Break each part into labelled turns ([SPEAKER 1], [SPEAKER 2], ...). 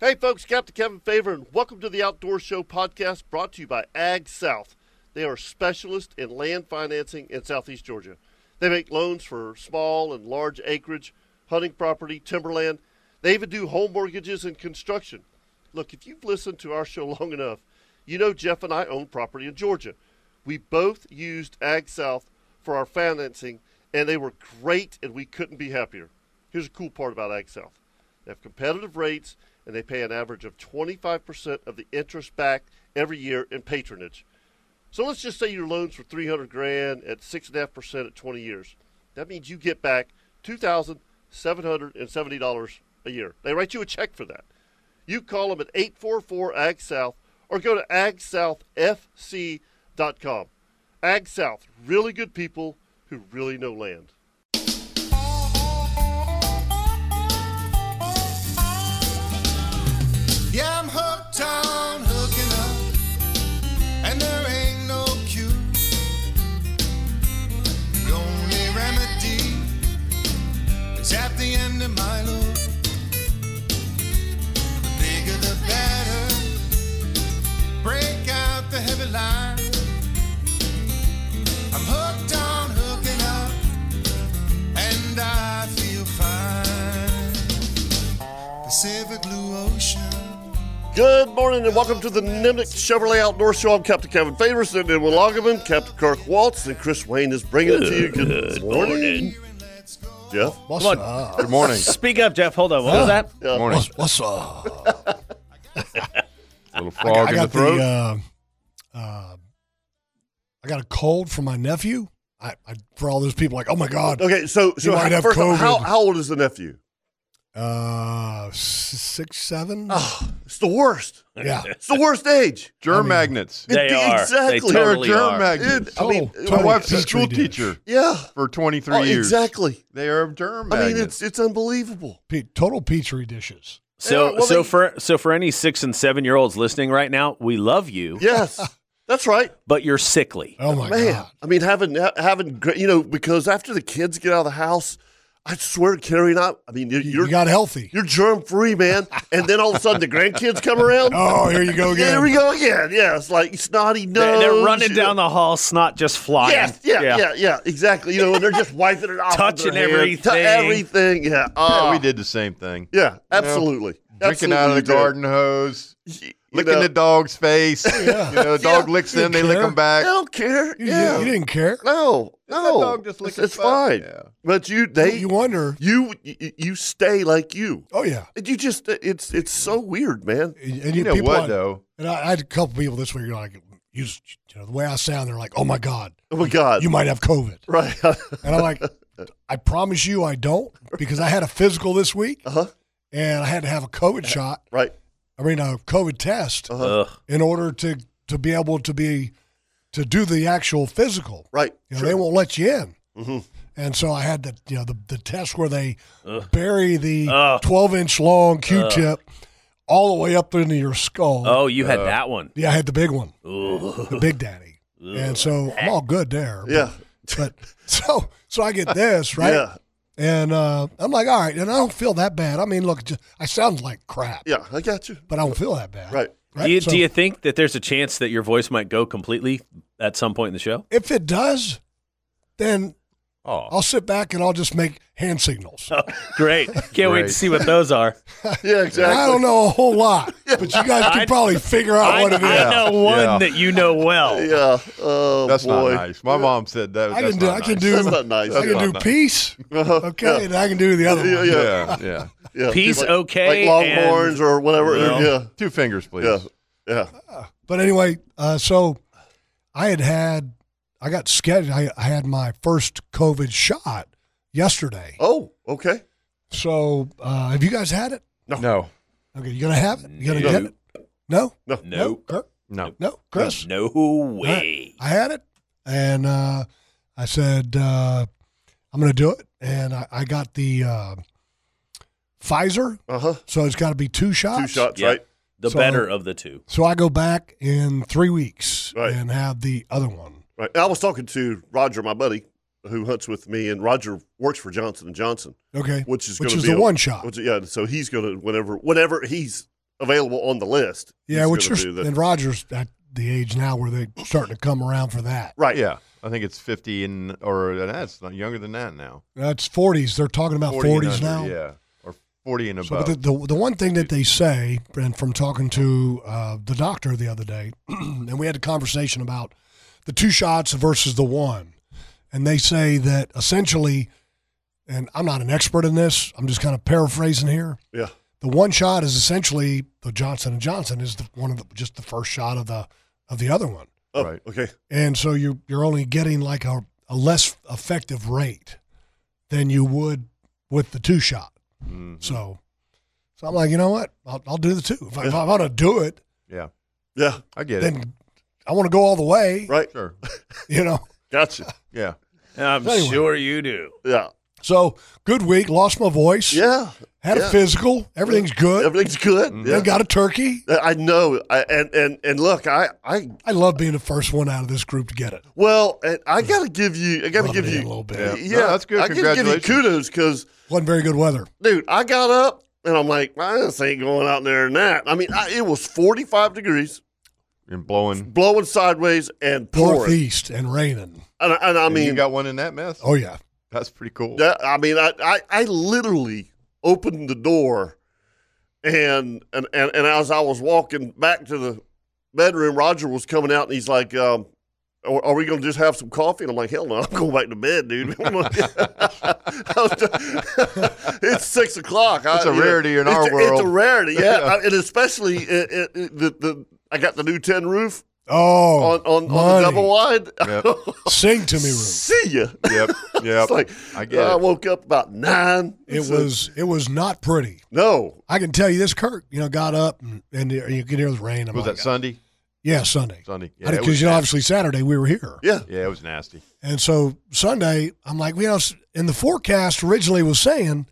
[SPEAKER 1] Hey, folks, Captain Kevin Favor, and welcome to the Outdoor Show podcast brought to you by Ag South. They are specialists in land financing in southeast Georgia. They make loans for small and large acreage, hunting property, timberland. They even do home mortgages and construction. Look, if you've listened to our show long enough, you know Jeff and I own property in Georgia. We both used Ag South for our financing, and they were great, and we couldn't be happier. Here's a cool part about Ag South they have competitive rates, and they pay an average of 25% of the interest back every year in patronage. So let's just say your loan's for 300 grand at 6.5% at 20 years. That means you get back $2,770 a year. They write you a check for that. You call them at 844 AG South or go to agsouthfc.com. Ag South, really good people who really know land.
[SPEAKER 2] Yeah, I'm hooked on hooking up, and there ain't no cure. The only remedy is at the end of my loop. The bigger the better. Break out the heavy line. I'm hooked on hooking up, and I feel fine. Pacific Blue Ocean.
[SPEAKER 1] Good morning and welcome to the Nimnik Chevrolet Outdoor Show. I'm Captain Kevin Favors and Edwin Loggeman, Captain Kirk Waltz, and Chris Wayne is bringing it to you. Good, morning. Jeff.
[SPEAKER 3] What's
[SPEAKER 4] Come
[SPEAKER 3] up?
[SPEAKER 4] Good morning.
[SPEAKER 5] Speak up, Jeff. Hold on. What was that?
[SPEAKER 1] Yeah.
[SPEAKER 4] morning.
[SPEAKER 3] What's, what's up?
[SPEAKER 4] little frog
[SPEAKER 3] I
[SPEAKER 4] in the
[SPEAKER 3] got the,
[SPEAKER 4] throat.
[SPEAKER 3] uh, uh, I got a cold from my nephew. I, I for all those people like, oh my god,
[SPEAKER 1] Okay, so so
[SPEAKER 3] might have
[SPEAKER 1] first off, how,
[SPEAKER 3] COVID.
[SPEAKER 1] how old is the nephew?
[SPEAKER 3] uh, s- six, seven.
[SPEAKER 1] It's the worst.
[SPEAKER 3] yeah,
[SPEAKER 1] It's the worst age.
[SPEAKER 4] Germ magnets.
[SPEAKER 1] It-
[SPEAKER 5] They are. They
[SPEAKER 4] They're
[SPEAKER 1] Exactly.
[SPEAKER 5] totally
[SPEAKER 4] a germ
[SPEAKER 5] are.
[SPEAKER 4] magnet.
[SPEAKER 1] It- I mean,
[SPEAKER 3] Total-
[SPEAKER 4] My
[SPEAKER 3] totally
[SPEAKER 4] wife's a
[SPEAKER 3] petri
[SPEAKER 4] school
[SPEAKER 3] dish.
[SPEAKER 4] teacher
[SPEAKER 1] yeah.
[SPEAKER 4] for 23
[SPEAKER 1] Oh,
[SPEAKER 4] years.
[SPEAKER 1] exactly.
[SPEAKER 4] They are germ
[SPEAKER 1] I
[SPEAKER 4] magnets.
[SPEAKER 1] mean, it's it's unbelievable.
[SPEAKER 3] Pe- total petri dishes.
[SPEAKER 1] Yeah,
[SPEAKER 5] So,
[SPEAKER 1] well,
[SPEAKER 5] so
[SPEAKER 1] they-
[SPEAKER 5] for so for any six and seven year olds listening right now, we love you,
[SPEAKER 1] Yes, that's right.
[SPEAKER 5] but you're sickly.
[SPEAKER 3] Oh my
[SPEAKER 1] Man,
[SPEAKER 3] god,
[SPEAKER 1] I mean, having ha- having gr- you know because after the kids get out of the house, I swear, Carrie and I. I mean, you're
[SPEAKER 3] you,
[SPEAKER 1] you're,
[SPEAKER 3] you got healthy.
[SPEAKER 1] you're germ free, man. And then all of a sudden, the grandkids come around.
[SPEAKER 3] Oh, here you go
[SPEAKER 1] Yeah,
[SPEAKER 3] again.
[SPEAKER 1] There we go again. Yeah, it's like snotty nose.
[SPEAKER 5] They're, they're running down the hall, snot just flying.
[SPEAKER 1] Yes, yeah, yeah, yeah, exactly. You know, and they're just wiping it off. with their
[SPEAKER 5] Touching
[SPEAKER 1] hands. Tou-
[SPEAKER 5] everything.
[SPEAKER 1] everything. Yeah.
[SPEAKER 4] yeah,
[SPEAKER 1] Ah.
[SPEAKER 4] we did the same thing.
[SPEAKER 1] Yeah, absolutely.
[SPEAKER 4] Drinking out of the garden hose, licking the dog's face. You know, the dog
[SPEAKER 1] Yeah.
[SPEAKER 4] licks them, they lick
[SPEAKER 3] Oh, care.
[SPEAKER 4] them back.
[SPEAKER 1] I don't care.
[SPEAKER 3] You,
[SPEAKER 1] yeah.
[SPEAKER 3] you didn't care.
[SPEAKER 1] no,
[SPEAKER 4] Let
[SPEAKER 1] no.
[SPEAKER 4] that dog just lick
[SPEAKER 1] it's
[SPEAKER 4] his
[SPEAKER 1] it's
[SPEAKER 4] butt.
[SPEAKER 1] fine.
[SPEAKER 4] Yeah.
[SPEAKER 1] But you, they,
[SPEAKER 3] you
[SPEAKER 1] you,
[SPEAKER 3] wonder.
[SPEAKER 1] you, you, stay like you.
[SPEAKER 3] Oh yeah,
[SPEAKER 1] You just, it's, it's so weird, man.
[SPEAKER 3] and, and
[SPEAKER 4] You know
[SPEAKER 3] people
[SPEAKER 4] what,
[SPEAKER 3] I-
[SPEAKER 4] though?
[SPEAKER 3] And I, I had a couple people this week. You know, like you, s- you know, the way I sound, they're like, oh my god,
[SPEAKER 1] Oh my God.
[SPEAKER 3] you might have COVID.
[SPEAKER 1] right. uh-huh.
[SPEAKER 3] And I'm like, I promise you I don't because I had a physical this week and I had to have a COVID shot.
[SPEAKER 1] Uh-huh. Right.
[SPEAKER 3] I mean, a COVID test
[SPEAKER 1] Uh-huh.
[SPEAKER 5] Ugh.
[SPEAKER 3] in order to, to be able to be, to do the actual physical.
[SPEAKER 1] Right.
[SPEAKER 3] You know, They won't let you in.
[SPEAKER 1] Mhm.
[SPEAKER 3] And so I had the, you know, the, the test where they bury the
[SPEAKER 5] Ugh.
[SPEAKER 3] 12 inch long Q-tip all the way up into your skull.
[SPEAKER 5] Oh, you
[SPEAKER 3] Uh,
[SPEAKER 5] had that one.
[SPEAKER 3] Yeah, I had the big one,
[SPEAKER 5] Ugh.
[SPEAKER 3] the big daddy. And so I'm all good there.
[SPEAKER 1] Yeah.
[SPEAKER 3] But so, so I get this, right?
[SPEAKER 1] Yeah.
[SPEAKER 3] And uh, I'm like, all right, and I don't feel that bad. I mean, look, ju- I sound like crap,
[SPEAKER 1] Yeah. I got you.
[SPEAKER 3] but I don't feel that bad.
[SPEAKER 1] Right.
[SPEAKER 3] right?
[SPEAKER 5] Do you,
[SPEAKER 3] So
[SPEAKER 5] do you think that there's a chance that your voice might go completely at some point in the show?
[SPEAKER 3] if it does, then
[SPEAKER 4] Oh,
[SPEAKER 3] I'll sit back and I'll just make hand signals.
[SPEAKER 5] Oh, Great. Can't wait
[SPEAKER 4] Great.
[SPEAKER 5] to see what those are.
[SPEAKER 1] Yeah. Exactly.
[SPEAKER 3] I don't know a whole lot, but you guys can
[SPEAKER 5] I-
[SPEAKER 3] probably figure out
[SPEAKER 5] I,
[SPEAKER 3] what it is.
[SPEAKER 5] I know one
[SPEAKER 4] Yeah.
[SPEAKER 5] that you know well.
[SPEAKER 1] Yeah. Oh
[SPEAKER 4] that's
[SPEAKER 1] boy.
[SPEAKER 4] not nice. My mom said that.
[SPEAKER 3] I
[SPEAKER 4] that's
[SPEAKER 3] can do.
[SPEAKER 4] not
[SPEAKER 3] I can
[SPEAKER 4] nice.
[SPEAKER 3] do.
[SPEAKER 1] That's not nice.
[SPEAKER 3] I
[SPEAKER 4] That's
[SPEAKER 3] can do
[SPEAKER 4] not nice.
[SPEAKER 3] peace. Okay, and I can do the other one.
[SPEAKER 1] yeah.
[SPEAKER 4] Yeah, yeah.
[SPEAKER 1] Yeah,
[SPEAKER 5] Peace,
[SPEAKER 1] like,
[SPEAKER 5] okay,
[SPEAKER 1] like Longhorns
[SPEAKER 5] and-
[SPEAKER 1] or whatever.
[SPEAKER 5] Well,
[SPEAKER 1] yeah,
[SPEAKER 4] Two fingers, please.
[SPEAKER 1] yeah, yeah.
[SPEAKER 3] But anyway, uh, so I had had. I got scheduled. I, I had my first COVID shot yesterday.
[SPEAKER 1] Oh, okay.
[SPEAKER 3] So uh, have you guys had it?
[SPEAKER 4] No,
[SPEAKER 3] Okay, you gonna have it? You gonna
[SPEAKER 5] No.
[SPEAKER 3] get it? No,
[SPEAKER 1] No,
[SPEAKER 3] no, Kirk?
[SPEAKER 4] no.
[SPEAKER 3] no, Chris.
[SPEAKER 5] No way.
[SPEAKER 3] I had it, and uh, I said uh, I'm gonna do it, and I, I got the uh, Pfizer,
[SPEAKER 1] Uh huh.
[SPEAKER 3] so it's got to be two shots.
[SPEAKER 1] Two shots,
[SPEAKER 5] Yeah.
[SPEAKER 1] right?
[SPEAKER 5] The
[SPEAKER 3] So-
[SPEAKER 5] better of the two.
[SPEAKER 3] So I go back in three weeks
[SPEAKER 1] Right.
[SPEAKER 3] and have the other one.
[SPEAKER 1] Right. And I was talking to Roger, my buddy, who hunts with me, and Roger works for Johnson and Johnson,
[SPEAKER 3] Okay,
[SPEAKER 1] which is
[SPEAKER 3] Which
[SPEAKER 1] going
[SPEAKER 3] is
[SPEAKER 1] to be
[SPEAKER 3] the
[SPEAKER 1] a-
[SPEAKER 3] one shot.
[SPEAKER 1] Which, yeah. So he's going to whenever, whenever he's available on the list.
[SPEAKER 3] Yeah,
[SPEAKER 1] he's
[SPEAKER 3] which
[SPEAKER 1] gonna
[SPEAKER 3] you're,
[SPEAKER 1] do the-
[SPEAKER 3] and Rogers at the age now where they are starting to come around for that.
[SPEAKER 1] right.
[SPEAKER 4] Yeah, I think it's fifty and or uh, that's not younger than that now.
[SPEAKER 3] That's 40s. They're talking about
[SPEAKER 4] 40 and
[SPEAKER 3] 40s now.
[SPEAKER 4] under, Yeah, or forty and
[SPEAKER 3] So, but
[SPEAKER 4] above.
[SPEAKER 3] the, the, the one thing that they say, and from talking to uh, the doctor the other day, and we had a conversation about the two shots versus the one. And they say that essentially, and I'm not an expert in this, I'm just kind of paraphrasing here.
[SPEAKER 1] Yeah.
[SPEAKER 3] The one shot is essentially the Johnson and Johnson is the, one of the, just the first shot of the of the other one,
[SPEAKER 1] Oh,
[SPEAKER 4] Right.
[SPEAKER 1] Okay.
[SPEAKER 3] and so you you're only getting like a, a less effective rate than you would with the two shot.
[SPEAKER 4] Mhm.
[SPEAKER 3] So, so I'm like, you know what? I'll, I'll do the two. If I, if I want to do it,
[SPEAKER 4] Yeah,
[SPEAKER 1] Yeah.
[SPEAKER 4] I get it.
[SPEAKER 3] then I want to go all the way.
[SPEAKER 1] Right.
[SPEAKER 4] Sure.
[SPEAKER 3] You know.
[SPEAKER 1] Gotcha.
[SPEAKER 4] Yeah.
[SPEAKER 5] I'm
[SPEAKER 3] Anyway.
[SPEAKER 5] sure you do.
[SPEAKER 1] Yeah.
[SPEAKER 3] So good week. Lost my voice.
[SPEAKER 1] Yeah.
[SPEAKER 3] Had
[SPEAKER 1] yeah.
[SPEAKER 3] a physical. Everything's good.
[SPEAKER 1] Everything's good.
[SPEAKER 4] Mhm.
[SPEAKER 1] Yeah.
[SPEAKER 3] They got a turkey.
[SPEAKER 1] I know, I, and and and look, I I
[SPEAKER 3] I love being the first one out of this group to get it.
[SPEAKER 1] well, and I gotta give you, I gotta
[SPEAKER 3] Rub
[SPEAKER 1] give
[SPEAKER 3] it in
[SPEAKER 1] you
[SPEAKER 3] a little bit.
[SPEAKER 4] Yeah.
[SPEAKER 1] Yeah,
[SPEAKER 4] No, that's good.
[SPEAKER 1] I gotta give you
[SPEAKER 4] Congratulations.
[SPEAKER 1] kudos because,
[SPEAKER 3] Wasn't very good weather.
[SPEAKER 1] dude, I got up and I'm like, "Man, this ain't going out there in that. I mean, I, it was 45 degrees,
[SPEAKER 4] And blowing.
[SPEAKER 1] blowing sideways and pouring,
[SPEAKER 3] Northeast and raining.
[SPEAKER 1] and, and
[SPEAKER 4] I
[SPEAKER 1] I
[SPEAKER 4] mean,
[SPEAKER 1] mean,
[SPEAKER 4] you got one in that mess.
[SPEAKER 3] Oh yeah.
[SPEAKER 4] That's pretty cool.
[SPEAKER 1] that, I mean, I, I I literally opened the door, and and and, and as I was walking back to the bedroom, Roger was coming out and he's like. Um, are are we going to just have some coffee? And I'm like, hell no, I'm going back to bed, dude. I'm like- I was just- it's six o'clock. I-
[SPEAKER 4] It's a
[SPEAKER 1] you know,
[SPEAKER 4] rarity in
[SPEAKER 1] it's
[SPEAKER 4] our
[SPEAKER 1] a- It's
[SPEAKER 4] world.
[SPEAKER 1] a rarity, yeah.
[SPEAKER 4] Yeah.
[SPEAKER 1] I- and especially it, it, it- the, the I got the new tin roof
[SPEAKER 3] Oh.
[SPEAKER 1] on on, on the
[SPEAKER 3] money.
[SPEAKER 1] double wide.
[SPEAKER 4] Yep.
[SPEAKER 3] Sing to me, room.
[SPEAKER 1] See ya.
[SPEAKER 4] Yep. Yep.
[SPEAKER 1] It's like
[SPEAKER 4] I get
[SPEAKER 1] I
[SPEAKER 4] it.
[SPEAKER 1] woke up about nine.
[SPEAKER 3] It
[SPEAKER 1] It's a-
[SPEAKER 3] was it was not pretty.
[SPEAKER 1] no.
[SPEAKER 3] I can tell you this, Kirk. You know, got up and, and you could hear the rain. I'm
[SPEAKER 4] Was
[SPEAKER 3] like,
[SPEAKER 4] that Sunday?
[SPEAKER 3] Yeah, Sunday.
[SPEAKER 4] Sunday. Yeah. it
[SPEAKER 3] Because
[SPEAKER 4] was
[SPEAKER 3] you know,
[SPEAKER 4] nasty.
[SPEAKER 3] obviously Saturday we were here.
[SPEAKER 1] Yeah.
[SPEAKER 4] Yeah, it was nasty.
[SPEAKER 3] And so Sunday, I'm like, you know, and the forecast originally was saying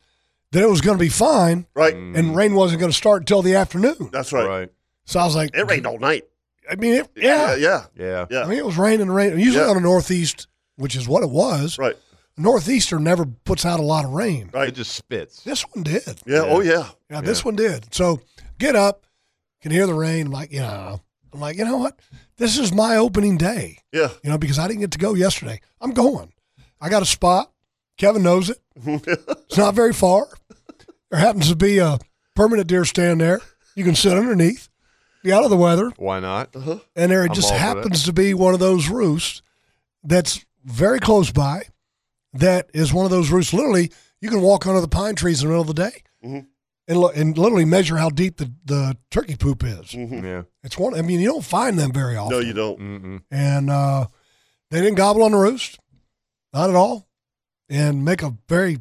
[SPEAKER 3] that it was going to be fine
[SPEAKER 1] Right.
[SPEAKER 3] and rain wasn't going to start until the afternoon.
[SPEAKER 1] That's
[SPEAKER 4] Mm. Right.
[SPEAKER 1] right.
[SPEAKER 3] So I was like,
[SPEAKER 1] It rained all night.
[SPEAKER 3] I mean, it,
[SPEAKER 1] Yeah.
[SPEAKER 3] yeah.
[SPEAKER 1] Yeah.
[SPEAKER 4] Yeah.
[SPEAKER 1] yeah.
[SPEAKER 3] I mean, it was raining and rain. Usually
[SPEAKER 1] Yeah.
[SPEAKER 3] on the northeast, which is what it was,
[SPEAKER 1] Right.
[SPEAKER 3] northeastern never puts out a lot of rain.
[SPEAKER 1] Right.
[SPEAKER 4] It just spits.
[SPEAKER 3] This one did.
[SPEAKER 4] Yeah.
[SPEAKER 1] Yeah. Oh yeah.
[SPEAKER 3] Yeah, this one did. So get up, can hear the rain. I'm like, you know, I'm like, you know what? This is my opening day.
[SPEAKER 1] Yeah.
[SPEAKER 3] you know, because I didn't get to go yesterday. I'm going. I got a spot. Kevin knows it. it's not very far. There happens to be a permanent deer stand there. You can sit underneath, be out of the weather,
[SPEAKER 4] Why not?
[SPEAKER 1] Uh-huh.
[SPEAKER 3] and there
[SPEAKER 4] I'm
[SPEAKER 3] just
[SPEAKER 4] all for that.
[SPEAKER 3] happens to be one of those roofs that's very close by. That is one of those roofs. Literally, you can walk under the pine trees in the middle of the day.
[SPEAKER 1] Mhm.
[SPEAKER 3] And, lo- and literally measure how deep the, the turkey poop is.
[SPEAKER 1] Mhm.
[SPEAKER 4] Yeah.
[SPEAKER 3] It's one. I mean, you don't find them very often
[SPEAKER 1] No, you don't.
[SPEAKER 4] Mm-mm.
[SPEAKER 3] and uh, they didn't gobble on the roost, not at all. And make a very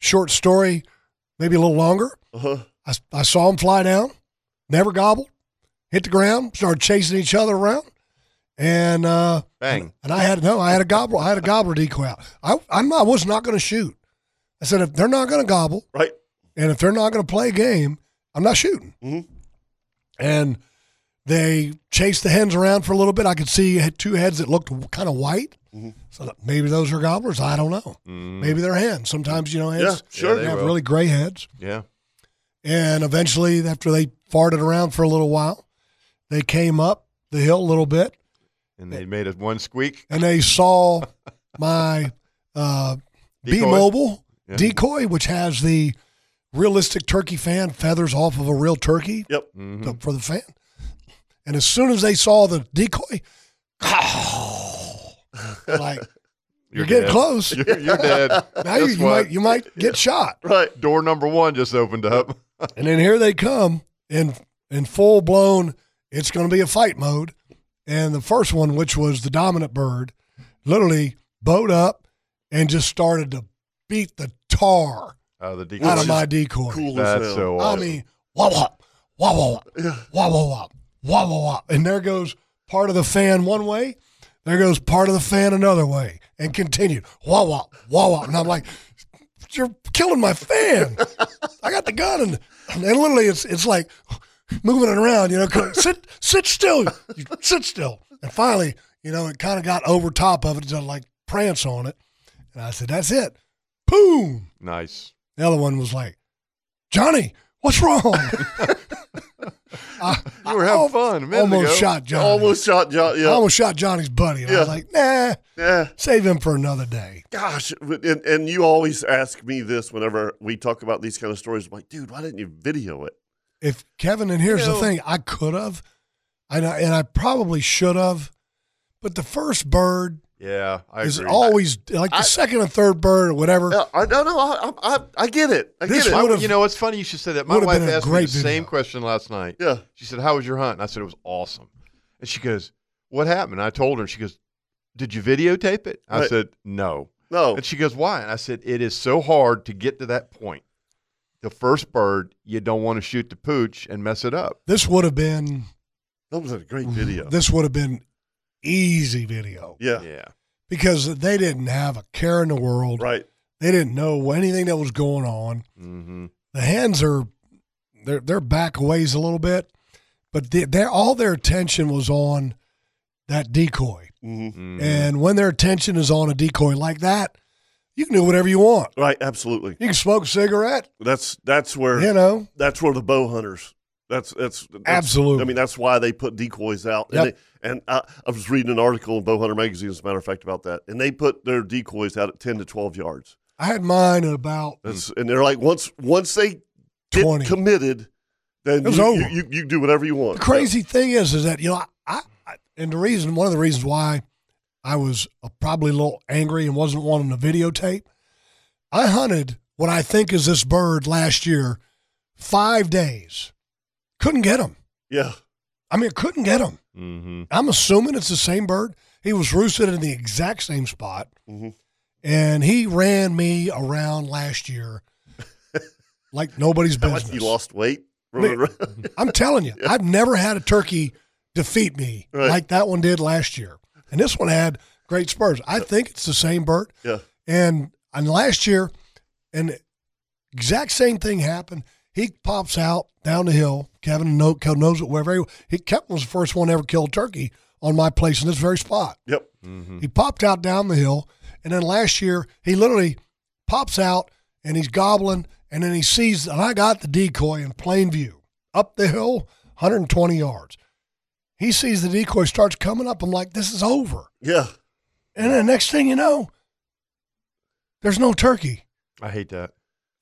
[SPEAKER 3] short story, maybe a little longer.
[SPEAKER 1] Uh-huh.
[SPEAKER 3] I, I saw them fly down, never gobbled, hit the ground, started chasing each other around, and uh,
[SPEAKER 4] Bang.
[SPEAKER 3] and I had no, I had a gobbler, I had a gobbler decoy out. I I'm not, I was not going to shoot. I said if they're not going to gobble,
[SPEAKER 1] Right.
[SPEAKER 3] and if they're not going to play a game, I'm not shooting.
[SPEAKER 1] Mhm.
[SPEAKER 3] And they chased the hens around for a little bit. I could see had two heads that looked kind of white.
[SPEAKER 1] Mm-hmm.
[SPEAKER 3] So that- maybe those are gobblers. I don't know.
[SPEAKER 4] Mm.
[SPEAKER 3] Maybe they're hens. Sometimes you know hens
[SPEAKER 1] Yeah, sure.
[SPEAKER 3] they
[SPEAKER 4] they
[SPEAKER 3] have
[SPEAKER 4] will.
[SPEAKER 3] really gray heads.
[SPEAKER 4] Yeah.
[SPEAKER 3] And eventually, after they farted around for a little while, they came up the hill a little bit
[SPEAKER 4] And they made a one squeak.
[SPEAKER 3] and they saw my uh,
[SPEAKER 4] Decoy?
[SPEAKER 3] B Mobile
[SPEAKER 4] Yeah.
[SPEAKER 3] decoy, which has the realistic turkey fan feathers off of a real turkey
[SPEAKER 1] Yep.
[SPEAKER 4] Mhm.
[SPEAKER 3] to- for the fan. And as soon as they saw the decoy, they're like you're, getting
[SPEAKER 4] dead.
[SPEAKER 3] close.
[SPEAKER 4] You're, you're dead.
[SPEAKER 3] now you,
[SPEAKER 4] That's
[SPEAKER 3] you
[SPEAKER 4] what-
[SPEAKER 3] might you might get shot.
[SPEAKER 1] Right.
[SPEAKER 4] Door number one just opened up.
[SPEAKER 3] And then here they come in in full blown. It's going to be a fight mode. And the first one, which was the dominant bird, literally bowed up and just started to beat the tar
[SPEAKER 4] Oh, the decoy.
[SPEAKER 3] out
[SPEAKER 1] Which
[SPEAKER 3] of
[SPEAKER 1] is
[SPEAKER 3] my decoy.
[SPEAKER 1] Cool as
[SPEAKER 4] That's
[SPEAKER 1] hell.
[SPEAKER 4] so
[SPEAKER 3] I
[SPEAKER 4] awesome.
[SPEAKER 3] mean, wah wah, wah wah wah, wah wah wah, wah wah wah, and there goes part of the fan one way, there goes part of the fan another way, and continued wah wah wah wah, and I'm like, you're killing my fan. I got the gun, and and literally it's it's like moving it around, you know, going, sit sit still, you sit still, and finally, you know, it kind of got over top of it, just like prance on it, and I said, that's it, boom.
[SPEAKER 4] nice.
[SPEAKER 3] The other one was like, Johnny, what's wrong?
[SPEAKER 4] you were having fun. A minute
[SPEAKER 3] almost
[SPEAKER 4] ago.
[SPEAKER 3] shot Johnny.
[SPEAKER 1] Almost shot John. Yeah.
[SPEAKER 3] I almost shot Johnny's buddy. And I was
[SPEAKER 1] Yeah.
[SPEAKER 3] like, nah,
[SPEAKER 1] yeah.
[SPEAKER 3] save him for another day.
[SPEAKER 1] Gosh, and, and you always ask me this whenever we talk about these kind of stories. I'm like, dude, why didn't you video it?
[SPEAKER 3] If Kevin, and here's
[SPEAKER 1] You know-
[SPEAKER 3] the thing, I could have, and I, and I probably should have, but the first bird
[SPEAKER 4] Yeah, I
[SPEAKER 3] is
[SPEAKER 4] agree.
[SPEAKER 3] always like the
[SPEAKER 1] I-
[SPEAKER 3] second and third bird or whatever.
[SPEAKER 1] Yeah, I no no I I, I- I get it. I
[SPEAKER 3] This
[SPEAKER 1] get it.
[SPEAKER 4] My-
[SPEAKER 3] would- would've-
[SPEAKER 4] you know, it's funny you should say that. My
[SPEAKER 3] would've
[SPEAKER 4] wife
[SPEAKER 3] been a
[SPEAKER 4] asked me the
[SPEAKER 3] great
[SPEAKER 4] same
[SPEAKER 3] video.
[SPEAKER 4] question last night.
[SPEAKER 1] yeah.
[SPEAKER 4] She said, "How was your hunt?" And I said, "It was awesome." And she goes, "What happened?" And I told her. and She goes, "Did you videotape it?" I
[SPEAKER 1] Right.
[SPEAKER 4] said, "No."
[SPEAKER 1] No.
[SPEAKER 4] And she goes, "Why?" And I said, "It is so hard to get to that point. The first bird, you don't want to shoot the pooch and mess it up."
[SPEAKER 3] This would have been
[SPEAKER 1] That was a great video.
[SPEAKER 3] This would have been easy video
[SPEAKER 1] yeah.
[SPEAKER 4] Yeah.
[SPEAKER 3] because they didn't have a care in the world.
[SPEAKER 1] Right.
[SPEAKER 3] They didn't know anything that was going on.
[SPEAKER 4] Mm-hmm.
[SPEAKER 3] The hens are they're they're back a ways a little bit, but they, they all their attention was on that decoy.
[SPEAKER 1] hmm
[SPEAKER 4] Mm-hmm.
[SPEAKER 3] And when their attention is on a decoy like that, you can do whatever you want.
[SPEAKER 1] Right. Absolutely.
[SPEAKER 3] You can smoke a cigarette,
[SPEAKER 1] That's that's where
[SPEAKER 3] you know.
[SPEAKER 1] that's where the bow hunters. That's that's, that's
[SPEAKER 3] Absolutely.
[SPEAKER 1] I mean that's why they put decoys out. And,
[SPEAKER 3] Yep.
[SPEAKER 1] they, and I, I was reading an article in Bow Hunter magazine, as a matter of fact, about that. And they put their decoys out at ten to twelve yards.
[SPEAKER 3] I had mine at about
[SPEAKER 1] That's, And they're like once once they get
[SPEAKER 3] 20.
[SPEAKER 1] committed, then
[SPEAKER 3] It was
[SPEAKER 1] you,
[SPEAKER 3] over.
[SPEAKER 1] You, you you do whatever you want.
[SPEAKER 3] The crazy thing is, is that you know, I, I, I and the reason, one of the reasons why I was uh, probably a little angry and wasn't wanting to videotape, I hunted what I think is this bird last year, five days, couldn't get him.
[SPEAKER 1] Yeah.
[SPEAKER 3] I mean, couldn't get him.
[SPEAKER 4] Mm-hmm.
[SPEAKER 3] I'm assuming it's the same bird. He was roosted in the exact same spot,
[SPEAKER 1] Mhm.
[SPEAKER 3] and he ran me around last year like nobody's
[SPEAKER 1] How much
[SPEAKER 3] business.
[SPEAKER 1] you lost weight?
[SPEAKER 3] Man. I'm telling you, I've never had a turkey defeat me
[SPEAKER 1] Right.
[SPEAKER 3] like that one did last year. And this one had great spurs. I think it's the same bird.
[SPEAKER 1] yeah.
[SPEAKER 3] And and last year, and exact same thing happened. He pops out down the hill. Kevin knows, knows it wherever he, he Kevin was the first one to ever killed turkey on my place in this very spot.
[SPEAKER 1] Yep.
[SPEAKER 4] Mm-hmm.
[SPEAKER 3] He popped out down the hill, and then last year he literally pops out and he's gobbling, and then he sees and I got the decoy in plain view up the hill, 120 yards. He sees the decoy starts coming up. I'm like, this is over.
[SPEAKER 1] Yeah.
[SPEAKER 3] And then next thing you know, there's no turkey.
[SPEAKER 4] I hate that.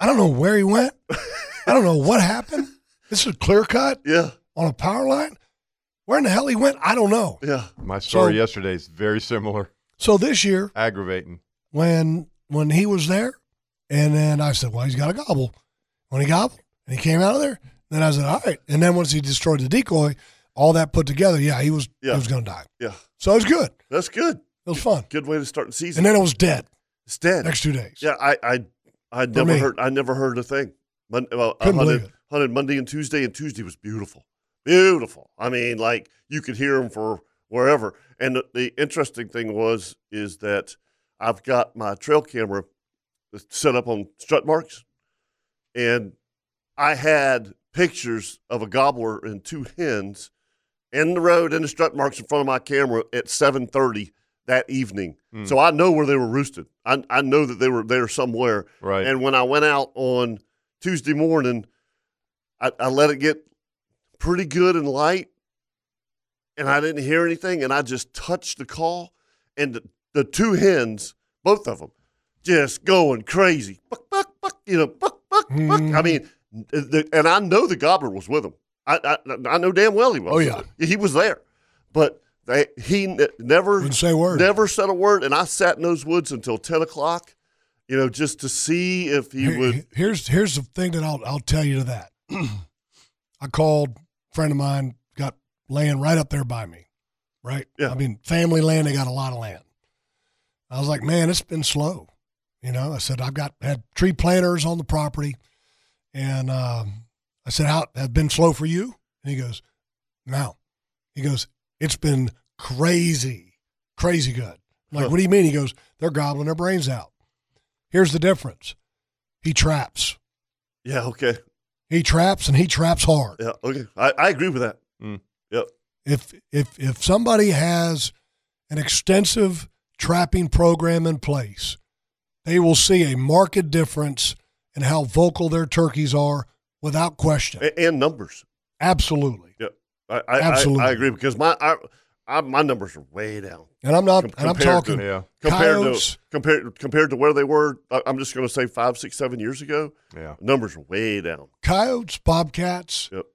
[SPEAKER 3] I don't know where he went. I don't know what happened. This is clear cut
[SPEAKER 1] Yeah.
[SPEAKER 3] on a power line. Where in the hell he went, I don't know.
[SPEAKER 1] Yeah.
[SPEAKER 4] My story
[SPEAKER 3] So-
[SPEAKER 4] yesterday is very similar.
[SPEAKER 3] So this year,
[SPEAKER 4] Aggravating.
[SPEAKER 3] when when he was there, and then I said, "Well, he's got a gobble." When he gobbled, and he came out of there, then I said, "All right." And then once he destroyed the decoy, all that put together, yeah, he was
[SPEAKER 1] Yeah.
[SPEAKER 3] he was going to die.
[SPEAKER 1] Yeah.
[SPEAKER 3] So it was good. It
[SPEAKER 1] That's good.
[SPEAKER 3] was fun.
[SPEAKER 1] Good way to start the season.
[SPEAKER 3] And then it was dead.
[SPEAKER 1] it's dead.
[SPEAKER 3] Next two days.
[SPEAKER 1] Yeah, I I I never
[SPEAKER 3] me.
[SPEAKER 1] heard I never heard a thing. Mon- well, I
[SPEAKER 3] Couldn't
[SPEAKER 1] hunted,
[SPEAKER 3] believe
[SPEAKER 1] hunted Monday and Tuesday, and Tuesday was beautiful, beautiful. I mean, like you could hear them for wherever. And the, the interesting thing was is that I've got my trail camera set up on strut marks, and I had pictures of a gobbler and two hens in the road in the strut marks in front of my camera at seven thirty that evening.
[SPEAKER 4] Hmm.
[SPEAKER 1] So I know where they were roosted. I, I know that they were there somewhere.
[SPEAKER 4] Right.
[SPEAKER 1] And when I went out on Tuesday morning, I, I let it get pretty good and light, and I didn't hear anything. And I just touched the call, and the, the two hens, both of them, just going crazy. Buck, buck, buck, you know, buck, buck, buck. I
[SPEAKER 3] Mhm.
[SPEAKER 1] mean, the, and I know the gobbler was with them. I, I, I know damn well he was.
[SPEAKER 3] Oh, yeah.
[SPEAKER 1] He was there. But they, he n- never
[SPEAKER 3] Wouldn't say a word.
[SPEAKER 1] Never said a word, and I sat in those woods until ten o'clock, you know, just to see if he
[SPEAKER 3] Here-
[SPEAKER 1] would.
[SPEAKER 3] Here's here's the thing that I'll I'll tell you to that. I called a friend of mine got land right up there by me, right?
[SPEAKER 1] Yeah.
[SPEAKER 3] I mean, family land. They got a lot of land. I was like, man, it's been slow. You know, I said I've got had tree planters on the property, and um, I said, "How have been slow for you?" And he goes, "No." He goes, "It's been crazy, crazy good." I'm like,
[SPEAKER 1] Huh.
[SPEAKER 3] what do you mean? He goes, "They're gobbling their brains out." Here's the difference: he traps,
[SPEAKER 1] Yeah, okay,
[SPEAKER 3] he traps, and he traps hard.
[SPEAKER 1] yeah, okay. I, I agree with that.
[SPEAKER 4] Hmm.
[SPEAKER 3] if if if somebody has an extensive trapping program in place, they will see a marked difference in how vocal their turkeys are without question.
[SPEAKER 1] A- and numbers,
[SPEAKER 3] Absolutely.
[SPEAKER 1] Yep. I, I,
[SPEAKER 3] Absolutely.
[SPEAKER 1] I, I agree because my I, I, my numbers are way down.
[SPEAKER 3] And I'm not.
[SPEAKER 1] Com-
[SPEAKER 3] and I'm
[SPEAKER 1] compared to-
[SPEAKER 3] talking.
[SPEAKER 4] Yeah.
[SPEAKER 1] compared
[SPEAKER 3] coyotes.
[SPEAKER 1] to compared compared to where they were. I- I'm just going to say five, six, seven years ago.
[SPEAKER 4] Yeah.
[SPEAKER 1] numbers are way down.
[SPEAKER 3] coyotes, bobcats,
[SPEAKER 1] Yep.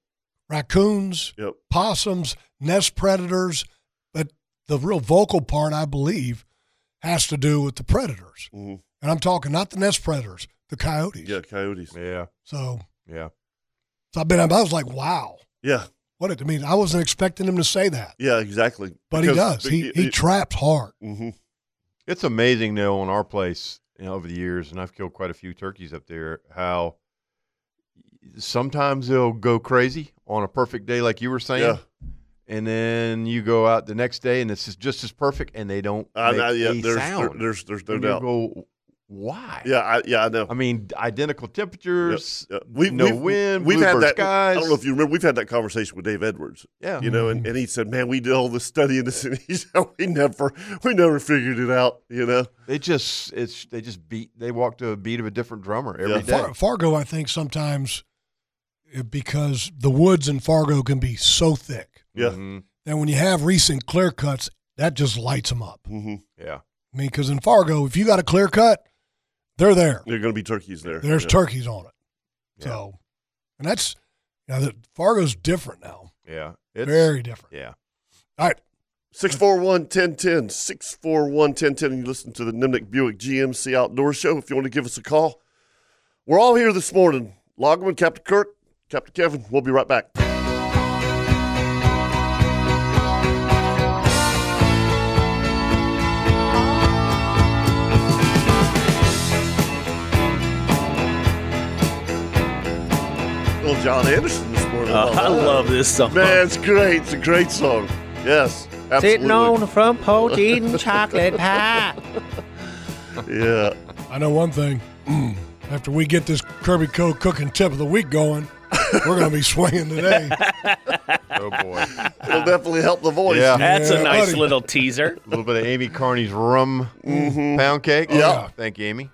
[SPEAKER 3] raccoons,
[SPEAKER 1] Yep.
[SPEAKER 3] possums, nest predators. But the real vocal part, I believe, has to do with the predators.
[SPEAKER 1] Mhm.
[SPEAKER 3] And I'm talking not the nest predators, the coyotes.
[SPEAKER 1] Yeah, coyotes.
[SPEAKER 4] Yeah.
[SPEAKER 3] So,
[SPEAKER 4] Yeah.
[SPEAKER 3] so I've been, I was like, wow,
[SPEAKER 1] Yeah,
[SPEAKER 3] what it I mean. I wasn't expecting him to say that,
[SPEAKER 1] yeah, exactly.
[SPEAKER 3] but he does. He, he traps hard.
[SPEAKER 1] hmm
[SPEAKER 4] Mm-hmm. It's amazing though on our place you know, over the years, and I've killed quite a few turkeys up there. How sometimes they'll go crazy on a perfect day, like you were saying,
[SPEAKER 1] Yeah.
[SPEAKER 4] and then you go out the next day and it's just- just as perfect, and they don't
[SPEAKER 1] I,
[SPEAKER 4] make
[SPEAKER 1] I, yeah,
[SPEAKER 4] a
[SPEAKER 1] there's there-
[SPEAKER 4] sound.
[SPEAKER 1] there's there's no
[SPEAKER 4] And you
[SPEAKER 1] doubt.
[SPEAKER 4] Go, why?
[SPEAKER 1] Yeah, I, yeah, I know.
[SPEAKER 4] I mean, identical temperatures.
[SPEAKER 1] Yeah, we-
[SPEAKER 4] no wind, bluebird
[SPEAKER 1] that.
[SPEAKER 4] skies.
[SPEAKER 1] I don't know if you remember. We've had that conversation with Dave Edwards.
[SPEAKER 4] Yeah.
[SPEAKER 1] you know, and, and he said, "Man, we did all this study and this, and he said we never, we never figured it out." You know,
[SPEAKER 4] They just it's they just beat they walk to a beat of a different drummer
[SPEAKER 1] Yeah.
[SPEAKER 4] every day.
[SPEAKER 3] Far, Fargo, I think sometimes eh, because the woods in Fargo can be so thick
[SPEAKER 1] yeah,
[SPEAKER 4] Mhm.
[SPEAKER 3] that when you have recent clear cuts, that just lights them up.
[SPEAKER 1] hmm
[SPEAKER 4] Yeah.
[SPEAKER 3] I mean, because in Fargo, if you got a clear cut, they're there.
[SPEAKER 1] there are going to be turkeys there.
[SPEAKER 3] There's
[SPEAKER 1] yeah.
[SPEAKER 3] turkeys on it.
[SPEAKER 4] Yeah.
[SPEAKER 3] So, and that's now that Fargo's different now,
[SPEAKER 4] Yeah. It's
[SPEAKER 3] very different.
[SPEAKER 4] yeah.
[SPEAKER 3] All right,
[SPEAKER 1] 641-1010, 641-1010. You listen to the Nimnik Buick GMC Outdoor Show if you want to give us a call. We're all here this morning. Logman, Captain Kirk, Captain Kevin. We'll be right back. Little John Anderson this morning.
[SPEAKER 5] Uh, I love this song.
[SPEAKER 1] Man, it's great. It's a great song. Yes, absolutely.
[SPEAKER 5] the front porch eating chocolate pie.
[SPEAKER 1] Yeah.
[SPEAKER 3] I know one thing. Mm. After we get this Kirby Co cooking tip of the week going, we're going to be swinging today.
[SPEAKER 4] Oh boy. a
[SPEAKER 1] It'll definitely help the voice.
[SPEAKER 4] Yeah.
[SPEAKER 5] That's
[SPEAKER 3] Yeah,
[SPEAKER 5] a nice
[SPEAKER 3] buddy.
[SPEAKER 5] little teaser.
[SPEAKER 4] little bit of Amy Carney's rum
[SPEAKER 3] Mm-hmm.
[SPEAKER 4] pound cake.
[SPEAKER 1] Yeah.
[SPEAKER 4] Thank you, Amy.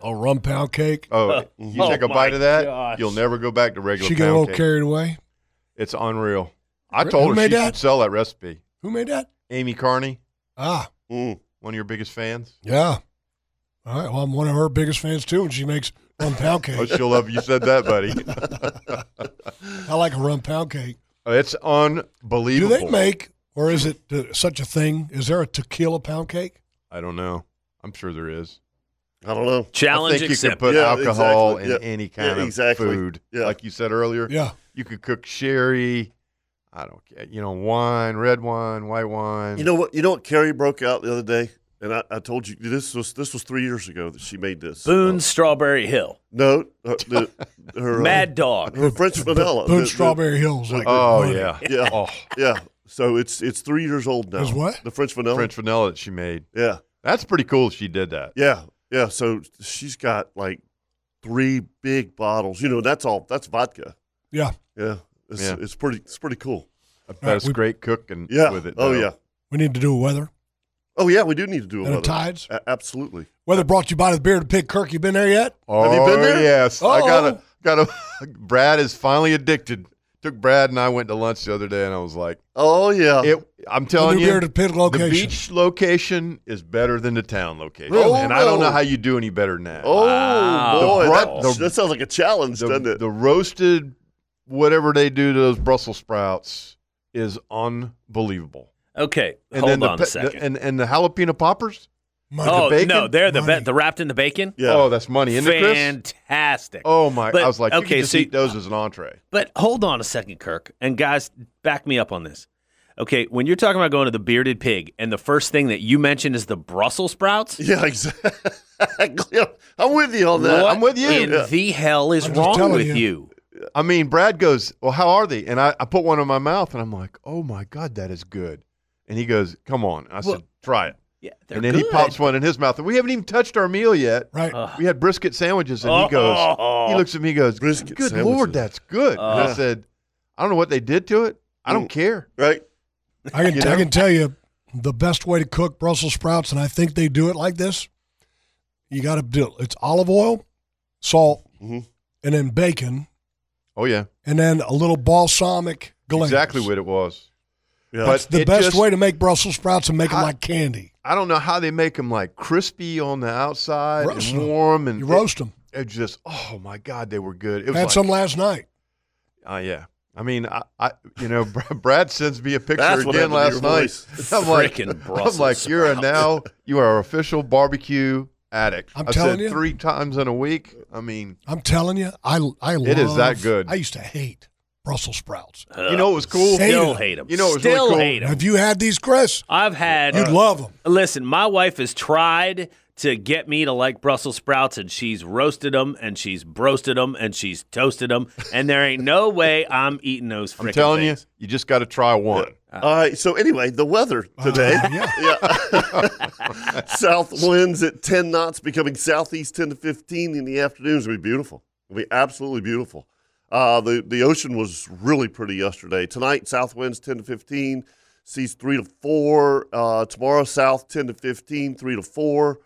[SPEAKER 3] Oh, rum pound cake.
[SPEAKER 4] Oh, you
[SPEAKER 5] Oh
[SPEAKER 4] take a
[SPEAKER 5] my
[SPEAKER 4] bite of that,
[SPEAKER 5] gosh.
[SPEAKER 4] you'll never go back to regular
[SPEAKER 3] She got a little
[SPEAKER 4] pound cake.
[SPEAKER 3] carried away.
[SPEAKER 4] It's unreal. I
[SPEAKER 3] Who
[SPEAKER 4] told her she
[SPEAKER 3] made that?
[SPEAKER 4] should sell that recipe.
[SPEAKER 3] Who made that?
[SPEAKER 4] Amy Carney,
[SPEAKER 3] Ah,
[SPEAKER 1] Mm.
[SPEAKER 4] one of your biggest fans.
[SPEAKER 3] yeah. All right. Well, I'm one of her biggest fans too, and she makes rum pound
[SPEAKER 4] Oh,
[SPEAKER 3] cake.
[SPEAKER 4] she'll love you said that, buddy.
[SPEAKER 3] I like a rum pound cake.
[SPEAKER 4] it's
[SPEAKER 3] Do
[SPEAKER 4] unbelievable.
[SPEAKER 3] they make, or is it uh, such a thing? Is there a tequila pound cake?
[SPEAKER 4] I don't know. I'm sure there is.
[SPEAKER 1] I don't know.
[SPEAKER 4] I
[SPEAKER 5] Challenge
[SPEAKER 4] think you could
[SPEAKER 5] accepted.
[SPEAKER 4] put
[SPEAKER 1] Yeah,
[SPEAKER 4] alcohol
[SPEAKER 1] exactly.
[SPEAKER 4] in
[SPEAKER 1] Yeah.
[SPEAKER 4] any kind
[SPEAKER 1] Yeah,
[SPEAKER 4] of
[SPEAKER 1] exactly.
[SPEAKER 4] food,
[SPEAKER 1] Yeah.
[SPEAKER 4] like you said earlier.
[SPEAKER 3] Yeah.
[SPEAKER 4] You could cook sherry. I don't care. You know, wine, red wine, white wine.
[SPEAKER 1] You know what? You know what? Carrie broke out the other day, and I, I told you this was this was three years ago that she made this. Uh,
[SPEAKER 5] Boone Strawberry Hill.
[SPEAKER 1] No, her, the, her uh,
[SPEAKER 5] Mad Dog.
[SPEAKER 1] her French vanilla.
[SPEAKER 3] Boone
[SPEAKER 1] The- the-
[SPEAKER 3] Strawberry Hills. Like
[SPEAKER 4] oh
[SPEAKER 3] money.
[SPEAKER 4] yeah,
[SPEAKER 1] Yeah.
[SPEAKER 4] Oh,
[SPEAKER 1] Yeah. So it's it's three years old now.
[SPEAKER 3] Is what?
[SPEAKER 1] the French vanilla?
[SPEAKER 4] French vanilla that she made.
[SPEAKER 1] Yeah,
[SPEAKER 4] That's pretty cool. She did that.
[SPEAKER 1] yeah, yeah. So she's got like three big bottles. You know, that's all. That's vodka.
[SPEAKER 3] Yeah.
[SPEAKER 1] Yeah. It's,
[SPEAKER 4] Yeah.
[SPEAKER 1] it's pretty. It's pretty cool.
[SPEAKER 4] That's
[SPEAKER 3] we-
[SPEAKER 4] great cooking
[SPEAKER 1] Yeah.
[SPEAKER 4] with it.
[SPEAKER 1] oh
[SPEAKER 4] though.
[SPEAKER 1] yeah.
[SPEAKER 3] We need to do a weather
[SPEAKER 1] Oh yeah. We do need to do a
[SPEAKER 3] and a
[SPEAKER 1] weather.
[SPEAKER 3] tides.
[SPEAKER 1] A- absolutely.
[SPEAKER 3] Weather brought to you by the Bearded Pig Kirk. You been there yet?
[SPEAKER 4] Oh,
[SPEAKER 1] Have you been there? Oh.
[SPEAKER 4] Yes. I got
[SPEAKER 3] Uh-oh.
[SPEAKER 4] a got a. Brad is finally addicted. Took Brad and I went to lunch the other day, and I was like,
[SPEAKER 1] Oh yeah.
[SPEAKER 4] "It." I'm
[SPEAKER 3] The
[SPEAKER 4] telling
[SPEAKER 3] new
[SPEAKER 4] you,
[SPEAKER 3] Bearded Pig location.
[SPEAKER 4] the beach location is better than the town location,
[SPEAKER 1] Really?
[SPEAKER 4] and I don't
[SPEAKER 1] Oh.
[SPEAKER 4] know how you do any better than that.
[SPEAKER 1] Oh
[SPEAKER 5] Wow.
[SPEAKER 1] boy,
[SPEAKER 4] The
[SPEAKER 1] that,
[SPEAKER 4] bru- the-
[SPEAKER 1] that sounds like a challenge, doesn't
[SPEAKER 4] the,
[SPEAKER 1] it?
[SPEAKER 4] the roasted whatever they do to those Brussels sprouts is unbelievable.
[SPEAKER 5] Okay,
[SPEAKER 4] And
[SPEAKER 5] hold
[SPEAKER 4] then the
[SPEAKER 5] on
[SPEAKER 4] pe-
[SPEAKER 5] a second.
[SPEAKER 4] and and the jalapeno poppers.
[SPEAKER 3] Money.
[SPEAKER 5] oh
[SPEAKER 4] bacon?
[SPEAKER 5] no, they're the
[SPEAKER 3] Money.
[SPEAKER 5] be- the wrapped in the bacon.
[SPEAKER 1] yeah.
[SPEAKER 4] Oh, that's money. Isn't it, Chris?
[SPEAKER 5] Fantastic.
[SPEAKER 4] Oh my!
[SPEAKER 5] But,
[SPEAKER 4] I was like, you
[SPEAKER 5] okay,
[SPEAKER 4] could just
[SPEAKER 5] so-
[SPEAKER 4] eat those as an entree.
[SPEAKER 5] But hold on a second, Kirk. And guys, back me up on this. Okay, when you're talking about going to the bearded pig, and the first thing that you mention is the Brussels sprouts.
[SPEAKER 1] yeah, exactly. I'm with you on that.
[SPEAKER 5] What
[SPEAKER 4] I'm with you.
[SPEAKER 5] In
[SPEAKER 4] Yeah.
[SPEAKER 5] the hell is
[SPEAKER 3] I'm just
[SPEAKER 5] wrong
[SPEAKER 3] telling
[SPEAKER 5] with
[SPEAKER 3] you.
[SPEAKER 5] you?
[SPEAKER 4] I mean, Brad goes, "Well, how are they?" And I, I put one in my mouth, and I'm like, "Oh my god, that is good." And he goes, "Come on!" I said,
[SPEAKER 5] Well,
[SPEAKER 4] "Try it."
[SPEAKER 5] Yeah, they're
[SPEAKER 4] And then he
[SPEAKER 5] good.
[SPEAKER 4] pops one in his mouth, and we haven't even touched our meal yet.
[SPEAKER 3] Right.
[SPEAKER 4] We had brisket sandwiches, and he goes,
[SPEAKER 5] Oh.
[SPEAKER 4] he looks at me, and goes,
[SPEAKER 1] Brisket
[SPEAKER 4] "Good
[SPEAKER 1] sandwiches.
[SPEAKER 4] lord, that's good." And I
[SPEAKER 5] Uh.
[SPEAKER 4] said, "I don't know what they did to it. I don't
[SPEAKER 1] Mm.
[SPEAKER 4] care."
[SPEAKER 1] Right?
[SPEAKER 3] I can,
[SPEAKER 4] You
[SPEAKER 3] I
[SPEAKER 4] know?
[SPEAKER 3] can tell you the best way to cook Brussels sprouts, and I think they do it like this. You got to do it's olive oil, salt,
[SPEAKER 4] Mm-hmm.
[SPEAKER 1] Mhm.
[SPEAKER 3] and then bacon,
[SPEAKER 4] Oh yeah,
[SPEAKER 3] and then a little balsamic glaze.
[SPEAKER 4] exactly what it was.
[SPEAKER 1] Yeah.
[SPEAKER 4] But
[SPEAKER 3] It's the
[SPEAKER 4] it
[SPEAKER 3] best
[SPEAKER 4] just-
[SPEAKER 3] way to make Brussels sprouts and make them
[SPEAKER 4] I-
[SPEAKER 3] like candy.
[SPEAKER 4] I don't know how they make them like crispy on the outside
[SPEAKER 3] Roast
[SPEAKER 4] and
[SPEAKER 3] 'em.
[SPEAKER 4] warm and
[SPEAKER 3] You roast them.
[SPEAKER 4] It, it just oh my god, they were good. It was
[SPEAKER 3] Had
[SPEAKER 4] like,
[SPEAKER 3] some last night.
[SPEAKER 4] Oh yeah. I mean, I, I you know, Br- Brad sends me a picture
[SPEAKER 1] That's what
[SPEAKER 4] again last
[SPEAKER 1] happened to your
[SPEAKER 4] night.
[SPEAKER 1] voice.
[SPEAKER 4] I'm like,
[SPEAKER 5] Frickin'
[SPEAKER 4] I'm
[SPEAKER 5] Brussels
[SPEAKER 4] like, you're a
[SPEAKER 5] sprout."
[SPEAKER 4] now you are official barbecue addict.
[SPEAKER 3] I'm
[SPEAKER 4] I
[SPEAKER 3] telling
[SPEAKER 4] said
[SPEAKER 3] you.
[SPEAKER 4] three times in a week. I mean,
[SPEAKER 3] I'm telling you, I I love.
[SPEAKER 4] It is that good.
[SPEAKER 3] I used to hate Brussels sprouts.
[SPEAKER 4] you know, it was cool.
[SPEAKER 3] Hate
[SPEAKER 5] Still
[SPEAKER 3] 'em.
[SPEAKER 5] hate them.
[SPEAKER 4] You know, it was really
[SPEAKER 5] still
[SPEAKER 4] cool.
[SPEAKER 5] hate them.
[SPEAKER 3] Have you had these, Chris?
[SPEAKER 5] I've had. uh,
[SPEAKER 3] You'd love them.
[SPEAKER 5] Listen, my wife has tried to get me to like Brussels sprouts, and she's roasted them, and she's broasted them, and she's toasted them, and there ain't no way I'm eating those.
[SPEAKER 4] I'm
[SPEAKER 5] frickin'
[SPEAKER 4] telling
[SPEAKER 5] things.
[SPEAKER 4] you, you just got to try one. Oh,
[SPEAKER 1] All right. So anyway, the weather today.
[SPEAKER 3] yeah.
[SPEAKER 1] Yeah. South winds at 10 knots, becoming southeast 10 to 15 in the afternoons. It'll be beautiful. It'll be absolutely beautiful. Uh, the, the ocean was really pretty yesterday. Tonight, south winds 10 to 15, seas 3 to 4. Uh, tomorrow, south 10 to 15, 3 to 4.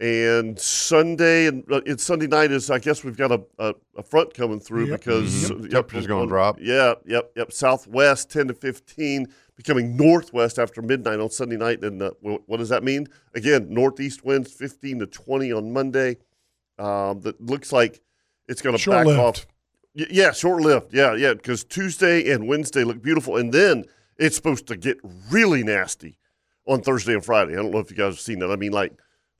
[SPEAKER 1] And Sunday, and uh, it's Sunday night is, I guess we've got a, a, a front coming through
[SPEAKER 3] Yep.
[SPEAKER 1] because yep,
[SPEAKER 4] Temperature's gonna
[SPEAKER 1] on-
[SPEAKER 4] drop.
[SPEAKER 1] yeah, yep, yep. Southwest, ten to fifteen, becoming northwest after midnight on Sunday night. And uh, wh- what does that mean? Again, northeast winds, fifteen to twenty on Monday. Um, that looks like it's going to back
[SPEAKER 3] Short-lived.
[SPEAKER 1] off. Y- yeah, short lived. Yeah, yeah. Because Tuesday and Wednesday look beautiful, and then it's supposed to get really nasty on Thursday and Friday. I don't know if you guys have seen that. I mean, like,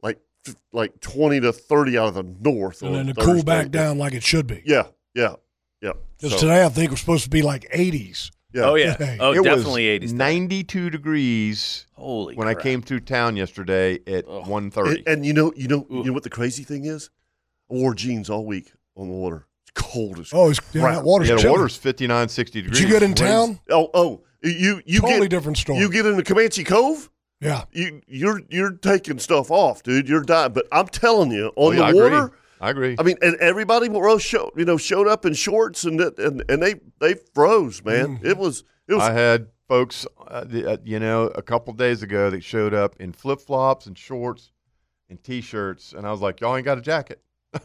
[SPEAKER 1] like, f- like twenty to thirty out of the north.
[SPEAKER 3] And
[SPEAKER 1] on
[SPEAKER 3] then to
[SPEAKER 1] Thursday.
[SPEAKER 3] cool back down like it should be.
[SPEAKER 1] Yeah, yeah, yeah.
[SPEAKER 3] Because
[SPEAKER 1] So,
[SPEAKER 3] today I think it was supposed to be like 80s.
[SPEAKER 1] yeah.
[SPEAKER 5] Oh yeah.
[SPEAKER 3] Hey.
[SPEAKER 5] Oh,
[SPEAKER 4] it
[SPEAKER 5] definitely 80s.
[SPEAKER 4] was 92 degrees
[SPEAKER 5] Holy.
[SPEAKER 4] when I
[SPEAKER 5] crap.
[SPEAKER 4] came through town yesterday at
[SPEAKER 5] Ugh.
[SPEAKER 4] 1:30.
[SPEAKER 1] And, and you know, you know, you know what the crazy thing is? I wore jeans all week on the water. It's cold as
[SPEAKER 3] Oh, it's, yeah,
[SPEAKER 1] Crap.
[SPEAKER 3] that water's
[SPEAKER 4] yeah, the
[SPEAKER 3] chilly.
[SPEAKER 4] water's 59, 60
[SPEAKER 3] Did
[SPEAKER 4] degrees.
[SPEAKER 3] you get in town?
[SPEAKER 1] oh oh. You you
[SPEAKER 3] totally
[SPEAKER 1] get
[SPEAKER 3] different story.
[SPEAKER 1] you get into Comanche Cove.
[SPEAKER 3] yeah.
[SPEAKER 1] You you're you're taking stuff off, dude. You're dying. But I'm telling you, on
[SPEAKER 4] Oh, yeah,
[SPEAKER 1] the
[SPEAKER 4] I agree.
[SPEAKER 1] water.
[SPEAKER 4] I agree.
[SPEAKER 1] I mean, and everybody were show, you know showed up in shorts and it- and and they they froze, man. It was it was
[SPEAKER 4] Mm. I had folks, uh, the, uh, you know, a couple days ago that showed up in flip flops and shorts and t shirts, and I was like, y'all ain't got a jacket.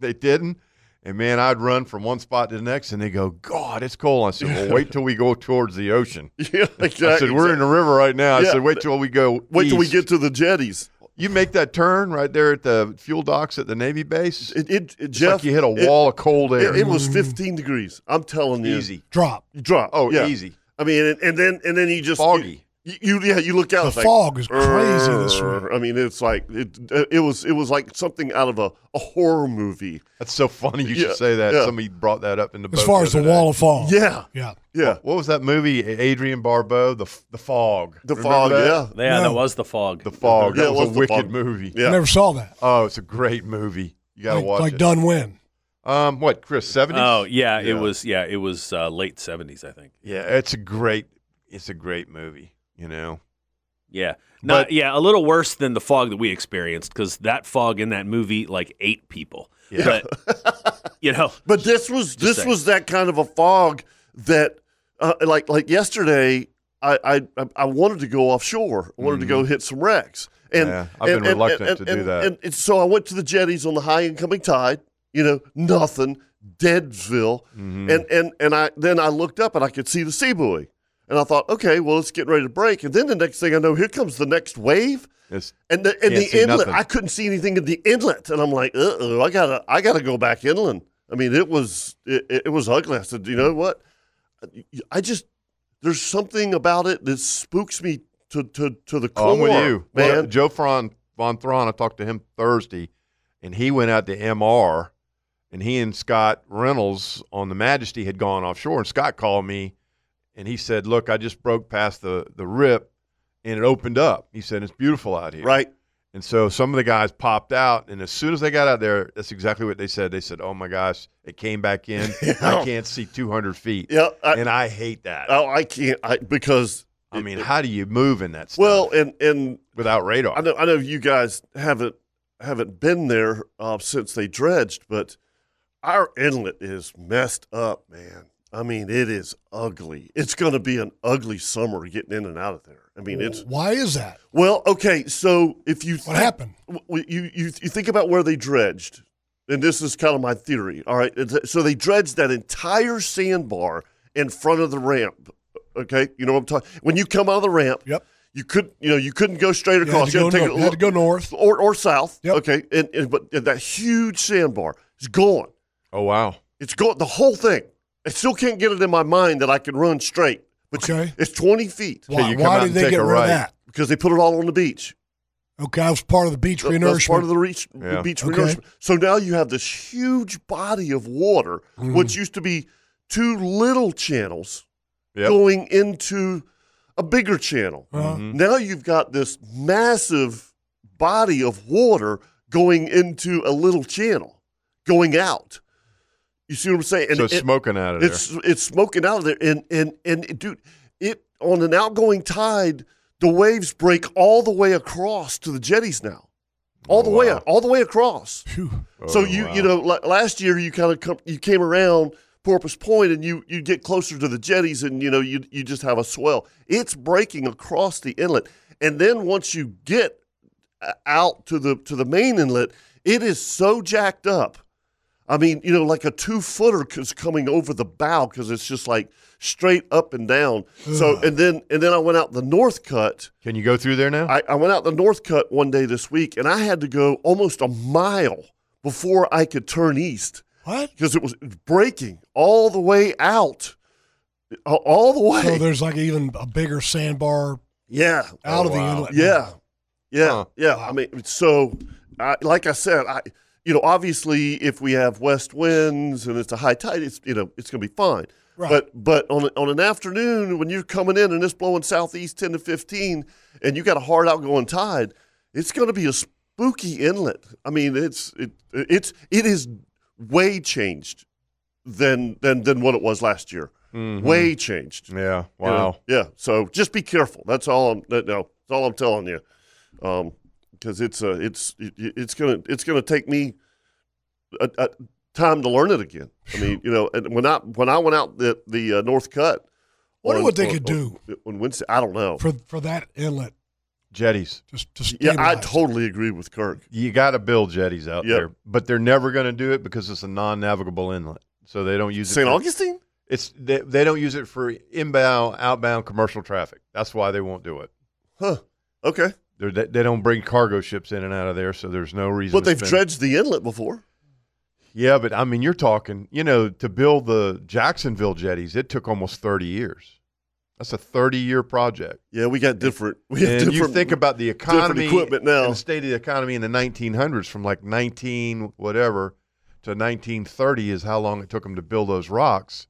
[SPEAKER 4] they didn't. And man, I'd run from one spot to the next, and they go, "God, it's cold." I said, "Well, wait till we go towards the ocean."
[SPEAKER 1] yeah, exactly.
[SPEAKER 4] I said, "We're in the river right now." I
[SPEAKER 1] Yeah,
[SPEAKER 4] said, "Wait till we go."
[SPEAKER 1] wait till we
[SPEAKER 4] east."
[SPEAKER 1] get to the jetties.
[SPEAKER 4] You make that turn right there at the fuel docks at the Navy base.
[SPEAKER 1] It, it, it
[SPEAKER 4] it's
[SPEAKER 1] Jeff,
[SPEAKER 4] like you hit a
[SPEAKER 1] it-
[SPEAKER 4] wall of cold air. Mm.
[SPEAKER 1] It, it was 15 degrees. I'm telling you,
[SPEAKER 4] easy.
[SPEAKER 3] Drop.
[SPEAKER 1] You drop.
[SPEAKER 4] Oh,
[SPEAKER 1] yeah.
[SPEAKER 4] easy.
[SPEAKER 1] I mean, and, and then and then you just
[SPEAKER 4] Foggy.
[SPEAKER 1] You, you yeah, you look out.
[SPEAKER 3] The
[SPEAKER 1] it's like,
[SPEAKER 3] fog is crazy this
[SPEAKER 1] "Urgh."
[SPEAKER 3] week.
[SPEAKER 1] I mean, it's like it. It was it was like something out of a, a horror movie.
[SPEAKER 4] That's so funny. You
[SPEAKER 1] Yeah,
[SPEAKER 4] should say that.
[SPEAKER 1] yeah.
[SPEAKER 4] Somebody brought that up in the
[SPEAKER 3] As
[SPEAKER 4] boat
[SPEAKER 3] far as the
[SPEAKER 4] other day.
[SPEAKER 3] wall of fog.
[SPEAKER 1] Yeah,
[SPEAKER 3] Yeah.
[SPEAKER 1] yeah.
[SPEAKER 4] What was that movie? Adrian Barbeau, the the fog.
[SPEAKER 1] The
[SPEAKER 4] Remember
[SPEAKER 1] fog.
[SPEAKER 4] that?
[SPEAKER 1] Yeah,
[SPEAKER 5] Yeah,
[SPEAKER 3] No.
[SPEAKER 5] that was the fog.
[SPEAKER 4] the fog.
[SPEAKER 1] Yeah,
[SPEAKER 4] That
[SPEAKER 1] it
[SPEAKER 4] was,
[SPEAKER 1] was
[SPEAKER 4] a
[SPEAKER 1] The
[SPEAKER 4] wicked
[SPEAKER 1] Fog.
[SPEAKER 4] movie.
[SPEAKER 1] yeah.
[SPEAKER 3] I never saw that.
[SPEAKER 4] Oh, it's a great movie. You gotta
[SPEAKER 3] like
[SPEAKER 4] watch
[SPEAKER 3] like
[SPEAKER 4] it.
[SPEAKER 3] Dunwin.
[SPEAKER 4] Um, what Chris seventies?
[SPEAKER 5] oh yeah, it
[SPEAKER 4] Yeah.
[SPEAKER 5] was. Yeah, it was uh, late 70s, I think.
[SPEAKER 4] yeah, it's a great, it's a great movie. You know,
[SPEAKER 5] Yeah. Not,
[SPEAKER 4] But-
[SPEAKER 5] yeah, a little worse than the fog that we experienced because that fog in that movie like ate people.
[SPEAKER 4] Yeah.
[SPEAKER 5] But you know,
[SPEAKER 1] But this was this
[SPEAKER 5] saying.
[SPEAKER 1] was that kind of a fog that, uh, like like yesterday, I I, I- I wanted to go offshore. I wanted to go hit some wrecks.
[SPEAKER 4] Mm-hmm.
[SPEAKER 1] And
[SPEAKER 4] Yeah, I've been
[SPEAKER 1] and- and-
[SPEAKER 4] reluctant
[SPEAKER 1] and-
[SPEAKER 4] to do
[SPEAKER 1] and-
[SPEAKER 4] that.
[SPEAKER 1] And, and so I went to the jetties on the high incoming tide. You know, nothing, Deadsville,
[SPEAKER 4] Mm-hmm.
[SPEAKER 1] and and and I then I looked up and I could see the sea buoy, and I thought, okay, well, it's getting ready to break. And then the next thing I know, here comes the next wave.
[SPEAKER 4] it's
[SPEAKER 1] And the, and
[SPEAKER 4] Can't
[SPEAKER 1] the
[SPEAKER 4] see
[SPEAKER 1] inlet,
[SPEAKER 4] nothing.
[SPEAKER 1] I couldn't see anything in the inlet, and I'm like, uh oh, I gotta, I gotta go back inland. I mean, it was, it, it was ugly. I said, you know what? I just, there's something about it that spooks me to to to the core.
[SPEAKER 4] oh, I'm with you,
[SPEAKER 1] man.
[SPEAKER 4] Well, Joe Fron von Thron. I talked to him Thursday, and he went out to MR, and he and Scott Reynolds on the Majesty had gone offshore, and Scott called me, and he said, "Look, I just broke past the the rip, and it opened up." He said, "It's beautiful out here."
[SPEAKER 1] right?
[SPEAKER 4] And so some of the guys popped out, and as soon as they got out there, that's exactly what they said. They said, "Oh my gosh, it came back in. I can't see 200 feet."
[SPEAKER 1] Yeah. I,
[SPEAKER 4] and I hate that.
[SPEAKER 1] oh, I can't, I because
[SPEAKER 4] I mean, how do you move in that stuff
[SPEAKER 1] well, and and
[SPEAKER 4] without radar?
[SPEAKER 1] I know, I know you guys haven't haven't been there uh, since they dredged, but our inlet is messed up, man. I mean, it is ugly. It's going to be an ugly summer getting in and out of there. I mean, it's
[SPEAKER 3] Why is that?
[SPEAKER 1] well, okay. So if you
[SPEAKER 3] What happened?
[SPEAKER 1] w- w- you you you think about where they dredged, and this is kind of my theory. All right, It's- so they dredged that entire sandbar in front of the ramp. Okay, you know what I'm talking. When you come out of the ramp, yep, you could you know you couldn't go straight
[SPEAKER 3] You had
[SPEAKER 1] across.
[SPEAKER 3] to go
[SPEAKER 1] had to take
[SPEAKER 3] north-
[SPEAKER 1] a
[SPEAKER 3] you had to
[SPEAKER 1] lo-
[SPEAKER 3] go north.
[SPEAKER 1] or or south. Okay, and, and but that huge sandbar is gone.
[SPEAKER 4] Oh wow,
[SPEAKER 1] it's gone. The whole thing. I still can't get it in my mind that I can run straight. But it's 20 feet.
[SPEAKER 3] Why- So you come why out did and they take get a rid of right. that?
[SPEAKER 1] Because they put it all on the beach.
[SPEAKER 3] Okay, I was part of the beach
[SPEAKER 1] That-
[SPEAKER 3] renourishment.
[SPEAKER 1] That's part of the reach,
[SPEAKER 3] Yeah.
[SPEAKER 1] the beach
[SPEAKER 3] Okay.
[SPEAKER 1] renourishment. So now you have this huge body of water,
[SPEAKER 3] Hmm.
[SPEAKER 1] which used to be two little channels
[SPEAKER 4] Yep.
[SPEAKER 1] going into a bigger channel.
[SPEAKER 3] Uh-huh.
[SPEAKER 1] Now you've got this massive body of water going into a little channel, going out. You see what I'm saying?
[SPEAKER 4] So it's smoking out of there.
[SPEAKER 1] it's, It's smoking out of there. And, and, and, dude, it on an outgoing tide, the waves break all the way across to the jetties now all the way all the way across. So
[SPEAKER 4] Oh,
[SPEAKER 1] you
[SPEAKER 4] wow.
[SPEAKER 1] you know la- last year you kind of come you came around Porpoise Point and you you get closer to the jetties and you know you you just have a swell. It's breaking across the inlet, and then once you get uh, out to the to the main inlet, it is so jacked up. I mean, you know, like a two footer is coming over the bow because it's just like straight up and down. So and then and then I went out the north cut.
[SPEAKER 4] Can you go through there now?
[SPEAKER 1] I, I went out the north cut one day this week, and I had to go almost a mile before I could turn east.
[SPEAKER 3] What?
[SPEAKER 1] Because it was breaking all the way out, A- all the way.
[SPEAKER 3] So there's like even a bigger sandbar.
[SPEAKER 1] Yeah.
[SPEAKER 3] Out of the inlet.
[SPEAKER 1] Yeah. Yeah. Yeah. I mean, so, I, like I said, I, you know, obviously, if we have west winds and it's a high tide, it's you know, it's going to be fine.
[SPEAKER 3] Right.
[SPEAKER 1] But but on on an afternoon when you're coming in and it's blowing southeast ten to fifteen, and you got a hard outgoing tide, it's going to be a spooky inlet. I mean, it's it it's it is way changed than than than what it was last year.
[SPEAKER 4] Mhm.
[SPEAKER 1] Way changed.
[SPEAKER 4] Yeah.
[SPEAKER 1] You know?
[SPEAKER 4] Wow.
[SPEAKER 1] Yeah. So just be careful. That's all. I'm, that, no, that's all I'm telling you, because it's uh, it's it, it's gonna it's gonna take me a, a time to learn it again. I mean, you know, and when I when I went out the the uh, North Cut,
[SPEAKER 3] Wonder
[SPEAKER 1] on-
[SPEAKER 3] what they
[SPEAKER 1] on-
[SPEAKER 3] could
[SPEAKER 1] on- on Wednesday. I don't know.
[SPEAKER 3] for for that inlet.
[SPEAKER 4] jetties.
[SPEAKER 3] Just, just
[SPEAKER 1] yeah, I totally agree with Kirk.
[SPEAKER 4] You got to build jetties out
[SPEAKER 1] Yep.
[SPEAKER 4] there, but they're never going to do it because it's a non-navigable inlet, so they don't use it.
[SPEAKER 1] St.
[SPEAKER 4] for-
[SPEAKER 1] Augustine?
[SPEAKER 4] It's they, they don't use it for inbound, outbound commercial traffic. That's why they won't do it.
[SPEAKER 1] Huh. Okay.
[SPEAKER 4] They're, they they don't bring cargo ships in and out of there, so there's no reason.
[SPEAKER 1] But
[SPEAKER 4] to
[SPEAKER 1] they've
[SPEAKER 4] spend-
[SPEAKER 1] dredged the inlet before.
[SPEAKER 4] Yeah, but I mean, you're talking, you know, to build the Jacksonville jetties, it took almost 30 years. That's a 30 year project.
[SPEAKER 1] Yeah, we got different. We have
[SPEAKER 4] and you
[SPEAKER 1] different-
[SPEAKER 4] think about the
[SPEAKER 1] different
[SPEAKER 4] economy,
[SPEAKER 1] equipment now.
[SPEAKER 4] and the state of the economy in the 1900s, from like 19 whatever to 1930 is how long it took them to build those rocks.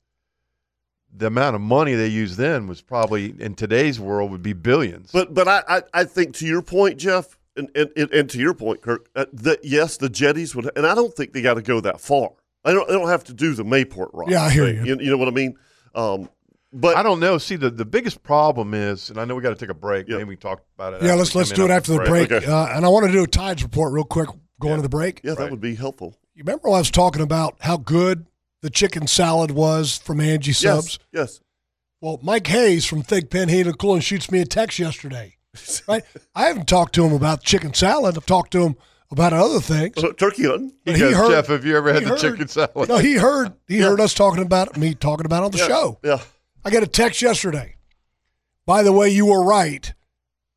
[SPEAKER 4] The amount of money they used then was probably in today's world would be billions.
[SPEAKER 1] But but I, I, I think to your point, Jeff, and and, and, and to your point, Kirk, uh, that yes, the jetties would, and I don't think they got to go that far. I don't, they don't have to do the Mayport rock.
[SPEAKER 4] Yeah, I hear
[SPEAKER 1] thing.
[SPEAKER 4] you.
[SPEAKER 1] you. know what I mean? Um, but
[SPEAKER 4] I don't know. See, the, the biggest problem is, and I know we got to take a break. Maybe we can talk about it.
[SPEAKER 3] Yeah, let's let's do it after the break.
[SPEAKER 4] Okay.
[SPEAKER 3] Uh, and I want to do a tides report real quick going to the break.
[SPEAKER 1] yeah, that would be helpful.
[SPEAKER 3] You remember I was talking about how good the chicken salad was from Angie Subs?
[SPEAKER 1] Yes.
[SPEAKER 3] Well, Mike Hayes from Thick Pen Heat and Cooling shoots me a text yesterday. Right? I haven't talked to him about chicken salad. I've talked to him about other things.
[SPEAKER 1] turkey hunting.
[SPEAKER 4] He goes, Jeff, have you ever had
[SPEAKER 3] he
[SPEAKER 4] the chicken salad?
[SPEAKER 3] No, he heard he heard us talking about it, me talking about it on the
[SPEAKER 4] Yeah,
[SPEAKER 3] show.
[SPEAKER 1] Yeah.
[SPEAKER 3] I got a text yesterday. By the way, you were right.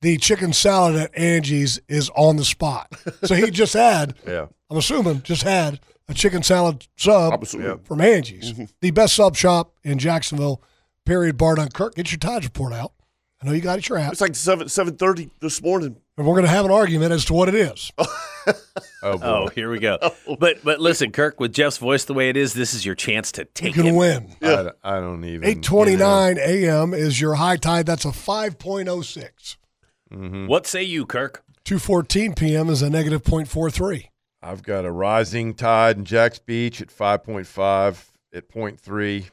[SPEAKER 3] The chicken salad at Angie's is on the spot. So he just had
[SPEAKER 4] Yeah.
[SPEAKER 3] I'm assuming, just had a chicken salad sub from Angie's,
[SPEAKER 1] Mm-hmm.
[SPEAKER 3] the best sub shop in Jacksonville. Period. Bar done. Kirk, get your tides report out. I know you got it your app,
[SPEAKER 1] It's like seven seven thirty this morning.
[SPEAKER 3] and we're going to have an argument as to what it is.
[SPEAKER 4] Oh,
[SPEAKER 5] oh, here we go. But but listen, Kirk, with Jeff's voice the way it is, this is your chance to
[SPEAKER 3] You
[SPEAKER 5] take it.
[SPEAKER 3] can win.
[SPEAKER 4] I, I don't even.
[SPEAKER 3] Eight twenty nine a.m. is your high tide. That's a five point oh six.
[SPEAKER 4] Mm-hmm.
[SPEAKER 5] What say you, Kirk?
[SPEAKER 3] Two fourteen p.m. is a negative point four three.
[SPEAKER 4] I've got a rising tide in Jack's Beach at 5.5, at 0.3.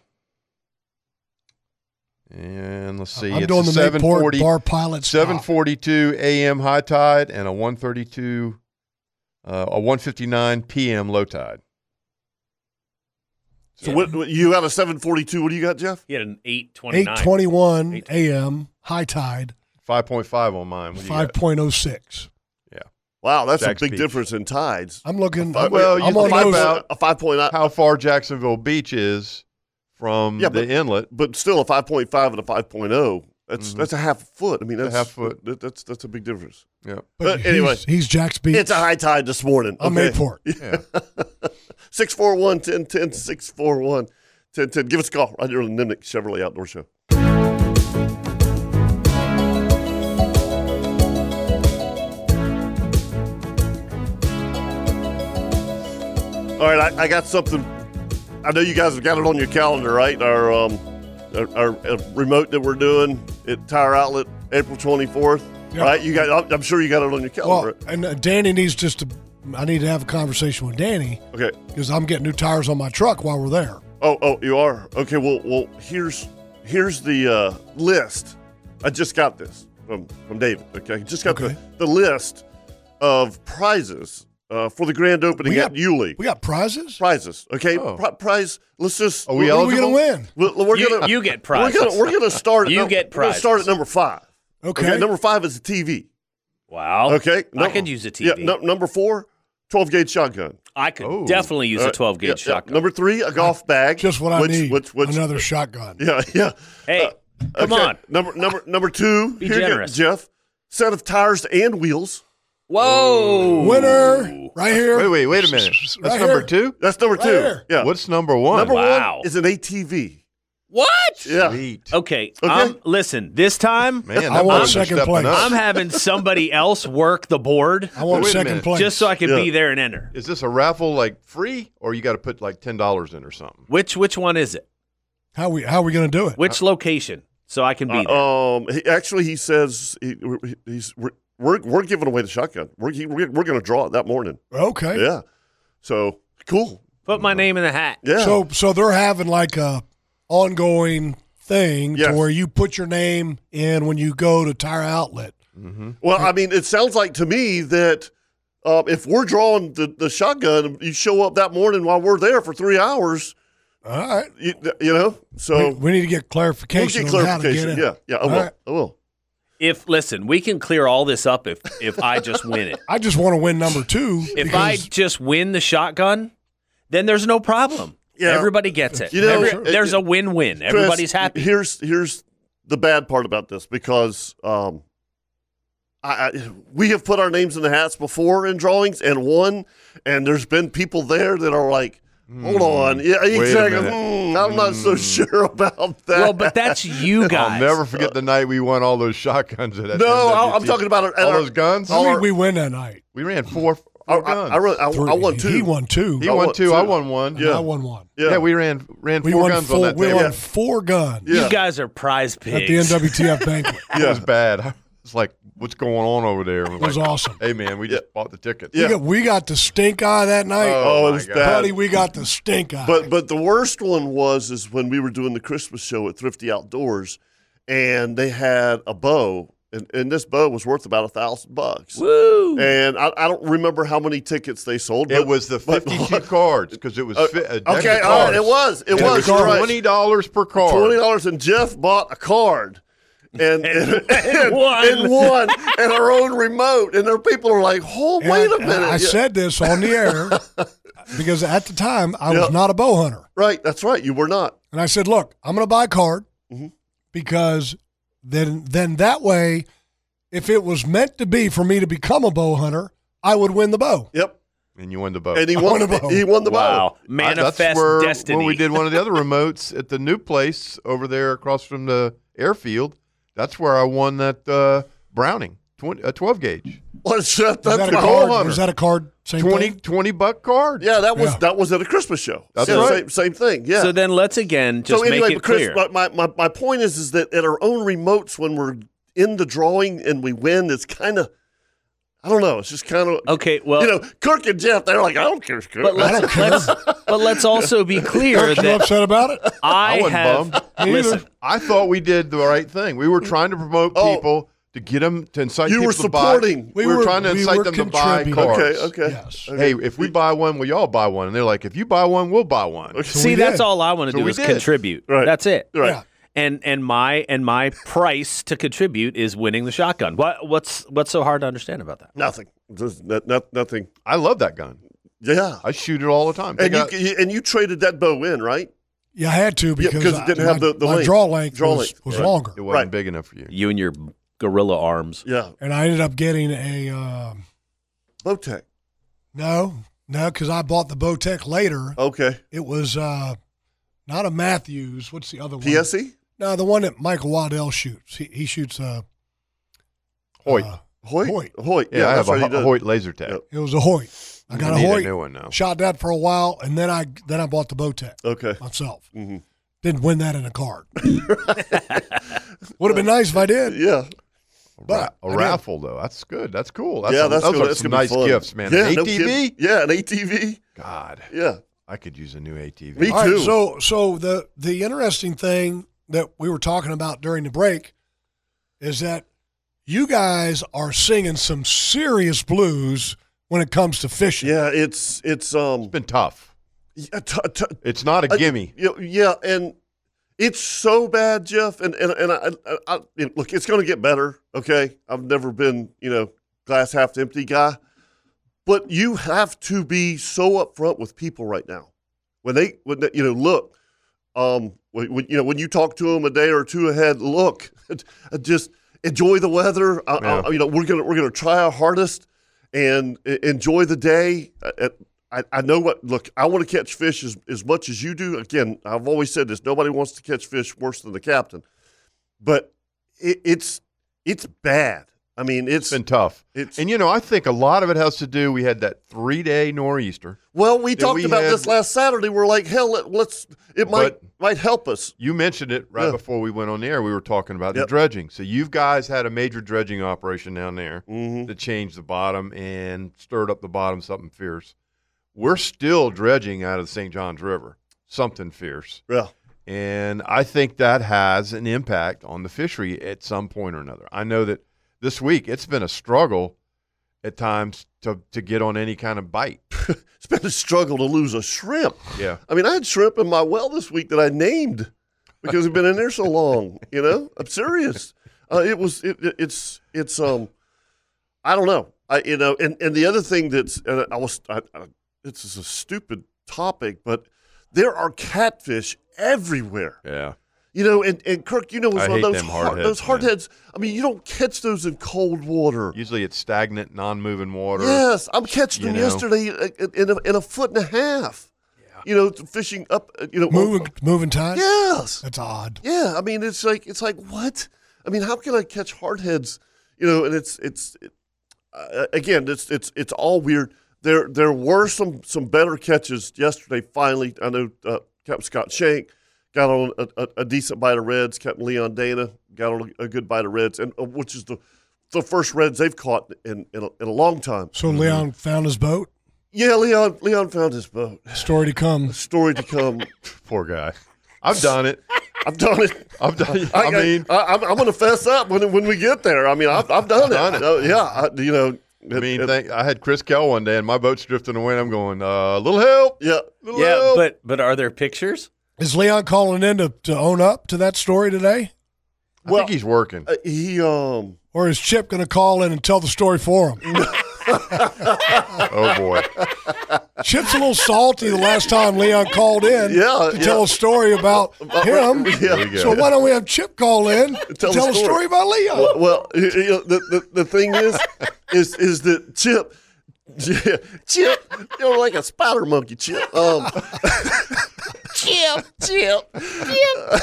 [SPEAKER 4] And let's see.
[SPEAKER 3] I'm
[SPEAKER 4] it's
[SPEAKER 3] doing
[SPEAKER 4] a
[SPEAKER 3] the Mayport
[SPEAKER 4] 740
[SPEAKER 3] Bar Pilot stop.
[SPEAKER 4] 742 a.m. high tide and a 132, uh, a 159 p.m. low tide.
[SPEAKER 1] So what, what- you got a seven forty two? What do you got, Jeff?
[SPEAKER 5] He had an eight
[SPEAKER 3] Eight twenty one a.m. high tide.
[SPEAKER 4] 5.5 on mine. What do you got?
[SPEAKER 3] Five point oh six.
[SPEAKER 4] Yeah.
[SPEAKER 1] Wow, that's
[SPEAKER 4] Jack's
[SPEAKER 1] a big
[SPEAKER 4] Beach.
[SPEAKER 1] difference in tides.
[SPEAKER 3] I'm looking.
[SPEAKER 1] Five-
[SPEAKER 4] Well,
[SPEAKER 3] I'm
[SPEAKER 4] you
[SPEAKER 3] on
[SPEAKER 4] think
[SPEAKER 3] those-
[SPEAKER 4] about
[SPEAKER 1] a five point,
[SPEAKER 4] how far Jacksonville Beach is from
[SPEAKER 1] Yeah,
[SPEAKER 4] the
[SPEAKER 1] but-
[SPEAKER 4] inlet. Mm-hmm.
[SPEAKER 1] but still a five point five and a five That's that's a half foot. I mean,
[SPEAKER 4] a
[SPEAKER 1] that's
[SPEAKER 4] half foot.
[SPEAKER 1] That, that's that's a big difference.
[SPEAKER 4] Yeah.
[SPEAKER 1] But
[SPEAKER 3] he's-
[SPEAKER 1] anyway.
[SPEAKER 3] he's, Jack's beat.
[SPEAKER 1] It's a high tide this morning.
[SPEAKER 3] I'm
[SPEAKER 1] okay?
[SPEAKER 3] made for it.
[SPEAKER 4] Yeah.
[SPEAKER 1] 641 1010 641 1010. Give us a call right here on the Nimnik Chevrolet Outdoor Show. All right, I, I got something. I know you guys have got it on your calendar, right? Our um, our, our uh, remote that we're doing at Tire Outlet, April twenty fourth.
[SPEAKER 3] Yeah.
[SPEAKER 1] Right? You got. I'm- I'm sure you got it on your
[SPEAKER 3] Well,
[SPEAKER 1] calendar.
[SPEAKER 3] and uh, Danny needs just to. I need to have a conversation with Danny
[SPEAKER 1] okay.
[SPEAKER 3] because I'm getting new tires on my truck while we're there.
[SPEAKER 1] Oh, oh, you are okay. Well, well, here's here's the uh, list. I just got this from from David. Okay, just got
[SPEAKER 3] Okay.
[SPEAKER 1] the, the list of prizes uh, for the grand opening
[SPEAKER 3] We
[SPEAKER 1] at
[SPEAKER 3] got-
[SPEAKER 1] Yulee.
[SPEAKER 3] We got prizes.
[SPEAKER 1] Prizes, okay?
[SPEAKER 4] Oh.
[SPEAKER 1] Pri- prize. Let's just.
[SPEAKER 4] Are we
[SPEAKER 1] we're-
[SPEAKER 3] What are we
[SPEAKER 4] eligible?
[SPEAKER 3] gonna win?
[SPEAKER 1] We're, we're
[SPEAKER 5] You-
[SPEAKER 1] gonna.
[SPEAKER 5] you get
[SPEAKER 1] We're gonna.
[SPEAKER 5] prizes.
[SPEAKER 1] We're gonna start. At
[SPEAKER 5] You
[SPEAKER 1] num-
[SPEAKER 5] get
[SPEAKER 1] we're gonna Start at
[SPEAKER 5] prizes.
[SPEAKER 1] number five.
[SPEAKER 3] Okay.
[SPEAKER 1] Okay. Number five is a TV.
[SPEAKER 5] Wow.
[SPEAKER 1] Okay.
[SPEAKER 5] I
[SPEAKER 1] Num-
[SPEAKER 5] could use a
[SPEAKER 1] Yeah.
[SPEAKER 5] TV.
[SPEAKER 1] num- number four, 12 gauge shotgun.
[SPEAKER 5] I could
[SPEAKER 4] Oh.
[SPEAKER 5] definitely use
[SPEAKER 1] Uh,
[SPEAKER 5] a 12 gauge
[SPEAKER 1] yeah, yeah.
[SPEAKER 5] shotgun.
[SPEAKER 1] Number three, a golf bag.
[SPEAKER 3] Just what I
[SPEAKER 1] which,
[SPEAKER 3] need.
[SPEAKER 1] Which, which,
[SPEAKER 3] Another shotgun.
[SPEAKER 1] Yeah, yeah. Uh,
[SPEAKER 5] Hey, come on.
[SPEAKER 1] Number number number two.
[SPEAKER 5] Be
[SPEAKER 1] you go,
[SPEAKER 5] generous.
[SPEAKER 1] Jeff. Set of tires and wheels.
[SPEAKER 5] Whoa.
[SPEAKER 3] Winner right here.
[SPEAKER 4] Wait, wait, wait a minute. That's
[SPEAKER 3] Right
[SPEAKER 4] number
[SPEAKER 3] here.
[SPEAKER 4] two?
[SPEAKER 1] That's number
[SPEAKER 3] Right
[SPEAKER 1] two.
[SPEAKER 3] here.
[SPEAKER 1] Yeah.
[SPEAKER 4] What's number one?
[SPEAKER 1] number
[SPEAKER 5] Wow.
[SPEAKER 1] one is an ATV.
[SPEAKER 5] What?
[SPEAKER 1] Yeah.
[SPEAKER 4] Sweet.
[SPEAKER 5] Okay. Um, listen, this time
[SPEAKER 4] Man,
[SPEAKER 3] I
[SPEAKER 4] that
[SPEAKER 3] want
[SPEAKER 4] numbers are
[SPEAKER 3] second
[SPEAKER 4] stepping
[SPEAKER 3] place.
[SPEAKER 4] up.
[SPEAKER 5] I'm having somebody else work the board
[SPEAKER 3] I want
[SPEAKER 4] Wait a
[SPEAKER 3] second
[SPEAKER 4] minute.
[SPEAKER 3] place.
[SPEAKER 5] just so I can
[SPEAKER 1] Yeah.
[SPEAKER 5] be there and enter.
[SPEAKER 4] Is this a raffle like free or you got to put like $10 in or something?
[SPEAKER 5] Which which one is it?
[SPEAKER 3] how we how we gonna do it?
[SPEAKER 5] Which location? So I can be there.
[SPEAKER 1] Uh, um. He, actually, he says he, he's we're, we're we're giving away the shotgun. We're he, we're, we're going to draw it that morning.
[SPEAKER 3] Okay.
[SPEAKER 1] Yeah. So cool.
[SPEAKER 5] Put my name in the hat.
[SPEAKER 1] Yeah.
[SPEAKER 3] So so they're having like a ongoing thing
[SPEAKER 1] Yes.
[SPEAKER 3] to where you put your name in when you go to tire outlet.
[SPEAKER 1] well, I mean, it sounds like to me that. Uh, if we're drawing the, the shotgun, you show up that morning while we're there for three hours.
[SPEAKER 3] All right.
[SPEAKER 1] You, you know, so
[SPEAKER 3] we, we need to get
[SPEAKER 1] we'll
[SPEAKER 3] clarification.
[SPEAKER 1] get
[SPEAKER 3] on how to get
[SPEAKER 1] clarification.
[SPEAKER 3] in.
[SPEAKER 1] Yeah, yeah, I
[SPEAKER 3] All
[SPEAKER 1] will.
[SPEAKER 3] right.
[SPEAKER 1] I will.
[SPEAKER 5] If listen, we can clear all this up if if I just win it.
[SPEAKER 3] I just want to win number two.
[SPEAKER 5] If I
[SPEAKER 3] because-
[SPEAKER 5] just win the shotgun, then there's no problem.
[SPEAKER 1] Yeah.
[SPEAKER 5] Everybody gets it.
[SPEAKER 1] You know,
[SPEAKER 5] Every-
[SPEAKER 1] sure.
[SPEAKER 5] there's a win-win.
[SPEAKER 1] Chris,
[SPEAKER 5] Everybody's happy.
[SPEAKER 1] Here's here's the bad part about this because um, I, I we have put our names in the hats before in drawings and won, and there's been people there that are like, hold on, yeah,
[SPEAKER 4] Hmm. Wait a
[SPEAKER 1] exactly.
[SPEAKER 4] minute.
[SPEAKER 1] hmm, I'm not so sure about that.
[SPEAKER 5] Well, but that's you
[SPEAKER 4] I'll
[SPEAKER 5] guys.
[SPEAKER 4] never forget the night we won all those shotguns at that
[SPEAKER 1] no, I, I'm
[SPEAKER 4] NWT.
[SPEAKER 1] talking about
[SPEAKER 4] all those guns.
[SPEAKER 3] How many we win that night?
[SPEAKER 4] we ran four, four
[SPEAKER 1] I, Oh, I,
[SPEAKER 4] guns.
[SPEAKER 1] I, really- I, I won two.
[SPEAKER 3] He won two.
[SPEAKER 4] he
[SPEAKER 1] I
[SPEAKER 4] won
[SPEAKER 1] won
[SPEAKER 4] two,
[SPEAKER 1] two.
[SPEAKER 4] I won one.
[SPEAKER 1] Yeah.
[SPEAKER 3] I won one.
[SPEAKER 1] Yeah.
[SPEAKER 4] Yeah, we ran ran
[SPEAKER 3] We
[SPEAKER 4] four
[SPEAKER 3] won
[SPEAKER 4] guns
[SPEAKER 3] four.
[SPEAKER 4] on that
[SPEAKER 3] we
[SPEAKER 4] table.
[SPEAKER 3] won four guns
[SPEAKER 1] Yeah.
[SPEAKER 5] You guys are prize
[SPEAKER 3] at the
[SPEAKER 5] pigs.
[SPEAKER 3] NWTF banquet.
[SPEAKER 4] It was bad. I was like, "What's going on over there?" We're
[SPEAKER 3] It was
[SPEAKER 4] like,
[SPEAKER 3] awesome.
[SPEAKER 4] Hey man, we just bought the tickets.
[SPEAKER 3] We, got, we got the stink eye that night.
[SPEAKER 1] Oh,
[SPEAKER 4] Oh,
[SPEAKER 1] it
[SPEAKER 4] my
[SPEAKER 1] was
[SPEAKER 4] God.
[SPEAKER 1] bad.
[SPEAKER 3] Buddy, we got the stink eye.
[SPEAKER 1] But but the worst one was is when we were doing the Christmas show at Thrifty Outdoors, and they had a bow, and, and this bow was worth about a thousand bucks.
[SPEAKER 5] Woo!
[SPEAKER 1] And I, I don't remember how many tickets they sold.
[SPEAKER 4] It was the
[SPEAKER 1] but- Uh,
[SPEAKER 4] fifty-two cards because it was fi- a deck
[SPEAKER 1] okay.
[SPEAKER 4] of
[SPEAKER 1] All right,
[SPEAKER 4] cards.
[SPEAKER 1] it was it
[SPEAKER 4] It
[SPEAKER 1] was
[SPEAKER 4] was
[SPEAKER 1] you're right.
[SPEAKER 4] twenty dollars per card.
[SPEAKER 1] twenty dollars, and Jeff bought a card. And, and, and
[SPEAKER 5] won.
[SPEAKER 1] and won, and our own remote, and there people are like, "Oh,
[SPEAKER 3] And
[SPEAKER 1] wait a
[SPEAKER 3] I-
[SPEAKER 1] minute!"
[SPEAKER 3] I,
[SPEAKER 1] Yeah,
[SPEAKER 3] said this on the air because at the time I
[SPEAKER 1] Yeah.
[SPEAKER 3] was not a bow hunter.
[SPEAKER 1] right, that's right. You were not.
[SPEAKER 3] And I said, look, I'm going to buy a card
[SPEAKER 1] Mhm.
[SPEAKER 3] because then then that way, if it was meant to be for me to become a bow hunter, I would win the bow.
[SPEAKER 1] Yep,
[SPEAKER 4] and you won the boat.
[SPEAKER 1] and he
[SPEAKER 3] I
[SPEAKER 1] won.
[SPEAKER 3] won a bow.
[SPEAKER 1] He won the bow.
[SPEAKER 5] wow.
[SPEAKER 4] I-
[SPEAKER 5] Manifest
[SPEAKER 4] that's where,
[SPEAKER 5] destiny.
[SPEAKER 4] When we did one of the other remotes at the new place over there across from the airfield, that's where I won that uh, Browning 20, a twelve gauge,
[SPEAKER 1] What's that? That's
[SPEAKER 3] was that
[SPEAKER 1] my
[SPEAKER 3] a
[SPEAKER 1] whole
[SPEAKER 3] card?
[SPEAKER 1] hunter.
[SPEAKER 3] Was that a card? Same
[SPEAKER 4] 20,
[SPEAKER 3] thing?
[SPEAKER 4] 20 buck card.
[SPEAKER 1] Yeah, that was
[SPEAKER 3] Yeah.
[SPEAKER 1] that was at a Christmas show.
[SPEAKER 4] That's
[SPEAKER 1] Yeah,
[SPEAKER 4] right.
[SPEAKER 1] Same, same thing. Yeah.
[SPEAKER 5] So then let's again just
[SPEAKER 1] So anyway,
[SPEAKER 5] make it
[SPEAKER 1] but Chris,
[SPEAKER 5] clear.
[SPEAKER 1] my- my, my my point is is that at our own remotes when we're in the drawing and we win, it's kind of I don't know. It's just kind of
[SPEAKER 5] okay, well,
[SPEAKER 1] you know Kirk and Jeff. They're like, I don't care, Kirk.
[SPEAKER 5] but let's, let's but let's also be clear
[SPEAKER 3] You
[SPEAKER 5] that
[SPEAKER 3] upset about it?
[SPEAKER 5] I,
[SPEAKER 4] I wasn't
[SPEAKER 5] have
[SPEAKER 4] bummed.
[SPEAKER 5] listen.
[SPEAKER 4] I thought we did the right thing. We were trying to promote
[SPEAKER 1] Oh.
[SPEAKER 4] people to get them to incite
[SPEAKER 1] You
[SPEAKER 4] people
[SPEAKER 1] were
[SPEAKER 4] to buy-
[SPEAKER 1] supporting.
[SPEAKER 4] We,
[SPEAKER 3] We
[SPEAKER 4] were,
[SPEAKER 3] were-
[SPEAKER 4] trying to
[SPEAKER 3] we
[SPEAKER 4] incite
[SPEAKER 3] were
[SPEAKER 4] them to buy
[SPEAKER 3] contributing.
[SPEAKER 4] cards.
[SPEAKER 1] okay, okay.
[SPEAKER 3] Yes.
[SPEAKER 4] Hey, if we buy one, will y'all buy one? And they're like, if you buy one, we'll buy one.
[SPEAKER 1] Okay.
[SPEAKER 5] See,
[SPEAKER 3] we
[SPEAKER 5] that's
[SPEAKER 3] did.
[SPEAKER 5] all I want to
[SPEAKER 4] So
[SPEAKER 5] do
[SPEAKER 4] we
[SPEAKER 5] is
[SPEAKER 4] did.
[SPEAKER 5] contribute.
[SPEAKER 1] Right.
[SPEAKER 5] That's it.
[SPEAKER 1] Right.
[SPEAKER 3] Yeah.
[SPEAKER 5] and and my and my price to contribute is winning the shotgun. What what's what's so hard to understand about that?
[SPEAKER 1] Nothing. Just no- no- nothing.
[SPEAKER 4] I love that gun.
[SPEAKER 1] Yeah.
[SPEAKER 4] I shoot it all the time. They
[SPEAKER 1] And you,
[SPEAKER 4] got-
[SPEAKER 1] you and you traded that bow in, right?
[SPEAKER 3] Yeah, I had to
[SPEAKER 1] Yeah,
[SPEAKER 3] because
[SPEAKER 1] 'cause it
[SPEAKER 3] I-
[SPEAKER 1] didn't
[SPEAKER 3] my,
[SPEAKER 1] have the- the
[SPEAKER 3] my
[SPEAKER 1] length.
[SPEAKER 3] draw length
[SPEAKER 1] Draw
[SPEAKER 3] was,
[SPEAKER 1] length,
[SPEAKER 3] was
[SPEAKER 1] right.
[SPEAKER 3] longer,
[SPEAKER 4] it wasn't
[SPEAKER 1] Right.
[SPEAKER 4] big enough for you.
[SPEAKER 5] You and your gorilla arms.
[SPEAKER 1] Yeah.
[SPEAKER 3] and I ended up getting a uh,
[SPEAKER 1] Bowtech.
[SPEAKER 3] no, no, because I bought the Bowtech later.
[SPEAKER 1] Okay.
[SPEAKER 3] It was uh, not a Matthews. What's the other one?
[SPEAKER 1] PSE?
[SPEAKER 3] No, the one that Michael Waddell shoots. He, he shoots uh, a
[SPEAKER 4] Hoyt.
[SPEAKER 3] Uh,
[SPEAKER 1] Hoyt?
[SPEAKER 3] Hoyt.
[SPEAKER 1] Hoyt.
[SPEAKER 4] yeah, I have
[SPEAKER 1] that's
[SPEAKER 4] a,
[SPEAKER 1] right, he
[SPEAKER 4] Ho-
[SPEAKER 1] does.
[SPEAKER 4] Hoyt laser tag.
[SPEAKER 1] Yep.
[SPEAKER 3] it was a Hoyt. I got
[SPEAKER 4] I
[SPEAKER 3] a
[SPEAKER 4] need
[SPEAKER 3] Hoyt.
[SPEAKER 4] a new one now.
[SPEAKER 3] Shot that for a while, and then I then I bought the Bowtech
[SPEAKER 1] Okay.
[SPEAKER 3] myself.
[SPEAKER 4] Mm-hmm.
[SPEAKER 1] hmm
[SPEAKER 3] Didn't win that in a card. Would have been nice if I did.
[SPEAKER 4] A,
[SPEAKER 1] Yeah.
[SPEAKER 4] ra-
[SPEAKER 3] But,
[SPEAKER 4] a
[SPEAKER 3] I mean-
[SPEAKER 4] raffle though, that's good. That's cool. That's
[SPEAKER 1] yeah,
[SPEAKER 4] a-
[SPEAKER 1] that's
[SPEAKER 4] those
[SPEAKER 1] gonna,
[SPEAKER 4] are
[SPEAKER 1] that's
[SPEAKER 4] some
[SPEAKER 1] gonna be
[SPEAKER 4] nice
[SPEAKER 1] fun.
[SPEAKER 4] gifts, man.
[SPEAKER 1] Yeah,
[SPEAKER 4] An
[SPEAKER 1] no
[SPEAKER 4] ATV.
[SPEAKER 1] kidding. yeah, an ATV.
[SPEAKER 4] God,
[SPEAKER 1] Yeah.
[SPEAKER 4] I could use a new ATV.
[SPEAKER 1] Me
[SPEAKER 3] All right,
[SPEAKER 1] too.
[SPEAKER 3] so so the the interesting thing that we were talking about during the break is that you guys are singing some serious blues when it comes to fishing.
[SPEAKER 1] Yeah, it's it's um
[SPEAKER 4] It's been tough.
[SPEAKER 1] yeah, t- t-
[SPEAKER 4] It's not a
[SPEAKER 1] I-
[SPEAKER 4] gimme.
[SPEAKER 1] you know, Uh, yeah, and it's so bad, Jeff. And and and I, I, I and look, it's going to get better. Okay, I've never been you know glass half empty guy, but you have to be so upfront with people right now. When they when they, you know look, um, when, when, you know when you talk to them a day or two ahead, look, just enjoy the weather. I, I-
[SPEAKER 4] Yeah.
[SPEAKER 1] you know we're gonna we're gonna try our hardest and e- enjoy the day. I, I, I know what. Look, I want to catch fish as, as much as you do. Again, I've always said this: nobody wants to catch fish worse than the captain. But it, it's it's bad. I mean, it's
[SPEAKER 4] It's been tough.
[SPEAKER 1] it's
[SPEAKER 4] And you know, I think a lot of it has to do. We had that three day nor'easter.
[SPEAKER 1] well. We
[SPEAKER 4] that
[SPEAKER 1] talked
[SPEAKER 4] we
[SPEAKER 1] about
[SPEAKER 4] had-
[SPEAKER 1] this last Saturday. We're like, hell, let, us It might
[SPEAKER 4] But-
[SPEAKER 1] might help us.
[SPEAKER 4] You mentioned it right
[SPEAKER 1] Yeah.
[SPEAKER 4] before we went on the air. We were talking about
[SPEAKER 1] Yep.
[SPEAKER 4] the dredging. So you guys had a major dredging operation down there
[SPEAKER 1] Mm-hmm.
[SPEAKER 4] to change the bottom and stirred up the bottom something fierce. We're still dredging out of the St. Johns River something fierce,
[SPEAKER 1] Yeah,
[SPEAKER 4] and I think that has an impact on the fishery at some point or another. I know that this week it's been a struggle at times to to get on any kind of bite.
[SPEAKER 1] it's been a struggle to lose a shrimp.
[SPEAKER 4] Yeah.
[SPEAKER 1] I mean, I had shrimp in my well this week that I named because we've been in there so long. You know, I'm serious. Uh, it was it, it- it's it's um, I don't know. I you know, and and the other thing that's and I was I, I, this is a stupid topic, but there are catfish everywhere.
[SPEAKER 4] Yeah.
[SPEAKER 1] You know, and, and Kirk, you know,
[SPEAKER 4] I
[SPEAKER 1] it's one of
[SPEAKER 4] hate
[SPEAKER 1] those
[SPEAKER 4] them
[SPEAKER 1] hard,
[SPEAKER 4] hardheads,
[SPEAKER 1] those
[SPEAKER 4] man.
[SPEAKER 1] hardheads. I mean, you don't catch those in cold water.
[SPEAKER 4] Usually it's stagnant, non-moving water.
[SPEAKER 1] Yes, I'm catching
[SPEAKER 4] you
[SPEAKER 1] them
[SPEAKER 4] know.
[SPEAKER 1] yesterday uh, in a, in a foot and a half. You know, fishing up. uh, You know,
[SPEAKER 3] Moving moving time.
[SPEAKER 1] Yes.
[SPEAKER 3] That's odd.
[SPEAKER 1] Yeah. I mean, it's like it's like what? I mean, how can I catch hardheads? You know, and it's it's it, uh, again, it's it's it's all weird. There there were some some better catches yesterday. Finally, I know uh, Captain Scott Shank got on a, a, a decent bite of reds. Captain Leon Dana got on a, a good bite of reds, and uh, which is the the first reds they've caught in in a, in a long time.
[SPEAKER 3] So Leon found his boat.
[SPEAKER 1] Yeah, Leon Leon found his boat.
[SPEAKER 3] Story to come.
[SPEAKER 1] Story to come.
[SPEAKER 4] Poor guy. I've done it.
[SPEAKER 1] I've done it.
[SPEAKER 4] I've done. I,
[SPEAKER 1] I, I
[SPEAKER 4] mean,
[SPEAKER 1] I, am I'm going to fess up when when we get there. I mean, I've, I've done it.
[SPEAKER 4] Done it.
[SPEAKER 1] So, yeah, I, you know.
[SPEAKER 4] I,
[SPEAKER 1] it-
[SPEAKER 4] mean.
[SPEAKER 1] it-
[SPEAKER 4] Thank, I had Chris Kell one day, and my boat's drifting away, and I'm going, uh, "Little help,
[SPEAKER 1] yeah.
[SPEAKER 4] little
[SPEAKER 5] Yeah,
[SPEAKER 4] help."
[SPEAKER 5] but but are there pictures?
[SPEAKER 3] Is Leon calling in to, to own up to that story today?
[SPEAKER 4] I
[SPEAKER 1] well,
[SPEAKER 4] think he's working.
[SPEAKER 1] Uh, he um.
[SPEAKER 3] Or is Chip going to call in and tell the story for him?
[SPEAKER 4] oh boy.
[SPEAKER 3] Chip's a little salty the last time Leon called in
[SPEAKER 1] Yeah,
[SPEAKER 3] to
[SPEAKER 1] yeah.
[SPEAKER 3] tell a story about him.
[SPEAKER 1] Yeah.
[SPEAKER 4] There we go.
[SPEAKER 3] So why don't we have Chip call in to
[SPEAKER 1] Tell
[SPEAKER 3] tell,
[SPEAKER 1] a
[SPEAKER 3] a
[SPEAKER 1] story.
[SPEAKER 3] story about Leon?
[SPEAKER 1] Well, well, you you know, the, the the thing is, is is that Chip, Chip, you're like a spider monkey, Chip. Um, Chip, Chip, Chip.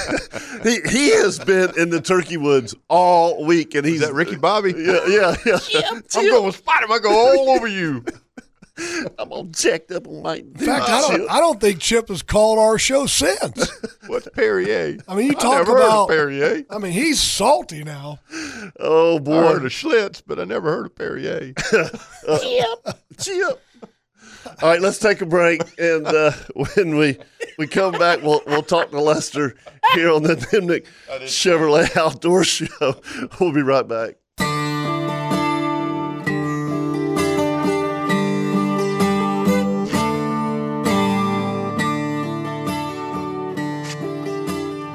[SPEAKER 1] he he has been in the turkey woods all week, and he's
[SPEAKER 4] Is that Ricky Bobby?
[SPEAKER 1] Yeah, yeah, yeah.
[SPEAKER 4] I'm going spider. I go all over you.
[SPEAKER 1] I'm all jacked up on my. In
[SPEAKER 3] In fact, I don't, I don't think Chip has called our show since.
[SPEAKER 4] What's Perrier?
[SPEAKER 3] I mean, you
[SPEAKER 4] I
[SPEAKER 3] talk
[SPEAKER 4] never heard of
[SPEAKER 3] about-
[SPEAKER 4] Perrier.
[SPEAKER 3] I mean, he's salty now.
[SPEAKER 1] eh? Oh
[SPEAKER 4] I heard
[SPEAKER 1] boy,
[SPEAKER 4] of Schlitz, but I never heard of Perrier.
[SPEAKER 1] Chip, Uh, Chip. All right, let's take a break, and uh, when we we come back, we'll we'll talk to Lester here on the Nimnik Chevrolet Outdoor Show. We'll be right back.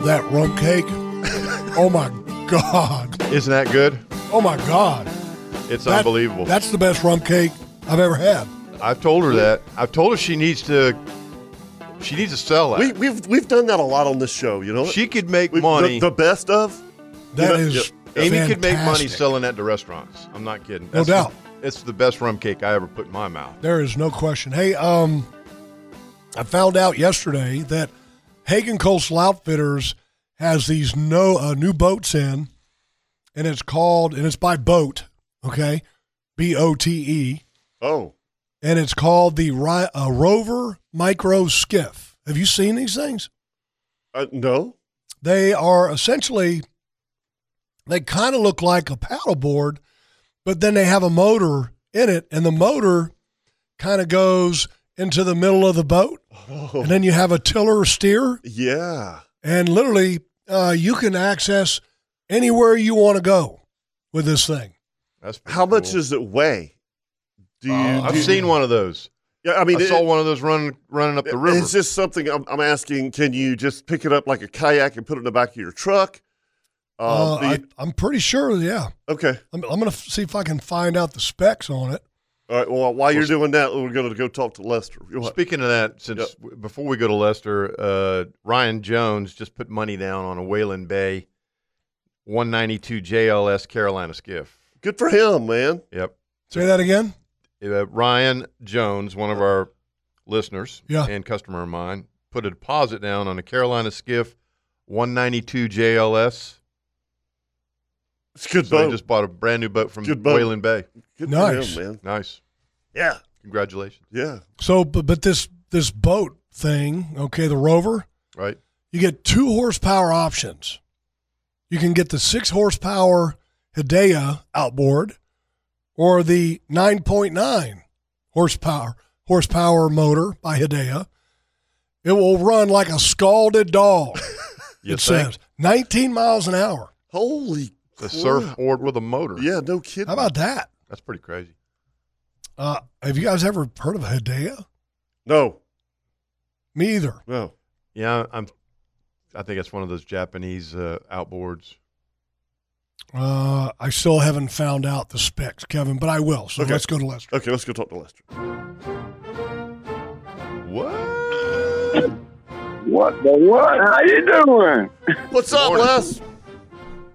[SPEAKER 3] That rum cake. Oh my God.
[SPEAKER 4] Isn't that good?
[SPEAKER 3] Oh my God.
[SPEAKER 4] It's
[SPEAKER 3] That-
[SPEAKER 4] unbelievable.
[SPEAKER 3] That's the best rum cake I've ever had.
[SPEAKER 4] I've told her that. I've told her she needs to. She needs to sell that.
[SPEAKER 1] We, we've we've done that a lot on this show. You know,
[SPEAKER 4] she could make
[SPEAKER 1] We- the-
[SPEAKER 4] money.
[SPEAKER 1] The, best of.
[SPEAKER 3] That
[SPEAKER 1] Yeah,
[SPEAKER 3] is.
[SPEAKER 1] yeah.
[SPEAKER 4] Amy could make money
[SPEAKER 3] fantastic.
[SPEAKER 4] selling that to restaurants. I'm not kidding.
[SPEAKER 3] No doubt.
[SPEAKER 4] The, it's the best rum cake I ever put in my mouth.
[SPEAKER 3] There is no question. Hey, um, I found out yesterday that Hagen Coastal Outfitters has these no uh, new boats in, and it's called and it's by boat, okay, B O T E,
[SPEAKER 1] Oh,
[SPEAKER 3] and it's called the Ri- uh, Rover Micro Skiff. Have you seen these things?
[SPEAKER 1] uh, no.
[SPEAKER 3] They are essentially they kind of look like a paddleboard, but then they have a motor in it, and the motor kind of goes into the middle of the boat,
[SPEAKER 1] Oh,
[SPEAKER 3] and then you have a tiller steer,
[SPEAKER 1] yeah.
[SPEAKER 3] and literally uh, you can access anywhere you want to go with this thing.
[SPEAKER 4] That's pretty
[SPEAKER 1] How much
[SPEAKER 4] cool. Uh,
[SPEAKER 1] does it weigh? Do you? do
[SPEAKER 4] I've
[SPEAKER 1] you-
[SPEAKER 4] seen one of those.
[SPEAKER 1] Yeah, I
[SPEAKER 4] I,
[SPEAKER 1] mean, it-
[SPEAKER 4] saw one of those running running up the river.
[SPEAKER 1] It's just something I'm, I'm asking. Can you just pick it up like a kayak and put it in the back of your truck? Um,
[SPEAKER 3] Uh,
[SPEAKER 1] do
[SPEAKER 3] I,
[SPEAKER 1] you-
[SPEAKER 3] I'm pretty sure, yeah.
[SPEAKER 1] okay.
[SPEAKER 3] I'm, I'm going to see if I can find out the specs on it.
[SPEAKER 1] All right. Well, while you're doing that, we're going to go talk to Lester. You want-
[SPEAKER 4] Speaking of that, since w- before we go to Lester, uh, Ryan Jones just put money down on a Whalen Bay 192 JLS Carolina skiff.
[SPEAKER 1] Good for him, man.
[SPEAKER 4] Yep.
[SPEAKER 3] Say that again.
[SPEAKER 4] Uh, Ryan Jones, one of our listeners
[SPEAKER 3] Yeah.
[SPEAKER 4] and customer of mine, put a deposit down on a Carolina skiff 192 JLS.
[SPEAKER 1] It's a good
[SPEAKER 4] So
[SPEAKER 1] boat.
[SPEAKER 4] he just bought a brand new boat from
[SPEAKER 1] Good boat.
[SPEAKER 4] Whalen Bay.
[SPEAKER 1] good
[SPEAKER 3] Nice.
[SPEAKER 1] for him, man.
[SPEAKER 4] Nice.
[SPEAKER 1] Yeah.
[SPEAKER 4] Congratulations.
[SPEAKER 1] Yeah.
[SPEAKER 3] So, but, but this this boat thing, okay, the Rover.
[SPEAKER 4] Right?
[SPEAKER 3] you get two horsepower options. You can get the six horsepower Hidea outboard or the 9.9 horsepower horsepower motor by Hidea. It will run like a scalded dog.
[SPEAKER 4] You
[SPEAKER 3] it
[SPEAKER 4] think?
[SPEAKER 3] says 19 miles an hour.
[SPEAKER 1] Holy.
[SPEAKER 4] The
[SPEAKER 1] crap.
[SPEAKER 4] surfboard with a motor.
[SPEAKER 1] Yeah. No kidding.
[SPEAKER 3] How about that?
[SPEAKER 4] That's pretty crazy.
[SPEAKER 3] Uh, have you guys ever heard of Hidea?
[SPEAKER 1] No.
[SPEAKER 3] Me either.
[SPEAKER 1] No.
[SPEAKER 4] Yeah, I'm. I think it's one of those Japanese uh, outboards.
[SPEAKER 3] Uh, I still haven't found out the specs, Kevin, but I will. So
[SPEAKER 1] Okay.
[SPEAKER 3] let's go to Lester.
[SPEAKER 1] Okay. Let's go talk to Lester.
[SPEAKER 4] What?
[SPEAKER 6] What the what? How you doing?
[SPEAKER 1] What's up,
[SPEAKER 4] Morning.
[SPEAKER 1] Les?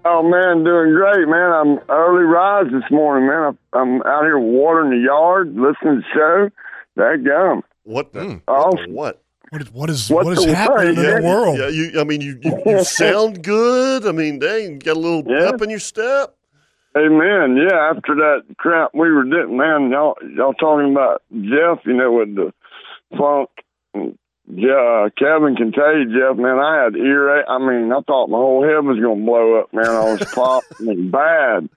[SPEAKER 6] Oh man, doing great, man. I'm early rise this morning, man. I- I'm out here watering the yard, listening to the show. There you go.
[SPEAKER 1] What? The,
[SPEAKER 4] Mm.
[SPEAKER 1] what,
[SPEAKER 6] Oh.
[SPEAKER 1] the what?
[SPEAKER 3] What is, what is,
[SPEAKER 6] What
[SPEAKER 3] what is
[SPEAKER 6] the-
[SPEAKER 3] happening in
[SPEAKER 6] yeah,
[SPEAKER 3] the world?
[SPEAKER 1] Yeah. You. I mean, you. You, you sound good. I mean, dang, you got a little
[SPEAKER 6] Yeah.
[SPEAKER 1] pep in your step.
[SPEAKER 6] Amen. Yeah, after that crap we were doing, man, y'all y'all talking about Jeff, you know, with the funk. Yeah, Kevin can tell you, Jeff, man, I had earache. I mean, I thought my whole head was gonna blow up, man. I was popping bad.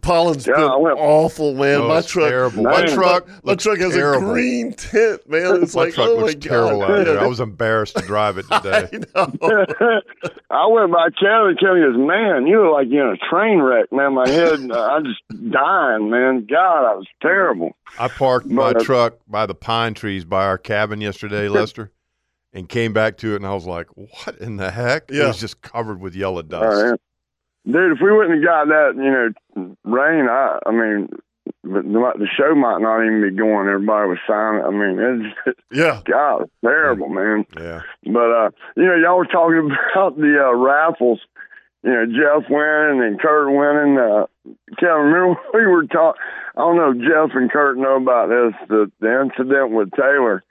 [SPEAKER 1] Pollen's
[SPEAKER 6] Yeah,
[SPEAKER 1] been
[SPEAKER 6] I went-
[SPEAKER 1] awful, man.
[SPEAKER 4] Oh,
[SPEAKER 1] my
[SPEAKER 4] it's
[SPEAKER 1] truck,
[SPEAKER 4] terrible.
[SPEAKER 1] my
[SPEAKER 6] Man.
[SPEAKER 1] truck, my
[SPEAKER 4] Looks
[SPEAKER 1] truck has
[SPEAKER 4] terrible.
[SPEAKER 1] a green tint, man. It's
[SPEAKER 4] My
[SPEAKER 1] like,
[SPEAKER 4] truck
[SPEAKER 1] oh my
[SPEAKER 4] looks terrible out
[SPEAKER 1] god,
[SPEAKER 4] there. I was embarrassed to drive it today.
[SPEAKER 1] I know.
[SPEAKER 6] I went by Kevin. Kevin goes, man, you look like you're in a train wreck, man. My head, I am just dying, man. God, I was terrible.
[SPEAKER 4] I parked my
[SPEAKER 6] But-
[SPEAKER 4] truck by the pine trees by our cabin yesterday, Lester, and came back to it, and I was like, "What in the heck?" It
[SPEAKER 1] Yeah.
[SPEAKER 4] was just covered with yellow
[SPEAKER 6] All right.
[SPEAKER 4] dust.
[SPEAKER 6] Dude, if we wouldn't have got that, you know, rain, I, I mean, the, the show might not even be going. Everybody was silent. I mean, it's,
[SPEAKER 1] yeah,
[SPEAKER 6] God, it's terrible, man.
[SPEAKER 4] Yeah,
[SPEAKER 6] But uh, you know, y'all were talking about the uh, raffles. You know, Jeff winning and Kurt winning. Uh, Kevin, remember we were talking. I don't know if Jeff and Kurt know about this. The, the incident with Taylor.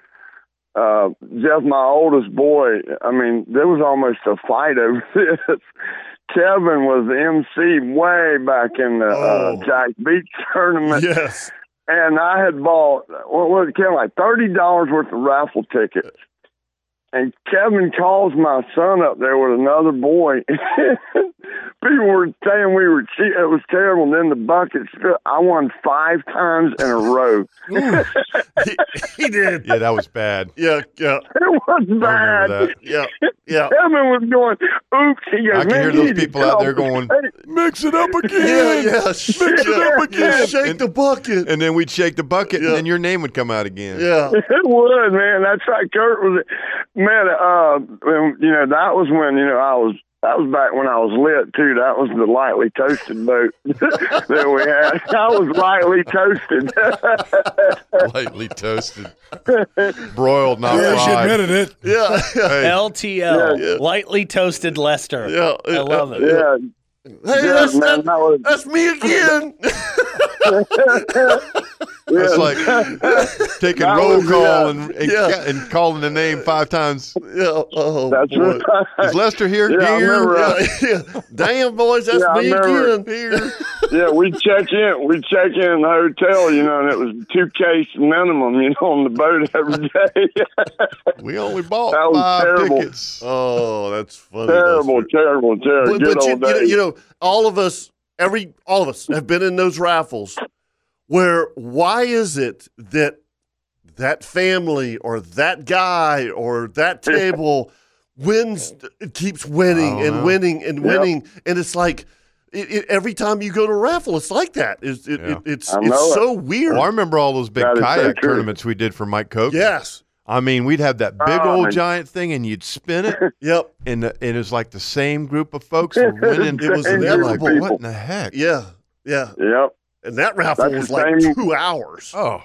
[SPEAKER 6] Uh, Jeff, my oldest boy. I mean, there was almost a fight over this. Kevin was the MC way back in the
[SPEAKER 1] Oh.
[SPEAKER 6] uh, Jack Beach tournament
[SPEAKER 1] yes,
[SPEAKER 6] and I had bought what was it, Kevin, like thirty dollars worth of raffle tickets. And Kevin calls my son up there with another boy. People were saying we were cheating. It was terrible. And then the bucket spit. I won five times in a row.
[SPEAKER 1] he, he did.
[SPEAKER 4] yeah, that was bad.
[SPEAKER 1] Yeah, yeah,
[SPEAKER 6] It was
[SPEAKER 4] I
[SPEAKER 6] bad.
[SPEAKER 4] remember
[SPEAKER 1] yeah, yeah.
[SPEAKER 6] Kevin was going, oops. He goes,
[SPEAKER 4] I can
[SPEAKER 6] "Man,
[SPEAKER 4] hear
[SPEAKER 6] you
[SPEAKER 4] those
[SPEAKER 6] need to
[SPEAKER 4] people
[SPEAKER 6] get
[SPEAKER 4] out
[SPEAKER 6] off
[SPEAKER 4] there
[SPEAKER 6] the
[SPEAKER 4] going,
[SPEAKER 6] stage."
[SPEAKER 4] that. Mix it up
[SPEAKER 1] Yeah, yeah, shake
[SPEAKER 6] it up again.
[SPEAKER 1] Shake the bucket.
[SPEAKER 4] And then we'd shake the bucket,
[SPEAKER 1] Yeah.
[SPEAKER 4] and then your name would come out again.
[SPEAKER 1] Yeah,
[SPEAKER 6] It would, man. That's right. Kurt was, man. Uh, when- you know that was when you know I was That was back when I was lit too. That was the lightly toasted boat that we had. I was lightly toasted.
[SPEAKER 4] Lightly toasted, broiled, not
[SPEAKER 3] Yeah, she
[SPEAKER 4] fried.
[SPEAKER 3] admitted it.
[SPEAKER 1] Yeah, yeah,
[SPEAKER 4] Hey,
[SPEAKER 5] LTL,
[SPEAKER 1] Yeah, yeah.
[SPEAKER 5] lightly toasted Lester.
[SPEAKER 1] yeah.
[SPEAKER 5] I love it.
[SPEAKER 6] yeah,
[SPEAKER 1] Hey,
[SPEAKER 6] yeah,
[SPEAKER 1] that's,
[SPEAKER 6] man, that
[SPEAKER 1] that-
[SPEAKER 6] was
[SPEAKER 1] that's me again.
[SPEAKER 4] that's like taking
[SPEAKER 6] That
[SPEAKER 4] roll
[SPEAKER 6] was,
[SPEAKER 4] call
[SPEAKER 6] yeah.
[SPEAKER 4] and and,
[SPEAKER 1] Yeah.
[SPEAKER 4] and calling the name five times.
[SPEAKER 1] yeah, oh,
[SPEAKER 6] that's
[SPEAKER 1] boy.
[SPEAKER 4] Is
[SPEAKER 6] right.
[SPEAKER 4] Lester here?
[SPEAKER 6] Yeah, I
[SPEAKER 4] Here?
[SPEAKER 6] remember, uh,
[SPEAKER 1] Yeah, yeah. Damn, boys, that's
[SPEAKER 6] Yeah, I
[SPEAKER 1] me
[SPEAKER 6] remember.
[SPEAKER 1] again. Here.
[SPEAKER 6] Yeah, we check in. We check in the hotel, you know, and it was two case minimum, you know, on the boat every day.
[SPEAKER 4] We only bought
[SPEAKER 6] That was
[SPEAKER 4] five
[SPEAKER 6] terrible.
[SPEAKER 4] tickets.
[SPEAKER 1] Oh, that's funny.
[SPEAKER 6] terrible,
[SPEAKER 1] Lester.
[SPEAKER 6] terrible, terrible.
[SPEAKER 1] But,
[SPEAKER 6] Good
[SPEAKER 1] but you,
[SPEAKER 6] old
[SPEAKER 1] you, know,
[SPEAKER 6] days.
[SPEAKER 1] you know, all of us, every all of us have been in those raffles where why is it that that family or that guy or that table wins keeps
[SPEAKER 4] I
[SPEAKER 1] winning
[SPEAKER 4] don't
[SPEAKER 1] and
[SPEAKER 4] know.
[SPEAKER 1] winning and
[SPEAKER 6] Yep.
[SPEAKER 1] winning and it's like it, it, every time you go to a raffle it's like that it's it,
[SPEAKER 4] Yeah.
[SPEAKER 1] it, it's
[SPEAKER 6] I
[SPEAKER 1] it's
[SPEAKER 6] know it.
[SPEAKER 1] so weird
[SPEAKER 4] Well, I remember all those big
[SPEAKER 6] That is so
[SPEAKER 4] kayak
[SPEAKER 6] true.
[SPEAKER 4] tournaments we did for Mike Coke.
[SPEAKER 1] yes
[SPEAKER 4] I mean, we'd have that big
[SPEAKER 6] Oh,
[SPEAKER 4] old
[SPEAKER 6] man.
[SPEAKER 4] giant thing, and you'd spin it,
[SPEAKER 1] yep
[SPEAKER 4] and, the, and it was like the same group of folks were winning.
[SPEAKER 1] It was
[SPEAKER 4] and they're like,
[SPEAKER 1] inevitable.
[SPEAKER 4] what in the heck?
[SPEAKER 1] yeah yeah
[SPEAKER 6] Yep.
[SPEAKER 1] and that raffle
[SPEAKER 6] That's the
[SPEAKER 1] was like
[SPEAKER 6] same-
[SPEAKER 1] two hours
[SPEAKER 4] Oh,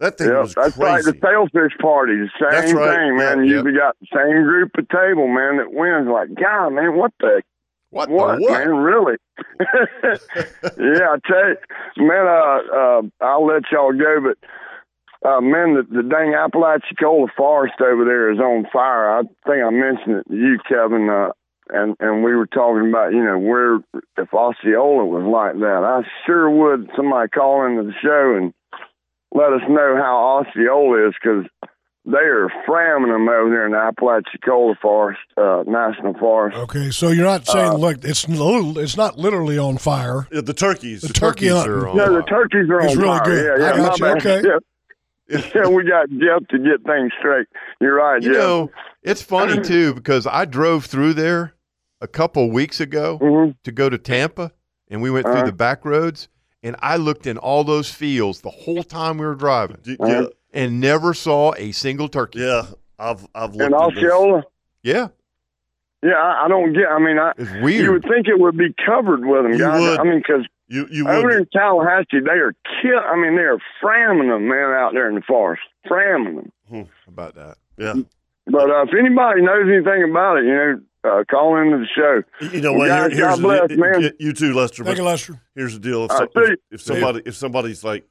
[SPEAKER 1] that thing
[SPEAKER 6] Yep,
[SPEAKER 1] was
[SPEAKER 6] that's
[SPEAKER 1] crazy
[SPEAKER 6] like the sailfish party. The same
[SPEAKER 1] That's right.
[SPEAKER 6] thing, man. you
[SPEAKER 4] Yeah, yeah.
[SPEAKER 6] Usually got the same group of table, man, that wins. Like, God, man, what the
[SPEAKER 4] what,
[SPEAKER 6] what,
[SPEAKER 4] the what?
[SPEAKER 6] man? Really? yeah, I tell you, man. Uh, uh, I'll let y'all go, but uh, man, the, the dang Apalachicola forest over there is on fire. I think I mentioned it to you, Kevin, uh, and and we were talking about you know where if Osceola was like that, I sure would somebody call into the show and let us know how Osceola is because they are framming them over there in the Apalachicola Forest uh, National Forest.
[SPEAKER 3] Okay, so you're not saying look, it's little, it's not literally on fire.
[SPEAKER 1] Yeah, the turkeys
[SPEAKER 3] The turkey
[SPEAKER 4] Turkeys
[SPEAKER 3] hunting.
[SPEAKER 4] are on
[SPEAKER 6] No, the
[SPEAKER 4] fire.
[SPEAKER 6] turkeys are
[SPEAKER 3] It's
[SPEAKER 6] on
[SPEAKER 3] really
[SPEAKER 6] fire.
[SPEAKER 3] good.
[SPEAKER 6] Yeah,
[SPEAKER 3] I
[SPEAKER 6] yeah,
[SPEAKER 3] got
[SPEAKER 6] my
[SPEAKER 3] you.
[SPEAKER 6] bad.
[SPEAKER 3] Okay.
[SPEAKER 6] Yeah. Yeah, we got Jeff to get things straight. You're right,
[SPEAKER 4] You
[SPEAKER 6] Jeff.
[SPEAKER 4] know, it's funny too because I drove through there a couple weeks ago
[SPEAKER 6] Mhm.
[SPEAKER 4] to go to Tampa, and we went
[SPEAKER 6] Uh-huh.
[SPEAKER 4] through the back roads, and I looked in all those fields the whole time we were driving,
[SPEAKER 1] Y-
[SPEAKER 6] Uh-huh.
[SPEAKER 1] yeah
[SPEAKER 4] and never saw a single turkey.
[SPEAKER 1] Yeah, I've I've looked
[SPEAKER 6] And
[SPEAKER 1] at this.
[SPEAKER 6] Osceola,
[SPEAKER 4] Yeah,
[SPEAKER 6] yeah, I, I don't get. I mean, I
[SPEAKER 4] it's
[SPEAKER 6] you would
[SPEAKER 4] weird.
[SPEAKER 6] think it would be covered with them,
[SPEAKER 1] You
[SPEAKER 6] guys.
[SPEAKER 1] would.
[SPEAKER 6] I mean, because
[SPEAKER 1] You you
[SPEAKER 6] over
[SPEAKER 1] would
[SPEAKER 6] in Tallahassee, they are kill. I mean, they are framming them, man, out there in the forest, framming them.
[SPEAKER 4] about that.
[SPEAKER 1] Hmm. yeah.
[SPEAKER 6] But uh, if anybody knows anything about it, you know, uh, call into the show.
[SPEAKER 1] You know what?
[SPEAKER 6] Guys,
[SPEAKER 1] Here, here's
[SPEAKER 6] God
[SPEAKER 1] the
[SPEAKER 6] bless,
[SPEAKER 1] deal-
[SPEAKER 6] man.
[SPEAKER 1] you, you too, Lester.
[SPEAKER 3] Thank
[SPEAKER 1] But
[SPEAKER 3] you, Lester.
[SPEAKER 1] here's the deal: if,
[SPEAKER 6] All
[SPEAKER 1] some,
[SPEAKER 6] right, see you.
[SPEAKER 1] if, if somebody if somebody's like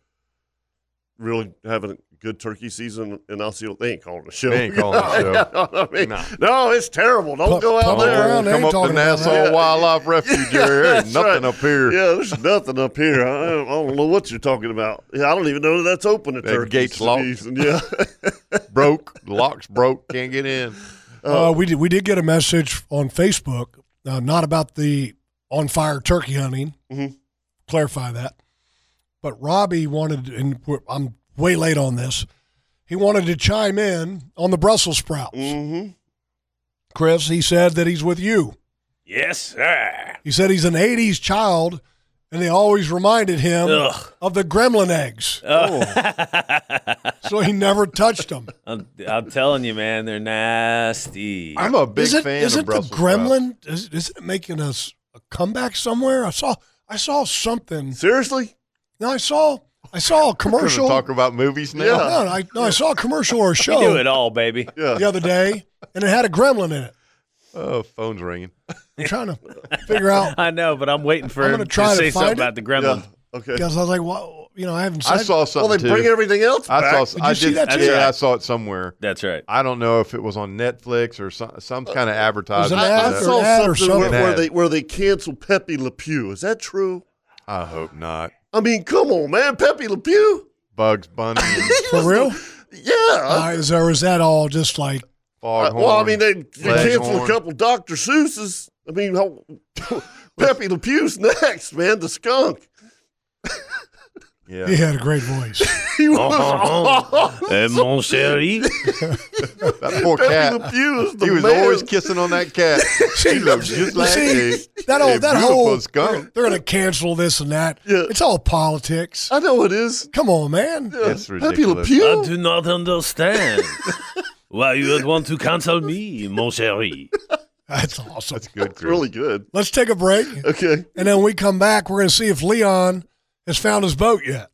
[SPEAKER 1] really having a good turkey season in Osceola, they ain't calling the show.
[SPEAKER 4] They ain't calling the show.
[SPEAKER 1] You know what I mean?
[SPEAKER 4] Nah.
[SPEAKER 1] No, it's terrible. Don't
[SPEAKER 3] Pump-
[SPEAKER 1] go out
[SPEAKER 3] pump
[SPEAKER 1] there.
[SPEAKER 3] around. they ain't
[SPEAKER 4] come up to
[SPEAKER 3] talking about
[SPEAKER 4] Nassau
[SPEAKER 1] that.
[SPEAKER 4] Wildlife Refuge
[SPEAKER 1] Yeah,
[SPEAKER 4] area.
[SPEAKER 1] that's
[SPEAKER 4] nothing
[SPEAKER 1] right.
[SPEAKER 4] up here.
[SPEAKER 1] Yeah, there's nothing up here. I don't, I don't know what you're talking about. Yeah, I don't even know that's open to
[SPEAKER 4] That
[SPEAKER 1] turkey
[SPEAKER 4] gate's locked.
[SPEAKER 1] season. Yeah,
[SPEAKER 4] Broke. The locks broke. Can't get in.
[SPEAKER 3] uh, we did we did get a message on Facebook, uh, not about the on fire turkey hunting.
[SPEAKER 1] Mhm.
[SPEAKER 3] Clarify that. But Robbie wanted, and we're- I'm way late on this. He wanted to chime in on the Brussels sprouts.
[SPEAKER 1] mm-hmm.
[SPEAKER 3] Chris, he said that he's with you.
[SPEAKER 5] Yes, sir.
[SPEAKER 3] He said he's an '80s child, and they always reminded him
[SPEAKER 5] Ugh.
[SPEAKER 3] of the gremlin eggs, Oh. so he never touched them.
[SPEAKER 5] Oh. I'm, I'm telling you, man, they're nasty.
[SPEAKER 4] I'm a big
[SPEAKER 3] isn't,
[SPEAKER 4] fan
[SPEAKER 3] isn't
[SPEAKER 4] of Brussels
[SPEAKER 3] the
[SPEAKER 4] sprouts.
[SPEAKER 3] gremlin? Is, isn't it making us a comeback somewhere? I saw I saw something.
[SPEAKER 1] seriously.
[SPEAKER 3] No, I saw I saw a
[SPEAKER 4] We're gonna
[SPEAKER 3] commercial.
[SPEAKER 4] talk about movies now.
[SPEAKER 1] Yeah.
[SPEAKER 3] no, no, I, no, I saw a commercial or a
[SPEAKER 5] You do
[SPEAKER 3] show
[SPEAKER 5] it all, baby.
[SPEAKER 1] Yeah,
[SPEAKER 3] the other day, and it had a gremlin in it.
[SPEAKER 4] Oh, phone's ringing.
[SPEAKER 3] I'm trying to figure out
[SPEAKER 5] I know, but I'm waiting for
[SPEAKER 3] I'm
[SPEAKER 5] him
[SPEAKER 3] gonna
[SPEAKER 5] to
[SPEAKER 3] try to
[SPEAKER 5] say
[SPEAKER 3] find
[SPEAKER 5] something
[SPEAKER 3] it.
[SPEAKER 5] about the gremlin.
[SPEAKER 1] yeah. Okay.
[SPEAKER 3] because I was like, well, you know, I haven't.
[SPEAKER 4] I
[SPEAKER 3] said-
[SPEAKER 4] saw
[SPEAKER 1] Well,
[SPEAKER 4] something
[SPEAKER 1] they
[SPEAKER 4] too.
[SPEAKER 1] bring everything else
[SPEAKER 4] I
[SPEAKER 1] back.
[SPEAKER 4] saw.
[SPEAKER 3] Did you
[SPEAKER 4] I
[SPEAKER 3] see
[SPEAKER 4] did.
[SPEAKER 3] that too?
[SPEAKER 4] yeah,
[SPEAKER 5] That's right.
[SPEAKER 4] I saw it somewhere.
[SPEAKER 5] That's right.
[SPEAKER 4] I don't know if it was on Netflix or some some kind of advertisement.
[SPEAKER 3] an
[SPEAKER 4] for
[SPEAKER 1] I, I
[SPEAKER 3] ad
[SPEAKER 4] that.
[SPEAKER 3] or
[SPEAKER 1] saw
[SPEAKER 3] an ad or
[SPEAKER 1] something where,
[SPEAKER 4] something.
[SPEAKER 1] where they where they canceled Pepe Le Pew. Is that true?
[SPEAKER 4] I hope not.
[SPEAKER 1] I mean, come on, man, Pepe Le Pew.
[SPEAKER 4] Bugs Bunny, and
[SPEAKER 3] for real.
[SPEAKER 1] Yeah.
[SPEAKER 3] Uh, is, or is that all just like
[SPEAKER 1] I-
[SPEAKER 4] Foghorn.
[SPEAKER 1] Uh, well, I mean, they, they canceled a
[SPEAKER 4] Leghorn.
[SPEAKER 1] couple Dr. Seuss's. I mean, how, Pepe Le Pew's next, man. The skunk.
[SPEAKER 4] yeah.
[SPEAKER 3] he had a great voice?
[SPEAKER 1] He was awesome.
[SPEAKER 5] Eh, mon chéri.
[SPEAKER 4] that poor
[SPEAKER 1] Pepe Le
[SPEAKER 4] cat.
[SPEAKER 1] Pew is the
[SPEAKER 4] He was
[SPEAKER 1] man.
[SPEAKER 4] always kissing on that cat. She looks just like a,
[SPEAKER 3] See, that all
[SPEAKER 4] a
[SPEAKER 3] that
[SPEAKER 4] beautiful
[SPEAKER 3] whole
[SPEAKER 4] skunk.
[SPEAKER 3] they're going to cancel this and that.
[SPEAKER 1] Yeah.
[SPEAKER 3] It's all politics.
[SPEAKER 1] I know it is.
[SPEAKER 3] Come on, man.
[SPEAKER 1] Yeah.
[SPEAKER 4] It's
[SPEAKER 1] Pepe Le
[SPEAKER 4] ridiculous.
[SPEAKER 5] I
[SPEAKER 1] Pew.
[SPEAKER 5] do not understand why you would want to cancel me, mon chéri.
[SPEAKER 3] That's awesome.
[SPEAKER 4] That's good. Chris.
[SPEAKER 1] Really good.
[SPEAKER 3] Let's take a break,
[SPEAKER 1] Okay.
[SPEAKER 3] and then when we come back, we're going to see if Leon has found his boat yet,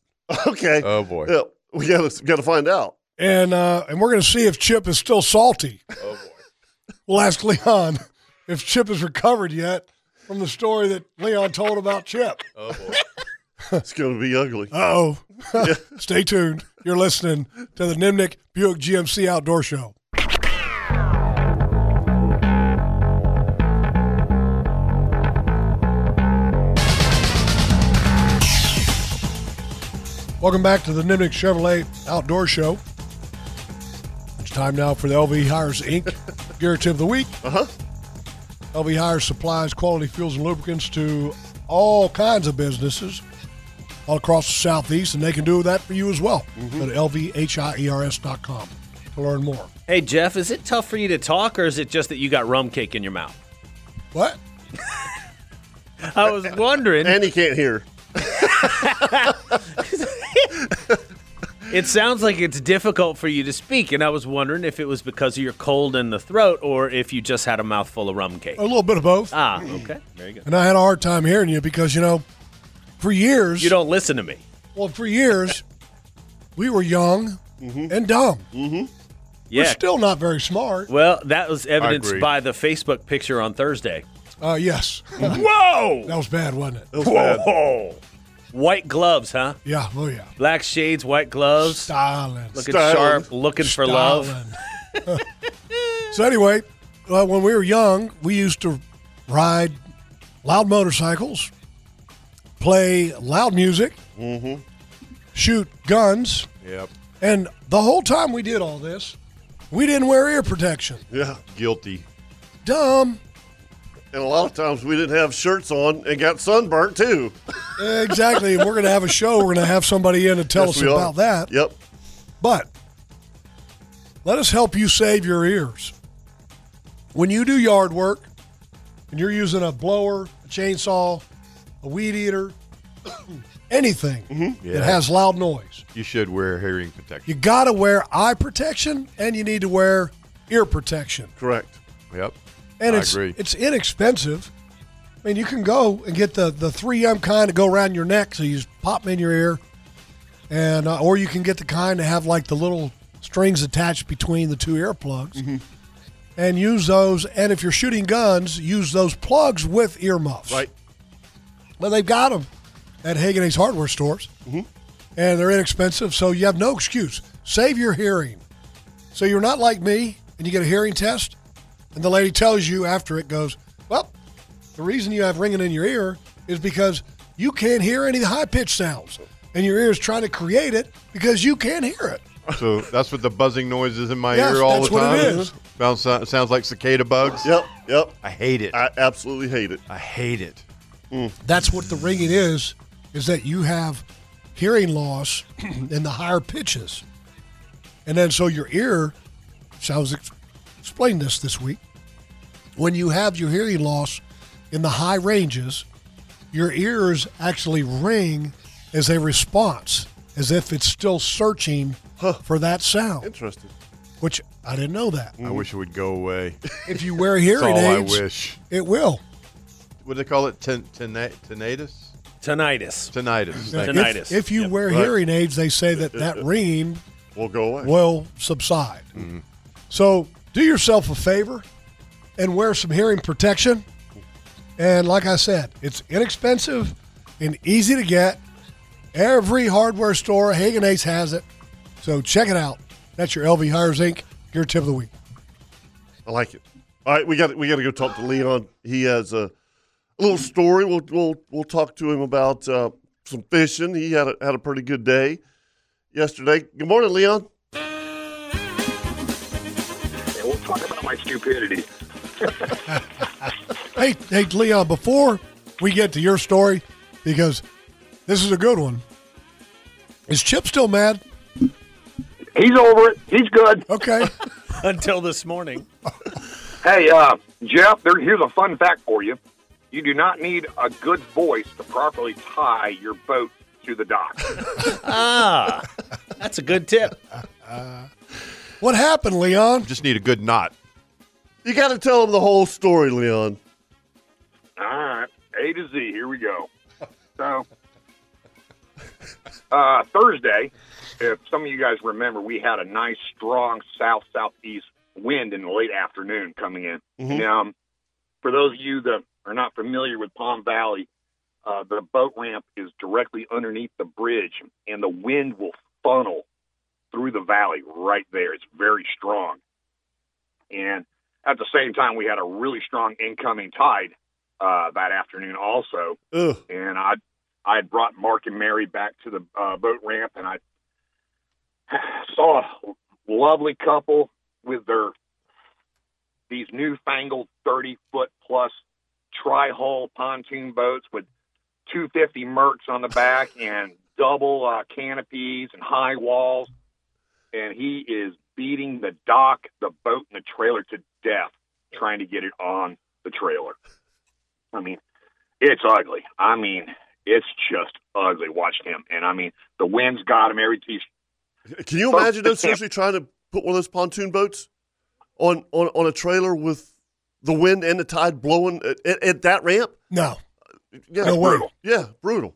[SPEAKER 1] Okay.
[SPEAKER 4] Oh boy.
[SPEAKER 1] yeah, we gotta gotta find out.
[SPEAKER 3] and uh, and we're going to see if Chip is still salty.
[SPEAKER 4] Oh boy.
[SPEAKER 3] We'll ask Leon if Chip has recovered yet from the story that Leon told about Chip.
[SPEAKER 4] Oh boy.
[SPEAKER 1] It's gonna be ugly.
[SPEAKER 3] Uh oh. Stay tuned. You're listening to the Nimnik Buick GMC Outdoor Show. Welcome back to the Nimnik Chevrolet Outdoor Show. It's time now for the LV Hires Inc. Gear Tip of the Week.
[SPEAKER 1] Uh-huh.
[SPEAKER 3] LV Hires supplies quality fuels and lubricants to all kinds of businesses all across the southeast, and they can do that for you as well. Go to E lvhires.com to learn more.
[SPEAKER 5] Hey, Jeff, is it tough for you to talk, or is it just that you got rum cake in your mouth?
[SPEAKER 3] What?
[SPEAKER 5] I was wondering.
[SPEAKER 1] And he can't hear.
[SPEAKER 5] It sounds like it's difficult for you to speak, and I was wondering if it was because of your cold in the throat or if you just had a mouthful of rum cake.
[SPEAKER 3] A little bit of both.
[SPEAKER 5] Ah, okay. Very good.
[SPEAKER 3] And I had a hard time hearing you because, you know, for years,
[SPEAKER 5] You don't listen to me.
[SPEAKER 3] well, for years, we were young and dumb. We're
[SPEAKER 5] Mm-hmm. Yeah.
[SPEAKER 3] still not very smart.
[SPEAKER 5] Well, that was evidenced
[SPEAKER 4] agree.
[SPEAKER 5] by the Facebook picture on Thursday.
[SPEAKER 3] Uh, yes.
[SPEAKER 5] Whoa!
[SPEAKER 3] that was bad, wasn't it?
[SPEAKER 5] Whoa! White gloves, huh?
[SPEAKER 3] Yeah. Oh, yeah.
[SPEAKER 5] Black shades, white gloves.
[SPEAKER 3] Styling.
[SPEAKER 5] Looking
[SPEAKER 1] Styling.
[SPEAKER 5] sharp, looking for love.
[SPEAKER 3] Styling. so anyway, well, when we were young, we used to ride loud motorcycles, play loud music, shoot guns,
[SPEAKER 4] Yep.
[SPEAKER 3] and the whole time we did all this, we didn't wear ear protection.
[SPEAKER 1] Yeah.
[SPEAKER 4] Guilty.
[SPEAKER 3] Dumb.
[SPEAKER 1] And a lot of times we didn't have shirts on and got sunburnt too.
[SPEAKER 3] Exactly. and we're going to have a show. We're going to have somebody in to tell
[SPEAKER 1] Yes,
[SPEAKER 3] us
[SPEAKER 1] we are.
[SPEAKER 3] about that.
[SPEAKER 1] Yep.
[SPEAKER 3] But let us help you save your ears. When you do yard work and you're using a blower, a chainsaw, a weed eater, anything that
[SPEAKER 1] Mm-hmm.
[SPEAKER 4] Yeah.
[SPEAKER 3] has loud noise,
[SPEAKER 4] you should wear hearing protection.
[SPEAKER 3] you got to wear eye protection and you need to wear ear protection.
[SPEAKER 1] Correct.
[SPEAKER 4] Yep.
[SPEAKER 3] And
[SPEAKER 4] I
[SPEAKER 3] it's
[SPEAKER 4] agree.
[SPEAKER 3] it's inexpensive. I mean, you can go and get the the 3M kind to go around your neck, so you just pop them in your ear, and uh, or you can get the kind to have like the little strings attached between the two earplugs, and use those. And if you're shooting guns, use those plugs with earmuffs.
[SPEAKER 1] Right.
[SPEAKER 3] Well, they've got them at Hagen Ace hardware stores,
[SPEAKER 4] Mm-hmm.
[SPEAKER 3] and they're inexpensive, so you have no excuse. Save your hearing. So you're not like me, and you get a hearing test, and the lady tells you after it goes, Well, the reason you have ringing in your ear is because you can't hear any high pitched sounds, and your ear is trying to create it because you can't hear it.
[SPEAKER 4] So that's what the buzzing noise is in my
[SPEAKER 3] Yes,
[SPEAKER 4] ear all
[SPEAKER 3] that's
[SPEAKER 4] the
[SPEAKER 3] what
[SPEAKER 4] time.
[SPEAKER 3] it is.
[SPEAKER 4] Sounds, sounds like cicada bugs.
[SPEAKER 1] Yep. Yep.
[SPEAKER 4] I hate it. I,
[SPEAKER 1] I absolutely hate it. Mm.
[SPEAKER 4] hate it.
[SPEAKER 3] That's what the ringing is, is that you have hearing loss in the higher pitches. And then so your ear, so I was ex- explaining this this week, when you have your hearing loss in the high ranges, your ears actually ring as a response, as if it's still searching for that sound,
[SPEAKER 1] Interesting.
[SPEAKER 3] which I didn't know that.
[SPEAKER 4] I wish it would go away.
[SPEAKER 3] If you wear
[SPEAKER 4] That's
[SPEAKER 3] hearing
[SPEAKER 4] all I
[SPEAKER 3] aids,
[SPEAKER 4] wish.
[SPEAKER 3] it will.
[SPEAKER 4] What do they call it? Ten, tena- tinnitus?
[SPEAKER 5] Tinnitus.
[SPEAKER 4] Tinnitus. Thank you.
[SPEAKER 5] Tinnitus.
[SPEAKER 3] If, if you
[SPEAKER 5] Yep.
[SPEAKER 3] wear
[SPEAKER 1] Right.
[SPEAKER 3] hearing aids, they say that that ringing
[SPEAKER 1] We'll go away.
[SPEAKER 3] will subside. So do yourself a favor and wear some hearing protection. And like I said, it's inexpensive and easy to get. Every hardware store, Hagen Ace has it. So check it out. That's your LV Hires Inc. Your tip of the week.
[SPEAKER 1] I like it. All right, we got we got to go talk to Leon. He has a little story. We'll we'll we'll talk to him about uh, some fishing. He had a, had a pretty good day yesterday. Good morning, Leon.
[SPEAKER 7] And we'll talk about my stupidity.
[SPEAKER 3] Hey, hey, Leon, before we get to your story, because this is a good one. Is Chip still mad?
[SPEAKER 7] He's over it. He's good.
[SPEAKER 3] Okay.
[SPEAKER 5] Until this morning.
[SPEAKER 7] Hey, uh, Jeff, there, here's a fun fact for you. You do not need a good voice to properly tie your boat to the dock.
[SPEAKER 5] Ah, that's a good tip.
[SPEAKER 3] what happened, Leon?
[SPEAKER 4] Just need a good knot.
[SPEAKER 1] You got to tell them the whole story, Leon.
[SPEAKER 7] All right, A to Z. Here we go. So uh, Thursday, if some of you guys remember, we had a nice, strong south southeast wind in the late afternoon coming in.
[SPEAKER 1] Mhm.
[SPEAKER 5] Mm-hmm.
[SPEAKER 7] Now, um, for those of you that are not familiar with Palm Valley, uh, the boat ramp is directly underneath the bridge, and the wind will funnel through the valley right there. It's very strong. And at the same time, we had a really strong incoming tide uh, that afternoon, also
[SPEAKER 1] Ugh.
[SPEAKER 7] and I I had brought Mark and Mary back to the uh, boat ramp, and I saw a lovely couple with their these newfangled thirty foot plus tri hull pontoon boats with two fifty mercs on the back and double uh, canopies and high walls, and he is beating the dock, the boat, and the trailer to death trying to get it on the trailer. I mean, it's ugly. I mean, it's just ugly watching him. And I mean, the wind's got him every he's
[SPEAKER 1] Can you
[SPEAKER 7] Folks,
[SPEAKER 1] imagine
[SPEAKER 7] the
[SPEAKER 1] them seriously trying to put one of those pontoon boats on, on, on a trailer with the wind and the tide blowing at, at, at that ramp?
[SPEAKER 3] No.
[SPEAKER 1] Yeah,
[SPEAKER 3] No way.
[SPEAKER 1] brutal. Yeah, brutal.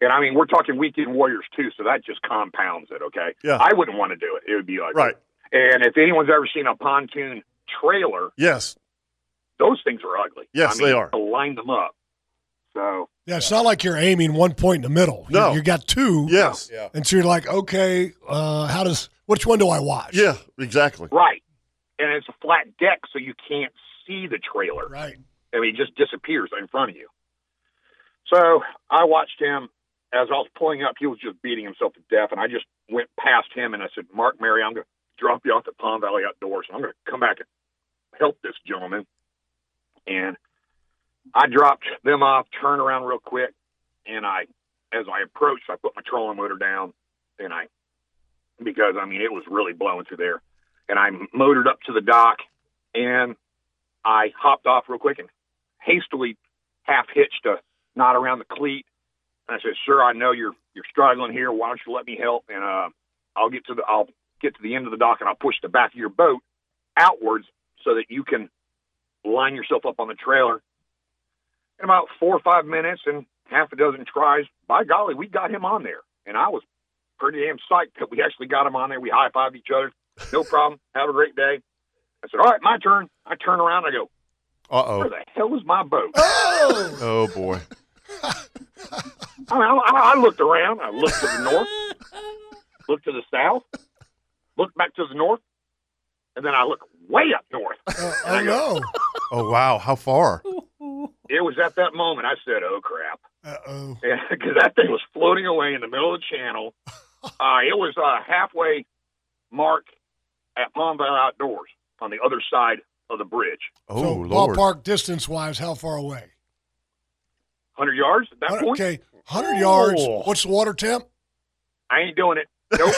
[SPEAKER 7] And I mean, we're talking weekend warriors too, so that just compounds it. Okay,
[SPEAKER 1] Yeah.
[SPEAKER 7] I wouldn't want to do it. It would be like
[SPEAKER 1] Right.
[SPEAKER 7] And if anyone's ever seen a pontoon trailer,
[SPEAKER 1] Yes.
[SPEAKER 7] those things are ugly.
[SPEAKER 1] Yes,
[SPEAKER 7] I mean,
[SPEAKER 1] they are.
[SPEAKER 7] To line them up. So
[SPEAKER 3] Yeah, it's not like you're aiming one point in the middle. You-
[SPEAKER 1] No.
[SPEAKER 3] You, got two.
[SPEAKER 1] Yes.
[SPEAKER 4] Yeah.
[SPEAKER 3] And so you're like, okay, uh, how does, which one do I watch?
[SPEAKER 1] Yeah, exactly.
[SPEAKER 7] right, and it's a flat deck, so you can't see the trailer.
[SPEAKER 3] Right.
[SPEAKER 7] I mean, he just disappears in front of you. So I watched him as I was pulling up. He was just beating himself to death, and I just went past him and I said, "Mark, Mary, I'm going to drop you off at Palm Valley Outdoors, and I'm going to come back and help this gentleman." And I dropped them off, turned around real quick, and I, as I approached, I put my trolling motor down, and I, because I mean it was really blowing through there, and I motored up to the dock, and I hopped off real quick and hastily half hitched a knot around the cleat. And I said, "Sir, I know you're you're struggling here. Why don't you let me help? And uh, I'll get to the I'll get to the end of the dock and I'll push the back of your boat outwards so that you can line yourself up on the trailer." In about four or five minutes and half a dozen tries, by golly, we got him on there, and I was pretty damn psyched that we actually got him on there. We high fived each other. No problem. Have a great day. I said, "All right, my turn." I turn around. I go,
[SPEAKER 4] Uh
[SPEAKER 7] "Where
[SPEAKER 4] oh.
[SPEAKER 7] the hell is my boat?"
[SPEAKER 3] Oh!
[SPEAKER 4] Oh boy.
[SPEAKER 7] I, mean, I, I looked around. I looked to the north, looked to the south, looked back to the north, and then I looked way up north.
[SPEAKER 3] Uh, oh, no.
[SPEAKER 4] Oh wow. How far?
[SPEAKER 7] It was at that moment I said, "Oh crap,"
[SPEAKER 3] Uh oh.
[SPEAKER 7] because that thing was floating away in the middle of the channel. Uh, it was uh, halfway mark at Palm Valley Outdoors on the other side of the bridge,
[SPEAKER 4] Oh
[SPEAKER 3] so,
[SPEAKER 4] lord.
[SPEAKER 3] ballpark distance wise, how far away?
[SPEAKER 7] hundred yards at that point.
[SPEAKER 3] Okay, 100 yards.
[SPEAKER 5] Oh.
[SPEAKER 3] What's the water temp?
[SPEAKER 7] I ain't doing it. Nope.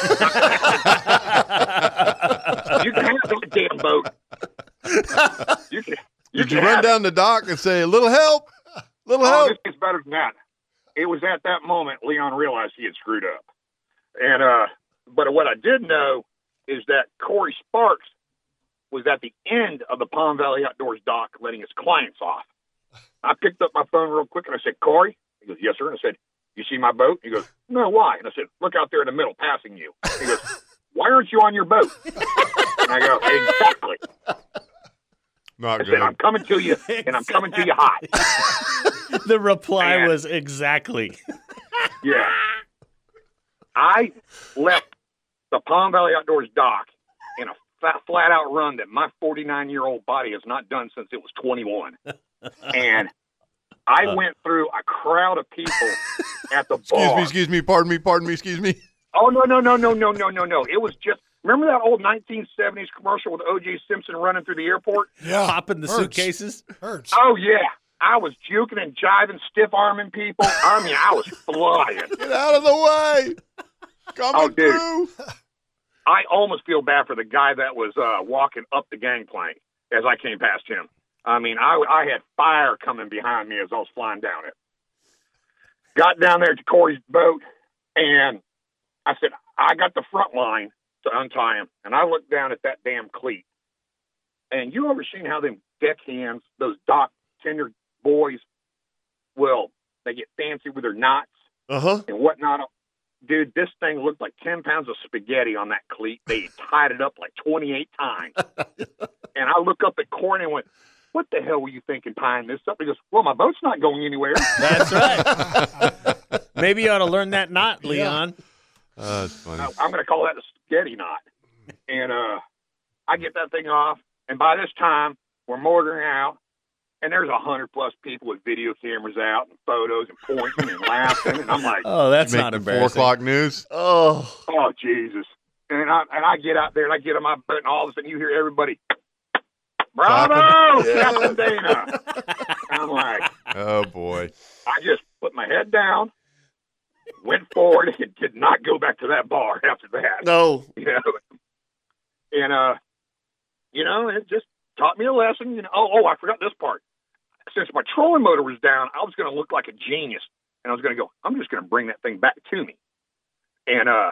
[SPEAKER 7] you can have that damn boat. You can. You
[SPEAKER 4] Did
[SPEAKER 7] can
[SPEAKER 4] you
[SPEAKER 7] have
[SPEAKER 4] run
[SPEAKER 7] it.
[SPEAKER 4] down the dock and say, "Little help, little
[SPEAKER 7] Oh,
[SPEAKER 4] help"?
[SPEAKER 7] this is better than that. It was at that moment Leon realized he had screwed up. And uh but what I did know is that Corey Sparks was at the end of the Palm Valley Outdoors dock letting his clients off. I picked up my phone real quick and I said, Corey? He goes, Yes, sir. And I said, You see my boat? He goes, No, why? And I said, Look out there in the middle passing you. He goes, Why aren't you on your boat? And I go, Exactly.
[SPEAKER 4] Not
[SPEAKER 7] I
[SPEAKER 4] good.
[SPEAKER 7] said, I'm coming to you and I'm coming to you hot.
[SPEAKER 5] the reply
[SPEAKER 7] Man.
[SPEAKER 5] was exactly.
[SPEAKER 7] Yeah. I left the Palm Valley Outdoors dock in a flat, flat out run that my 49 year old body has not done since it was 21. And I went through a crowd of people at the bar.
[SPEAKER 4] Uh. excuse me. Excuse me. Pardon me. Pardon me. Excuse me.
[SPEAKER 7] Oh, no, no, no, no, no, no, no, no. It was just, remember that old 1970s commercial with O.J. Simpson running through the airport?
[SPEAKER 3] Yeah.
[SPEAKER 5] Popping the
[SPEAKER 3] hurts.
[SPEAKER 5] suitcases.
[SPEAKER 3] Hurts.
[SPEAKER 7] Oh, yeah. I was juking and jiving, stiff arming people. I mean, I was flying.
[SPEAKER 4] Get out of the way. Coming
[SPEAKER 7] Oh, dude.
[SPEAKER 4] through.
[SPEAKER 7] I almost feel bad for the guy that was uh, walking up the gangplank as I came past him. I mean, I, I had fire coming behind me as I was flying down it. Got down there to Corey's boat, and I said, I got the front line to untie him. And I looked down at that damn cleat, And you ever seen how them deckhands, those dock tender boys, will they get fancy with their knots
[SPEAKER 1] Uh huh.
[SPEAKER 7] and whatnot? Dude, this thing looked like ten pounds of spaghetti on that cleat. They tied it up like twenty eight times. and I look up at Corny and went, "What the hell were you thinking tying this up?" He goes, "Well, my boat's not going anywhere."
[SPEAKER 5] That's right. Maybe you ought to learn that knot, Leon.
[SPEAKER 4] Oh, that's funny.
[SPEAKER 7] I, I'm going to call that a spaghetti knot. And uh, I get that thing off, and by this time we're motoring out, and there's a hundred plus people with video cameras out and photos and pointing and laughing, and I'm like,
[SPEAKER 5] Oh, that's
[SPEAKER 4] Make
[SPEAKER 5] not
[SPEAKER 4] the four
[SPEAKER 5] embarrassing.
[SPEAKER 4] o'clock news.
[SPEAKER 1] Oh,
[SPEAKER 7] oh Jesus! And I and I get out there and I get on my butt, and all of a sudden you hear everybody, Bravo,
[SPEAKER 1] Clapping. Yeah.
[SPEAKER 7] Captain Dana! And I'm like,
[SPEAKER 4] Oh boy.
[SPEAKER 7] I just put my head down, went forward, and did not go back to that bar after that.
[SPEAKER 1] no.
[SPEAKER 7] you know. And uh, you know, it just taught me a lesson. You know, oh, oh, I forgot this part. Since my trolling motor was down, I was going to look like a genius, and I was going to go. I'm just going to bring that thing back to me. And uh,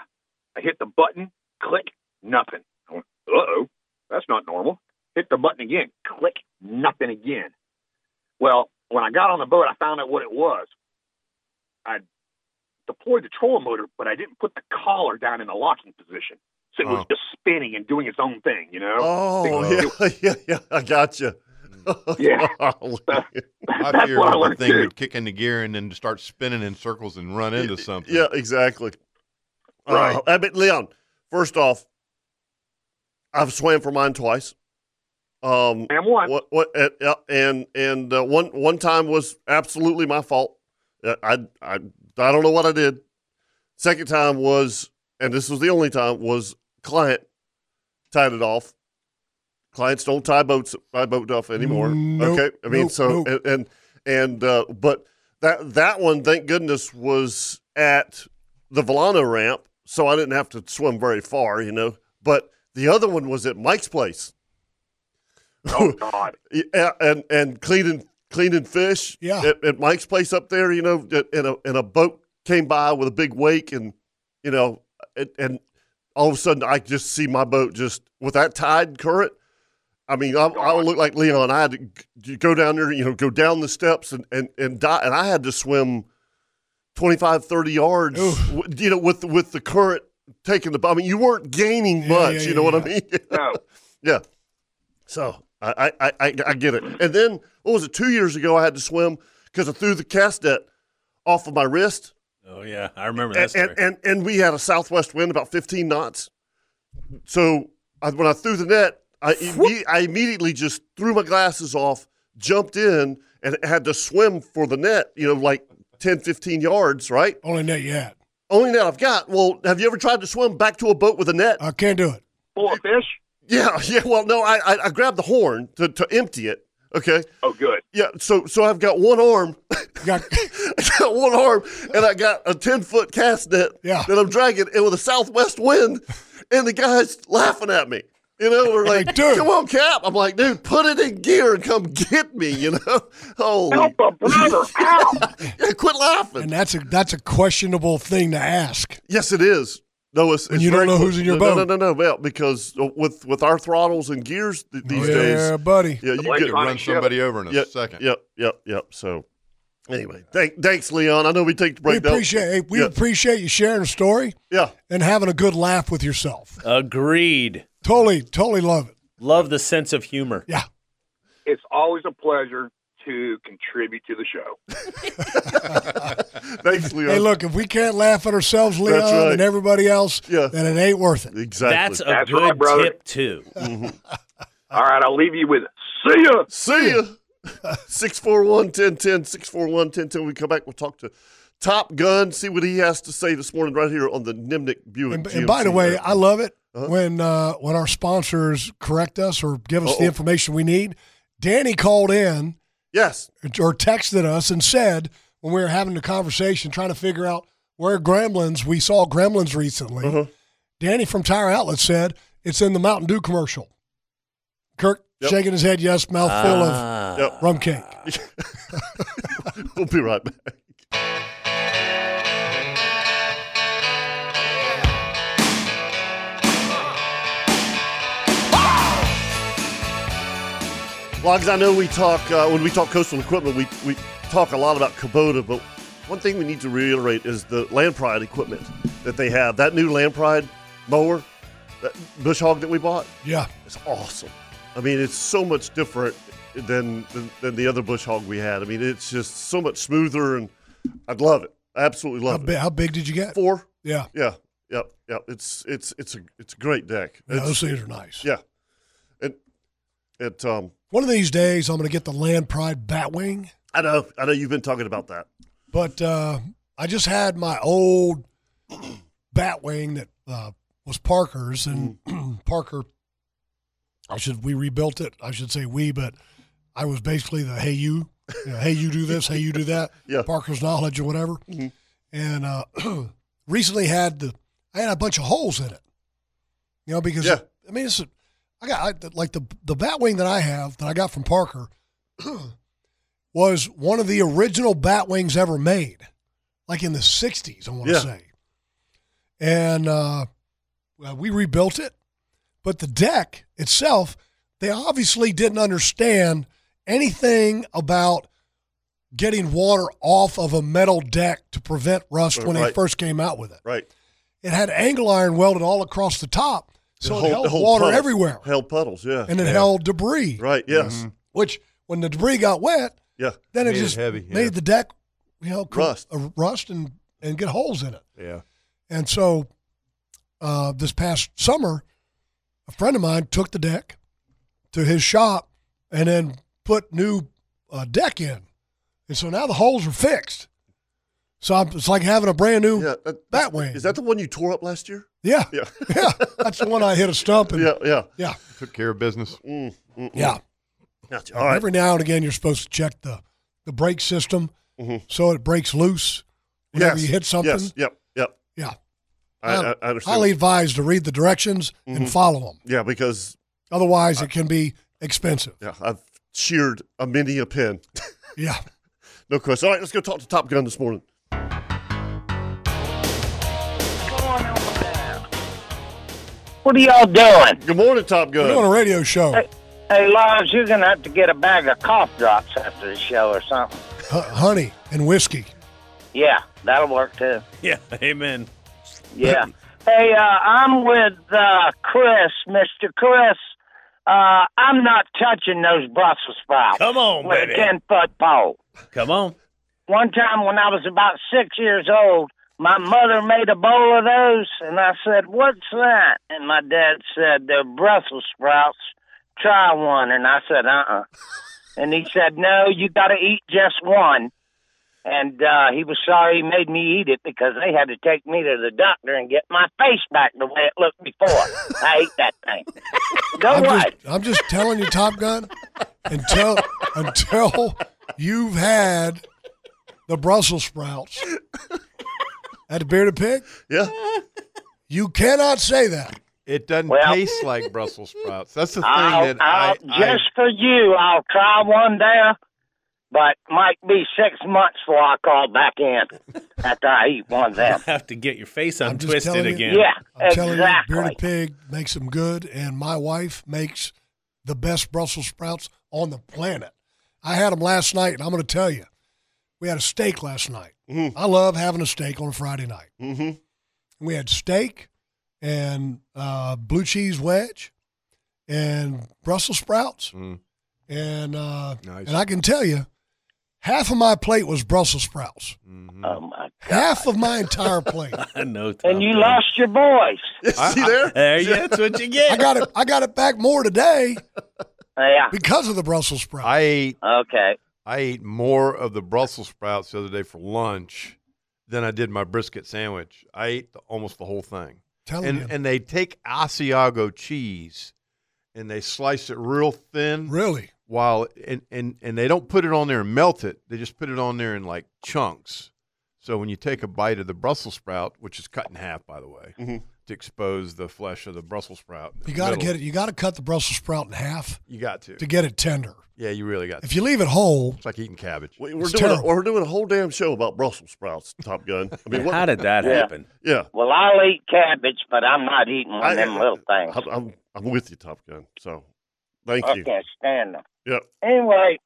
[SPEAKER 7] I hit the button, click, nothing. I went, uh oh, that's not normal. Hit the button again, click, nothing again. Well, when I got on the boat, I found out what it was. I deployed the trolling motor, but I didn't put the collar down in the locking position. So it was
[SPEAKER 4] Oh.
[SPEAKER 7] just spinning and doing its own thing, you know?
[SPEAKER 1] Oh,
[SPEAKER 7] Think-
[SPEAKER 1] yeah, yeah, yeah. I gotcha.
[SPEAKER 7] Yeah.
[SPEAKER 1] Golly.
[SPEAKER 4] I
[SPEAKER 7] That's
[SPEAKER 4] fear
[SPEAKER 7] what I
[SPEAKER 4] when the
[SPEAKER 7] learned
[SPEAKER 4] thing
[SPEAKER 7] too.
[SPEAKER 4] would kick into gear and then start spinning in circles and run into something.
[SPEAKER 1] yeah, exactly.
[SPEAKER 7] Right.
[SPEAKER 1] Uh, I mean, Leon, first off, I've swam for mine twice. Um,
[SPEAKER 7] And one.
[SPEAKER 1] what, what, uh, yeah, and and uh, one one time was absolutely my fault. Uh, I, I I don't know what I did. Second time was, and this was the only time was client tied it off. Clients don't tie boats tie boat off anymore.
[SPEAKER 3] Nope,
[SPEAKER 1] okay, I mean
[SPEAKER 3] nope,
[SPEAKER 1] so
[SPEAKER 3] nope.
[SPEAKER 1] and and, and uh, but that that one, thank goodness, was at the Volano ramp, so I didn't have to swim very far, you know. But the other one was at Mike's place.
[SPEAKER 7] Oh, God.
[SPEAKER 1] Yeah, and and cleaning cleaning fish.
[SPEAKER 3] Yeah.
[SPEAKER 1] at, at Mike's place up there, you know, that- and a and a boat came by with a big wake, and you know, and, and all of a sudden I just see my boat just with that tide current. I mean, I, I look like Leon. I had to g- go down there, you know, go down the steps and and and die, and I had to swim 25, 30 yards,
[SPEAKER 3] Oof.
[SPEAKER 1] w- you know, with with the current taking the. I mean, you weren't gaining
[SPEAKER 3] Yeah,
[SPEAKER 1] much.
[SPEAKER 3] yeah,
[SPEAKER 1] you know
[SPEAKER 3] yeah,
[SPEAKER 1] what I mean?
[SPEAKER 7] No.
[SPEAKER 1] Yeah. So I, I, I, I get it. And then what was it? Two years ago, I had to swim because I threw the cast net off of my wrist,
[SPEAKER 5] Oh yeah, I remember that
[SPEAKER 1] and,
[SPEAKER 5] story.
[SPEAKER 1] and, and and we had a southwest wind about 15 knots. So I, when I threw the net, I imme- I immediately just threw my glasses off, jumped in, and had to swim for the net. You know, like 10, 15 yards, right?
[SPEAKER 3] Only net you had.
[SPEAKER 1] Only net I've got. Well, have you ever tried to swim back to a boat with a net?
[SPEAKER 3] I can't do it.
[SPEAKER 7] Full of fish?
[SPEAKER 1] Yeah, yeah. Well, no, I I, I grabbed the horn to, to empty it. Okay.
[SPEAKER 7] Oh, good.
[SPEAKER 1] Yeah. So so I've got one arm,
[SPEAKER 3] Got,
[SPEAKER 1] I got one arm, and I got a ten foot cast net
[SPEAKER 3] Yeah.
[SPEAKER 1] that I'm dragging, and with a southwest wind, and the guys laughing at me. You know, we're
[SPEAKER 3] Like,
[SPEAKER 1] like,
[SPEAKER 3] dude.
[SPEAKER 1] "Come on, Cap!" I'm like, "Dude, put it in gear and come get me." You know, oh,
[SPEAKER 7] Help a brother out.
[SPEAKER 1] quit laughing.
[SPEAKER 3] and that's a that's a questionable thing to ask.
[SPEAKER 1] Yes, it is. No, it's,
[SPEAKER 3] When
[SPEAKER 1] it's
[SPEAKER 3] you don't
[SPEAKER 1] very
[SPEAKER 3] know
[SPEAKER 1] close.
[SPEAKER 3] who's in your
[SPEAKER 1] no,
[SPEAKER 3] boat.
[SPEAKER 1] No, no, no, well, because uh, with with our throttles and gears th- these
[SPEAKER 3] Oh, yeah,
[SPEAKER 1] days,
[SPEAKER 3] buddy.
[SPEAKER 1] yeah, you
[SPEAKER 7] Like
[SPEAKER 1] get
[SPEAKER 4] Could
[SPEAKER 7] Electronic
[SPEAKER 4] run
[SPEAKER 7] ship.
[SPEAKER 4] somebody over in a
[SPEAKER 1] Yep,
[SPEAKER 4] second.
[SPEAKER 1] Yep, yep, yep. So, anyway, thank, thanks, Leon. I know we take the
[SPEAKER 3] We
[SPEAKER 1] break. now.
[SPEAKER 3] appreciate hey, we
[SPEAKER 1] Yeah.
[SPEAKER 3] appreciate you sharing a story
[SPEAKER 1] Yeah,
[SPEAKER 3] and having a good laugh with yourself.
[SPEAKER 5] Agreed.
[SPEAKER 3] Totally, totally love it.
[SPEAKER 5] Love the sense of humor.
[SPEAKER 3] Yeah.
[SPEAKER 7] It's always a pleasure to contribute to the show.
[SPEAKER 1] thanks, Leon.
[SPEAKER 3] Hey, look, if we can't laugh at ourselves, Leon,
[SPEAKER 1] right.
[SPEAKER 3] and everybody else,
[SPEAKER 1] Yeah.
[SPEAKER 3] then it ain't worth it.
[SPEAKER 1] exactly.
[SPEAKER 5] That's a
[SPEAKER 7] That's
[SPEAKER 5] good
[SPEAKER 7] right, brother. Mm-hmm.
[SPEAKER 5] tip too.
[SPEAKER 7] All right, I'll leave you with see ya.
[SPEAKER 1] See ya. 641 1010, 641 1010. We come back, we'll talk to Top Gun, see what he has to say this morning right here on the Nimnik Buick.
[SPEAKER 3] And, and by the
[SPEAKER 1] GMC
[SPEAKER 3] way,
[SPEAKER 1] app.
[SPEAKER 3] I love it
[SPEAKER 1] Uh-huh.
[SPEAKER 3] when uh, when our sponsors correct us or give us
[SPEAKER 1] Uh-oh.
[SPEAKER 3] the information we need. Danny called in
[SPEAKER 1] yes,
[SPEAKER 3] or texted us and said when we were having the conversation trying to figure out where gremlins we saw gremlins recently.
[SPEAKER 1] Uh-huh.
[SPEAKER 3] Danny from Tire Outlet said it's in the Mountain Dew commercial. Kirk
[SPEAKER 1] Yep.
[SPEAKER 3] shaking his head, yes, mouthful
[SPEAKER 5] Ah.
[SPEAKER 1] Yep.
[SPEAKER 3] of rum cake.
[SPEAKER 1] we'll be right back. Well, because I know we talk uh, when we talk coastal equipment, we we talk a lot about Kubota, but one thing we need to reiterate is the Land Pride equipment that they have. That new Land Pride mower, that bush hog that we bought,
[SPEAKER 3] Yeah.
[SPEAKER 1] it's awesome. I mean, it's so much different than than, than the other bush hog we had. I mean, it's just so much smoother, and I love it. I absolutely
[SPEAKER 3] How,
[SPEAKER 1] love
[SPEAKER 3] bi-
[SPEAKER 1] it.
[SPEAKER 3] how big did you get?
[SPEAKER 1] Four,
[SPEAKER 3] Yeah.
[SPEAKER 1] yeah, yep, yep. It's it's it's a it's a great deck.
[SPEAKER 3] Yeah,
[SPEAKER 1] It's-
[SPEAKER 3] those things are nice.
[SPEAKER 1] yeah, it it um.
[SPEAKER 3] One of these days, I'm going to get the Land Pride Batwing.
[SPEAKER 1] I know, I know. You've been talking about that.
[SPEAKER 3] But uh, I just had my old Batwing that uh, was Parker's, and
[SPEAKER 1] Mm.
[SPEAKER 3] Parker. I should we rebuilt it. I should say we, but I was basically the hey you, you know, hey you do this, hey you do that.
[SPEAKER 1] Yeah.
[SPEAKER 3] Parker's knowledge or whatever.
[SPEAKER 1] Mhm.
[SPEAKER 3] And uh, recently had the I had a bunch of holes in it. You know because
[SPEAKER 1] Yeah.
[SPEAKER 3] I mean it's a, I got I, like the the Batwing that I have that I got from Parker was one of the original Batwings ever made, like in the 60s, I want to
[SPEAKER 1] Yeah.
[SPEAKER 3] say. And uh, well, we rebuilt it, but the deck itself, they obviously didn't understand anything about getting water off of a metal deck to prevent rust when they
[SPEAKER 1] Right.
[SPEAKER 3] first came out with it.
[SPEAKER 1] Right.
[SPEAKER 3] It had angle iron welded all across the top,
[SPEAKER 1] The
[SPEAKER 3] so it
[SPEAKER 1] whole-
[SPEAKER 3] held
[SPEAKER 1] the whole
[SPEAKER 3] water
[SPEAKER 1] puddles.
[SPEAKER 3] everywhere,
[SPEAKER 1] Held puddles. Yeah.
[SPEAKER 3] and it held debris,
[SPEAKER 1] right. Yes.
[SPEAKER 3] which when the debris got wet,
[SPEAKER 1] Yeah.
[SPEAKER 3] then it
[SPEAKER 4] Mm-hmm. Made it
[SPEAKER 3] just
[SPEAKER 4] heavy, yeah.
[SPEAKER 3] made the deck, you know, cr-
[SPEAKER 1] Rust.
[SPEAKER 3] uh, rust and and get holes in it.
[SPEAKER 4] Yeah.
[SPEAKER 3] And so, uh, this past summer, a friend of mine took the deck to his shop and then put new uh, deck in, and so now the holes are fixed. So I'm, it's like having a brand new.
[SPEAKER 1] Yeah. uh,
[SPEAKER 3] That way.
[SPEAKER 1] Is that the one you tore up last year?
[SPEAKER 3] Yeah,
[SPEAKER 1] Yeah.
[SPEAKER 3] yeah. That's the one I hit a stump and yeah,
[SPEAKER 1] Yeah. Yeah. Mm,
[SPEAKER 3] yeah.
[SPEAKER 4] Took care of business.
[SPEAKER 1] Gotcha. All right.
[SPEAKER 3] Every now and again, you're supposed to check the the brake system
[SPEAKER 1] Mhm.
[SPEAKER 3] so it breaks loose whenever
[SPEAKER 1] yes.
[SPEAKER 3] you hit something.
[SPEAKER 1] Yes. Yep. Yep.
[SPEAKER 3] Yeah.
[SPEAKER 1] I,
[SPEAKER 3] Um,
[SPEAKER 1] I, I understand.
[SPEAKER 3] highly advised to read the directions
[SPEAKER 1] Mm-hmm.
[SPEAKER 3] and follow them.
[SPEAKER 1] yeah, because
[SPEAKER 3] Otherwise, it can be expensive.
[SPEAKER 1] yeah, I've sheared a mini a pin.
[SPEAKER 3] Yeah.
[SPEAKER 1] No question. All right, let's go talk to Top Gun this morning.
[SPEAKER 8] What are y'all doing?
[SPEAKER 1] Good morning, Top Gun.
[SPEAKER 3] We're doing a radio show. H-
[SPEAKER 8] Hey, Lars, you're going to have to get a bag of cough drops after the show or something.
[SPEAKER 3] honey and whiskey.
[SPEAKER 8] Yeah, that'll work too.
[SPEAKER 5] Yeah, amen.
[SPEAKER 8] Yeah. hey, uh, I'm with uh, Chris, Mr. Chris. Uh, I'm not touching those Brussels sprouts
[SPEAKER 5] Come on,
[SPEAKER 8] with a
[SPEAKER 5] baby.
[SPEAKER 8] 10 foot pole.
[SPEAKER 5] Come on.
[SPEAKER 8] One time when I was about six years old, my mother made a bowl of those, and I said, What's that? And my dad said, They're Brussels sprouts. Try one. And I said, Uh uh And he said, No, you got to eat just one. And uh, he was sorry he made me eat it because they had to take me to the doctor and get my face back the way it looked before. I ate that thing. Go
[SPEAKER 3] I'm
[SPEAKER 8] what?
[SPEAKER 3] just, I'm just telling you, Top Gun, until until you've had the Brussels sprouts at the Bearded Pig,
[SPEAKER 1] Yeah.
[SPEAKER 3] you cannot say that.
[SPEAKER 4] It doesn't
[SPEAKER 8] Well-
[SPEAKER 4] taste like Brussels sprouts. That's the thing
[SPEAKER 8] I'll,
[SPEAKER 4] that
[SPEAKER 8] I'll,
[SPEAKER 4] I, I-
[SPEAKER 8] just for you, I'll try one there, but might be six months before I call back in after I eat one of them.
[SPEAKER 5] Have to get your face
[SPEAKER 3] I'm just
[SPEAKER 5] untwisted
[SPEAKER 3] telling you.
[SPEAKER 5] again.
[SPEAKER 8] Yeah,
[SPEAKER 3] I'm
[SPEAKER 8] exactly.
[SPEAKER 3] telling you, Bearded Pig makes them good, and my wife makes the best Brussels sprouts on the planet. I had them last night, and I'm going to tell you, we had a steak last night. I love having a steak on a Friday night.
[SPEAKER 1] Mm-hmm.
[SPEAKER 3] We had steak and uh, blue cheese wedge and Brussels sprouts,
[SPEAKER 4] Mm.
[SPEAKER 3] and uh,
[SPEAKER 4] Nice.
[SPEAKER 3] and I can tell you, half of my plate was Brussels sprouts.
[SPEAKER 4] Mhm.
[SPEAKER 1] Um,
[SPEAKER 8] Oh my!
[SPEAKER 3] Half of my entire plate.
[SPEAKER 5] I know. Tom
[SPEAKER 8] And you
[SPEAKER 5] Gunn.
[SPEAKER 8] lost your voice.
[SPEAKER 1] See there?
[SPEAKER 5] There you. That's what you
[SPEAKER 3] I
[SPEAKER 5] get.
[SPEAKER 3] got it. I got it back more today
[SPEAKER 8] Yeah.
[SPEAKER 3] because of the Brussels sprout.
[SPEAKER 4] I ate
[SPEAKER 8] Okay.
[SPEAKER 4] I ate more of the Brussels sprouts the other day for lunch than I did my brisket sandwich. I ate the, almost the whole thing.
[SPEAKER 3] Tell
[SPEAKER 4] And
[SPEAKER 3] you,
[SPEAKER 4] and they take Asiago cheese and they slice it real thin
[SPEAKER 3] really,
[SPEAKER 4] while and, and and they don't put it on there and melt it. They just put it on there in like chunks. So when you take a bite of the Brussels sprout, which is cut in half by the way,
[SPEAKER 1] Mhm.
[SPEAKER 4] to expose the flesh of the Brussels sprout. in the
[SPEAKER 3] Mm-hmm. you got to
[SPEAKER 4] middle,
[SPEAKER 3] get it. You got to cut the Brussels sprout in half
[SPEAKER 4] You got to.
[SPEAKER 3] to get it tender.
[SPEAKER 4] Yeah, you really got to.
[SPEAKER 3] If you leave it whole,
[SPEAKER 4] It's like eating cabbage.
[SPEAKER 1] We, we're
[SPEAKER 3] It's
[SPEAKER 1] doing a,
[SPEAKER 3] terrible.
[SPEAKER 1] we're doing a whole damn show about Brussels sprouts, Top Gun. I mean,
[SPEAKER 5] How
[SPEAKER 1] what?
[SPEAKER 5] did that
[SPEAKER 8] Yeah.
[SPEAKER 5] happen?
[SPEAKER 1] Yeah.
[SPEAKER 8] Well, I'll eat cabbage, but I'm not eating one
[SPEAKER 1] I-
[SPEAKER 8] of them little things.
[SPEAKER 1] I'm, I'm I'm with you, Top Gun. So, thank
[SPEAKER 8] I
[SPEAKER 1] you.
[SPEAKER 8] can't stand them.
[SPEAKER 1] Yep.
[SPEAKER 8] Anyway,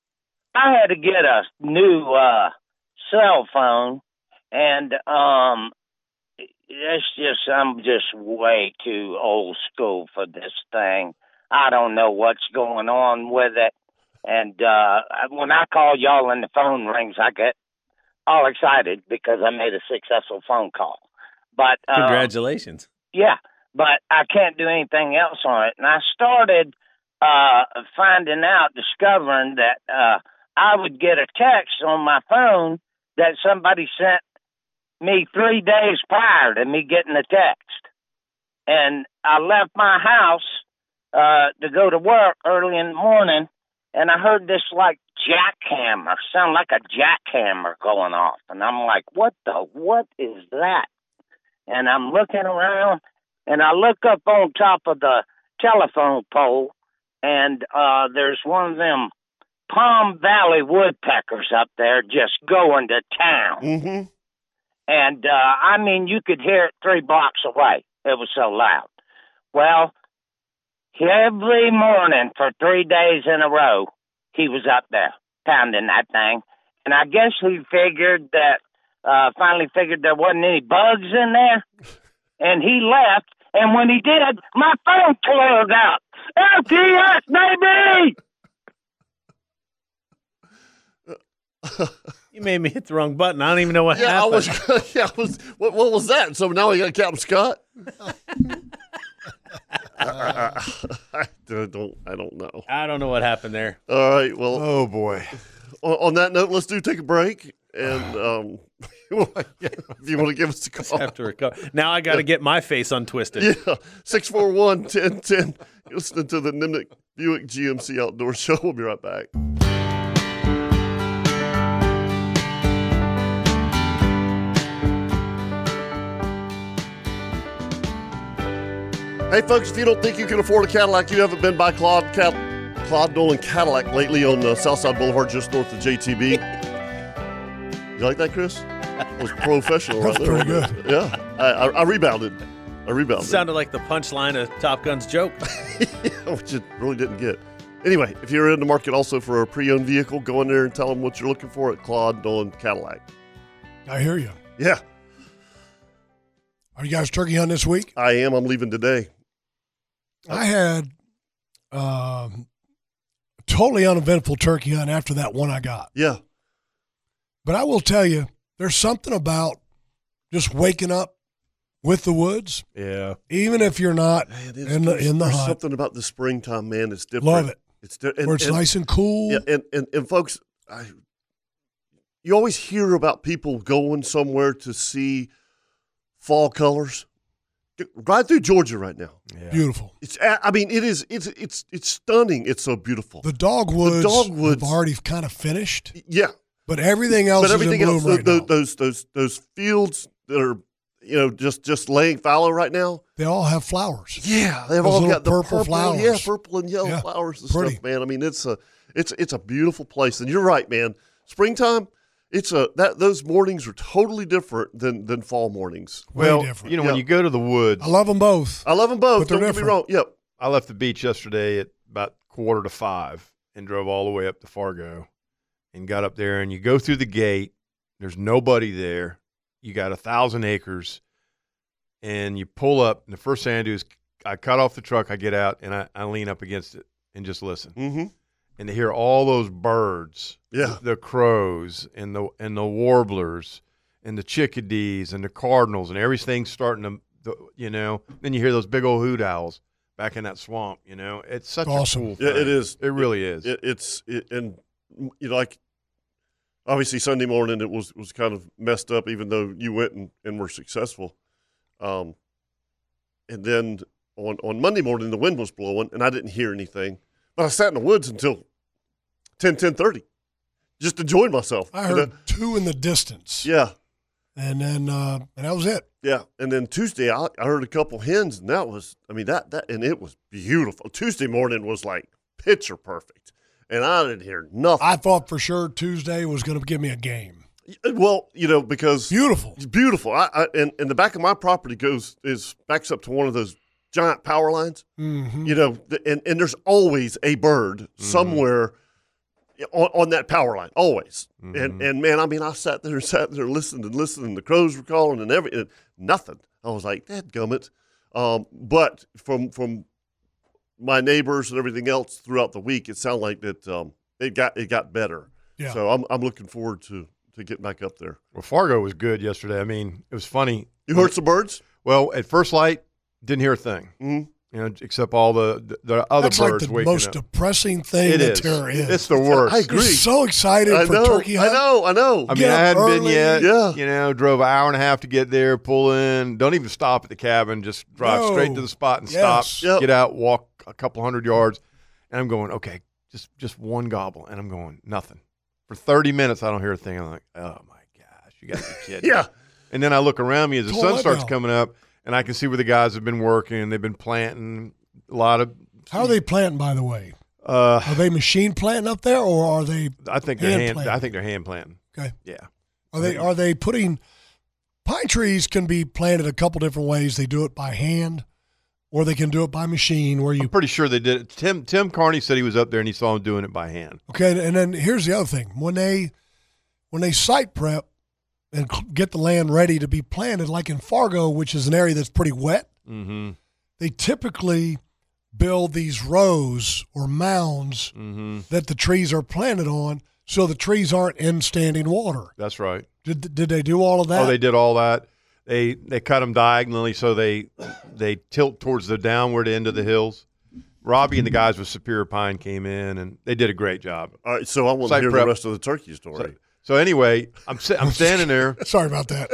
[SPEAKER 8] I had to get a new uh, cell phone, and um, it's just I'm just way too old school for this thing. I don't know what's going on with it, and uh, when I call y'all and the phone rings, I get all excited because I made a successful phone call. But uh,
[SPEAKER 5] Congratulations.
[SPEAKER 8] yeah, but I can't do anything else on it. And I started uh, finding out, discovering that uh, I would get a text on my phone that somebody sent me three days prior to me getting the text. And I left my house uh, to go to work early in the morning, and I heard this like jackhammer, sound like a jackhammer going off. And I'm like, what the, what is that? and I'm looking around and I look up on top of the telephone pole and uh there's one of them Palm Valley woodpeckers up there just going to town.
[SPEAKER 1] Mm-hmm.
[SPEAKER 8] And uh I mean you could hear it three blocks away. It was so loud. Well, every morning for three days in a row, he was up there pounding that thing. And I guess he figured that uh finally figured there wasn't any bugs in there and he left and when he did my phone closed out. LTS baby
[SPEAKER 5] You made me hit the wrong button. I don't even know what
[SPEAKER 1] Yeah, I
[SPEAKER 5] happened.
[SPEAKER 1] was. Yeah, I was. What, what was that? So now we got Captain Scott.
[SPEAKER 3] Uh.
[SPEAKER 1] I don't. don't- I don't know.
[SPEAKER 5] I don't know what happened there.
[SPEAKER 1] All right. Well,
[SPEAKER 4] Oh boy.
[SPEAKER 1] on, on that note, let's do take a break, and um, if you want to give us a call,
[SPEAKER 5] Have to recover. Now I got to get my face untwisted.
[SPEAKER 1] Yeah, 641 1010. You're listening to the Nimnik Buick GMC Outdoor Show. We'll be right back. Hey, folks, if you don't think you can afford a Cadillac, you haven't been by Claude, Cat- Claude Dolan Cadillac lately on uh, Southside Boulevard, just north of JTB. you like that, Chris? That was professional right
[SPEAKER 3] That's
[SPEAKER 1] there.
[SPEAKER 3] pretty
[SPEAKER 1] wasn't it? Yeah, I, I, I rebounded. I rebounded
[SPEAKER 5] Sounded like the punchline of Top Gun's joke.
[SPEAKER 1] Oh, which it really didn't get. Anyway, if you're in the market also for a pre-owned vehicle, go in there and tell them what you're looking for at Claude Dolan Cadillac.
[SPEAKER 3] I hear you.
[SPEAKER 1] Yeah,
[SPEAKER 3] Are you guys turkey hunting this week?
[SPEAKER 1] I am. I'm leaving today.
[SPEAKER 3] I had um, totally uneventful turkey hunt after that one I got.
[SPEAKER 1] Yeah,
[SPEAKER 3] But I will tell you, there's something about just waking up with the woods,
[SPEAKER 4] Yeah.
[SPEAKER 3] even if you're not
[SPEAKER 1] Man, it's-
[SPEAKER 3] in the
[SPEAKER 1] there's-
[SPEAKER 3] in the
[SPEAKER 1] there's
[SPEAKER 3] hunt,
[SPEAKER 1] something about the springtime, man. It's different.
[SPEAKER 3] Love it.
[SPEAKER 1] It's di- and,
[SPEAKER 3] where it's
[SPEAKER 1] and-
[SPEAKER 3] nice and cool.
[SPEAKER 1] Yeah, and and, and folks, I, you always hear about people going somewhere to see fall colors. Right through Georgia right now.
[SPEAKER 4] Yeah.
[SPEAKER 3] Beautiful.
[SPEAKER 1] It's a- I mean it is it's it's it's stunning. It's so beautiful.
[SPEAKER 3] The dogwoods,
[SPEAKER 1] dogwoods.
[SPEAKER 3] have already kind of finished,
[SPEAKER 1] yeah,
[SPEAKER 3] but everything else
[SPEAKER 1] but everything
[SPEAKER 3] is in
[SPEAKER 1] else,
[SPEAKER 3] bloom
[SPEAKER 1] tho- tho-
[SPEAKER 3] right now.
[SPEAKER 1] those those those fields that are you know just just laying fallow right now.
[SPEAKER 3] they all have flowers.
[SPEAKER 1] Yeah, they've
[SPEAKER 3] Those
[SPEAKER 1] all
[SPEAKER 3] little
[SPEAKER 1] got the
[SPEAKER 3] purple flowers.
[SPEAKER 1] yeah, purple and yellow
[SPEAKER 3] Yeah,
[SPEAKER 1] flowers and
[SPEAKER 3] pretty.
[SPEAKER 1] stuff, man. I mean, it's a it's it's a beautiful place, and you're right, man. Springtime, it's a that those mornings are totally different than than fall mornings.
[SPEAKER 4] Well,
[SPEAKER 3] Way different.
[SPEAKER 4] you know,
[SPEAKER 1] Yeah.
[SPEAKER 4] when you go to the woods,
[SPEAKER 3] I love them both.
[SPEAKER 1] I love them
[SPEAKER 3] But
[SPEAKER 1] both.
[SPEAKER 3] they're
[SPEAKER 1] Don't get me
[SPEAKER 3] different.
[SPEAKER 1] wrong. Yep.
[SPEAKER 4] I left the beach yesterday at about quarter to five and drove all the way up to Fargo and got up there and you go through the gate. There's nobody there. You got a thousand acres and you pull up and the first thing I do is I cut off the truck, I get out and I, I lean up against it and just listen.
[SPEAKER 1] Mm-hmm.
[SPEAKER 4] And to hear all those birds
[SPEAKER 1] Yeah.
[SPEAKER 4] the crows and the and the warblers and the chickadees and the cardinals and everything's starting to the, you know then you hear those big old hoot owls back in that swamp you know it's such
[SPEAKER 3] Awesome.
[SPEAKER 4] a cool
[SPEAKER 1] Yeah,
[SPEAKER 4] thing.
[SPEAKER 1] it is.
[SPEAKER 4] it really is
[SPEAKER 1] It, it's it, and you know, like obviously Sunday morning it was was kind of messed up, even though you went and, and were successful. Um, and then on on Monday morning the wind was blowing and I didn't hear anything, but I sat in the woods until 10, 10.30, just enjoying myself.
[SPEAKER 3] I
[SPEAKER 1] you
[SPEAKER 3] heard
[SPEAKER 1] know?
[SPEAKER 3] two in the distance,
[SPEAKER 1] yeah,
[SPEAKER 3] and then uh, and that was it.
[SPEAKER 1] yeah. And then Tuesday I, I heard a couple hens and that was I mean that that and it was beautiful. Tuesday morning was like picture perfect, and I didn't hear nothing.
[SPEAKER 3] I thought for sure Tuesday was going to give me a game.
[SPEAKER 1] uh, well, you know because
[SPEAKER 3] Beautiful.
[SPEAKER 1] It's beautiful. I, I and, and the back of my property goes is backs up to one of those giant power lines.
[SPEAKER 3] hmm
[SPEAKER 1] You know, th- and and there's always a bird somewhere on, on that power line always. And and man, I mean, I sat there and sat there and listened and listened, and the crows were calling and everything, nothing. I was like, that gummit. Um, but from from my neighbors and everything else throughout the week, it sounded like that um, it got it got better.
[SPEAKER 4] Yeah.
[SPEAKER 1] So I'm I'm looking forward to to getting back up there.
[SPEAKER 4] Well, Fargo was good yesterday. I mean, it was funny.
[SPEAKER 1] You heard some birds?
[SPEAKER 4] Well, at first light, didn't hear a thing.
[SPEAKER 1] Mm-hmm.
[SPEAKER 4] You know, except all the the, Oh, the other
[SPEAKER 3] That's like
[SPEAKER 4] birds
[SPEAKER 3] the
[SPEAKER 4] waking
[SPEAKER 3] most
[SPEAKER 4] up.
[SPEAKER 3] depressing thing
[SPEAKER 4] It
[SPEAKER 3] that
[SPEAKER 4] is.
[SPEAKER 3] there is.
[SPEAKER 4] It's the worst. I agree.
[SPEAKER 3] You're so excited
[SPEAKER 4] I
[SPEAKER 3] for
[SPEAKER 4] know,
[SPEAKER 3] turkey
[SPEAKER 1] I
[SPEAKER 3] hunt.
[SPEAKER 1] know, I know.
[SPEAKER 4] I mean, I hadn't been yet. You know, drove an hour and a half to get there, pull in, don't even stop at the cabin, just drive
[SPEAKER 1] No.
[SPEAKER 4] straight to the spot and
[SPEAKER 1] Yes.
[SPEAKER 4] stop,
[SPEAKER 1] Yep.
[SPEAKER 4] get out, walk a couple hundred yards. And I'm going, okay, just just one gobble. And I'm going, nothing. For 30 minutes, I don't hear a thing. I'm like, oh my gosh, you got to be kidding.
[SPEAKER 1] Yeah.
[SPEAKER 4] And then I look around me as the
[SPEAKER 1] Total
[SPEAKER 4] sun starts
[SPEAKER 1] letdown.
[SPEAKER 4] coming up, and I can see where the guys have been working. They've been planting a lot of.
[SPEAKER 3] How are they planting, by the way?
[SPEAKER 4] Uh,
[SPEAKER 3] Are they machine planting up there, or are they?
[SPEAKER 4] I think they're
[SPEAKER 3] hand
[SPEAKER 4] hand.
[SPEAKER 3] planting?
[SPEAKER 4] I think they're hand planting.
[SPEAKER 3] Okay.
[SPEAKER 4] Yeah.
[SPEAKER 3] Are they are they putting pine trees can be planted a couple different ways. They do it by hand, or they can do it by machine. Where you
[SPEAKER 4] Pretty sure they did it. Tim Tim Carney said he was up there and he saw him doing it by hand.
[SPEAKER 3] okay? And then here's the other thing: when they when they site prep and cl- get the land ready to be planted, like in Fargo, which is an area that's pretty wet,
[SPEAKER 4] Mm-hmm.
[SPEAKER 3] they typically build these rows or mounds
[SPEAKER 4] Mm-hmm.
[SPEAKER 3] that the trees are planted on, so the trees aren't in standing water.
[SPEAKER 4] That's right.
[SPEAKER 3] Did did they do all of that?
[SPEAKER 4] Oh, they did all that. They they cut them diagonally so they they tilt towards the downward end of the hills. Robbie and the guys with Superior Pine came in and they did a great job.
[SPEAKER 1] All right, so I want to
[SPEAKER 4] Site
[SPEAKER 1] hear
[SPEAKER 4] prep.
[SPEAKER 1] the rest of the turkey story.
[SPEAKER 4] So anyway, I'm si- I'm standing there.
[SPEAKER 3] Sorry about that.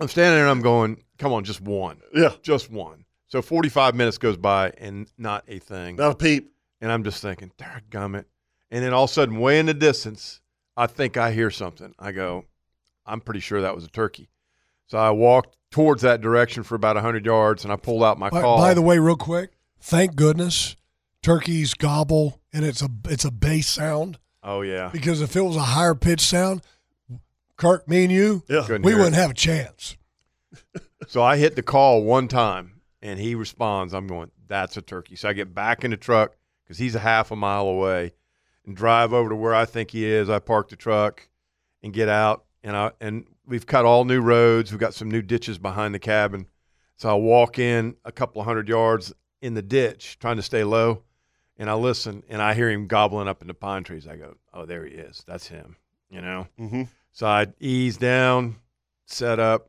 [SPEAKER 4] I'm standing there and I'm going, come on, just one.
[SPEAKER 1] Yeah.
[SPEAKER 4] Just one. So 45 minutes goes by and not a thing.
[SPEAKER 1] Not a peep.
[SPEAKER 4] And I'm just thinking, darn gummit. And then all of a sudden, way in the distance, I think I hear something. I go, I'm pretty sure that was a turkey. So I walked towards that direction for about 100 yards and I pulled out my
[SPEAKER 3] By,
[SPEAKER 4] call.
[SPEAKER 3] by the way, real quick, thank goodness turkeys gobble and it's a it's a bass sound
[SPEAKER 4] oh, yeah.
[SPEAKER 3] because if it was a higher pitched sound, Kirk, me and you,
[SPEAKER 4] Yeah. Couldn't
[SPEAKER 3] we
[SPEAKER 4] hear
[SPEAKER 3] wouldn't
[SPEAKER 4] it.
[SPEAKER 3] have a chance.
[SPEAKER 4] So I hit the call one time and he responds. I'm going, that's a turkey. So I get back in the truck because he's a half a mile away and drive over to where I think he is. I park the truck and get out. And I and we've cut all new roads. We've got some new ditches behind the cabin. So I walk in a couple of hundred yards in the ditch, trying to stay low. And I listen and I hear him gobbling up in the pine trees. I go, oh, there he is. That's him, you know?
[SPEAKER 1] Mhm.
[SPEAKER 4] So I ease down, set up,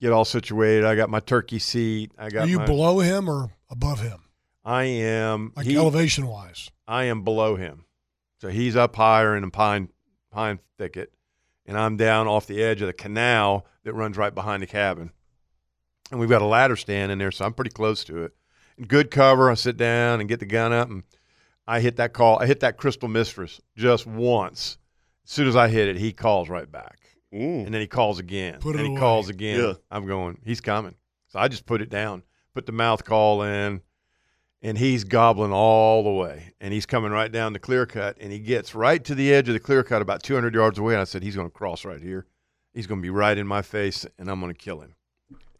[SPEAKER 4] get all situated. I got my turkey seat. I got
[SPEAKER 3] Are you
[SPEAKER 4] my-
[SPEAKER 3] below him or above him?
[SPEAKER 4] I am
[SPEAKER 3] Like elevation wise.
[SPEAKER 4] I am below him, so he's up higher in a pine pine thicket, and I'm down off the edge of the canal that runs right behind the cabin. And we've got a ladder stand in there, so I'm pretty close to it. Good cover. I sit down and get the gun up, and I hit that call. I hit that crystal mistress just once. As soon as I hit it, he calls right back, and then he calls again,
[SPEAKER 1] Put it
[SPEAKER 4] and he
[SPEAKER 1] away.
[SPEAKER 4] calls again.
[SPEAKER 1] Yeah.
[SPEAKER 4] I'm going. He's coming. So I just put it down, put the mouth call in, and he's gobbling all the way, and he's coming right down the clear cut, and he gets right to the edge of the clear cut, about 200 yards away. And I said, he's going to cross right here. He's going to be right in my face, and I'm going to kill him.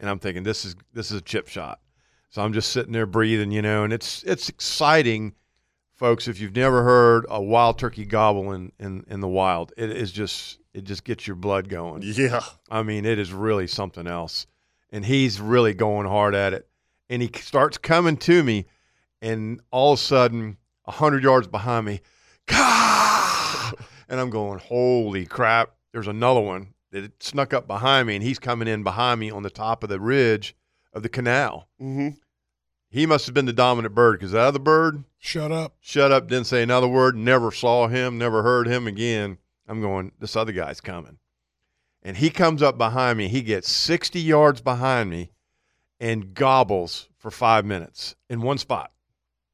[SPEAKER 4] And I'm thinking, this is this is a chip shot. So I'm just sitting there breathing, you know, and it's it's exciting, folks. If you've never heard a wild turkey gobble in in, in the wild, it is just it just gets your blood going.
[SPEAKER 1] Yeah.
[SPEAKER 4] I mean, it is really something else. And he's really going hard at it. And he starts coming to me, and all of a sudden, 100 yards behind me, "Caw!" and I'm going, holy crap, there's another one that snuck up behind me, and he's coming in behind me on the top of the ridge of the canal.
[SPEAKER 1] Mm-hmm.
[SPEAKER 4] He must have been the dominant bird because that other bird
[SPEAKER 3] Shut up.
[SPEAKER 4] shut up, didn't say another word, never saw him, never heard him again. I'm going, this other guy's coming. And he comes up behind me. He gets 60 yards behind me and gobbles for five minutes in one spot.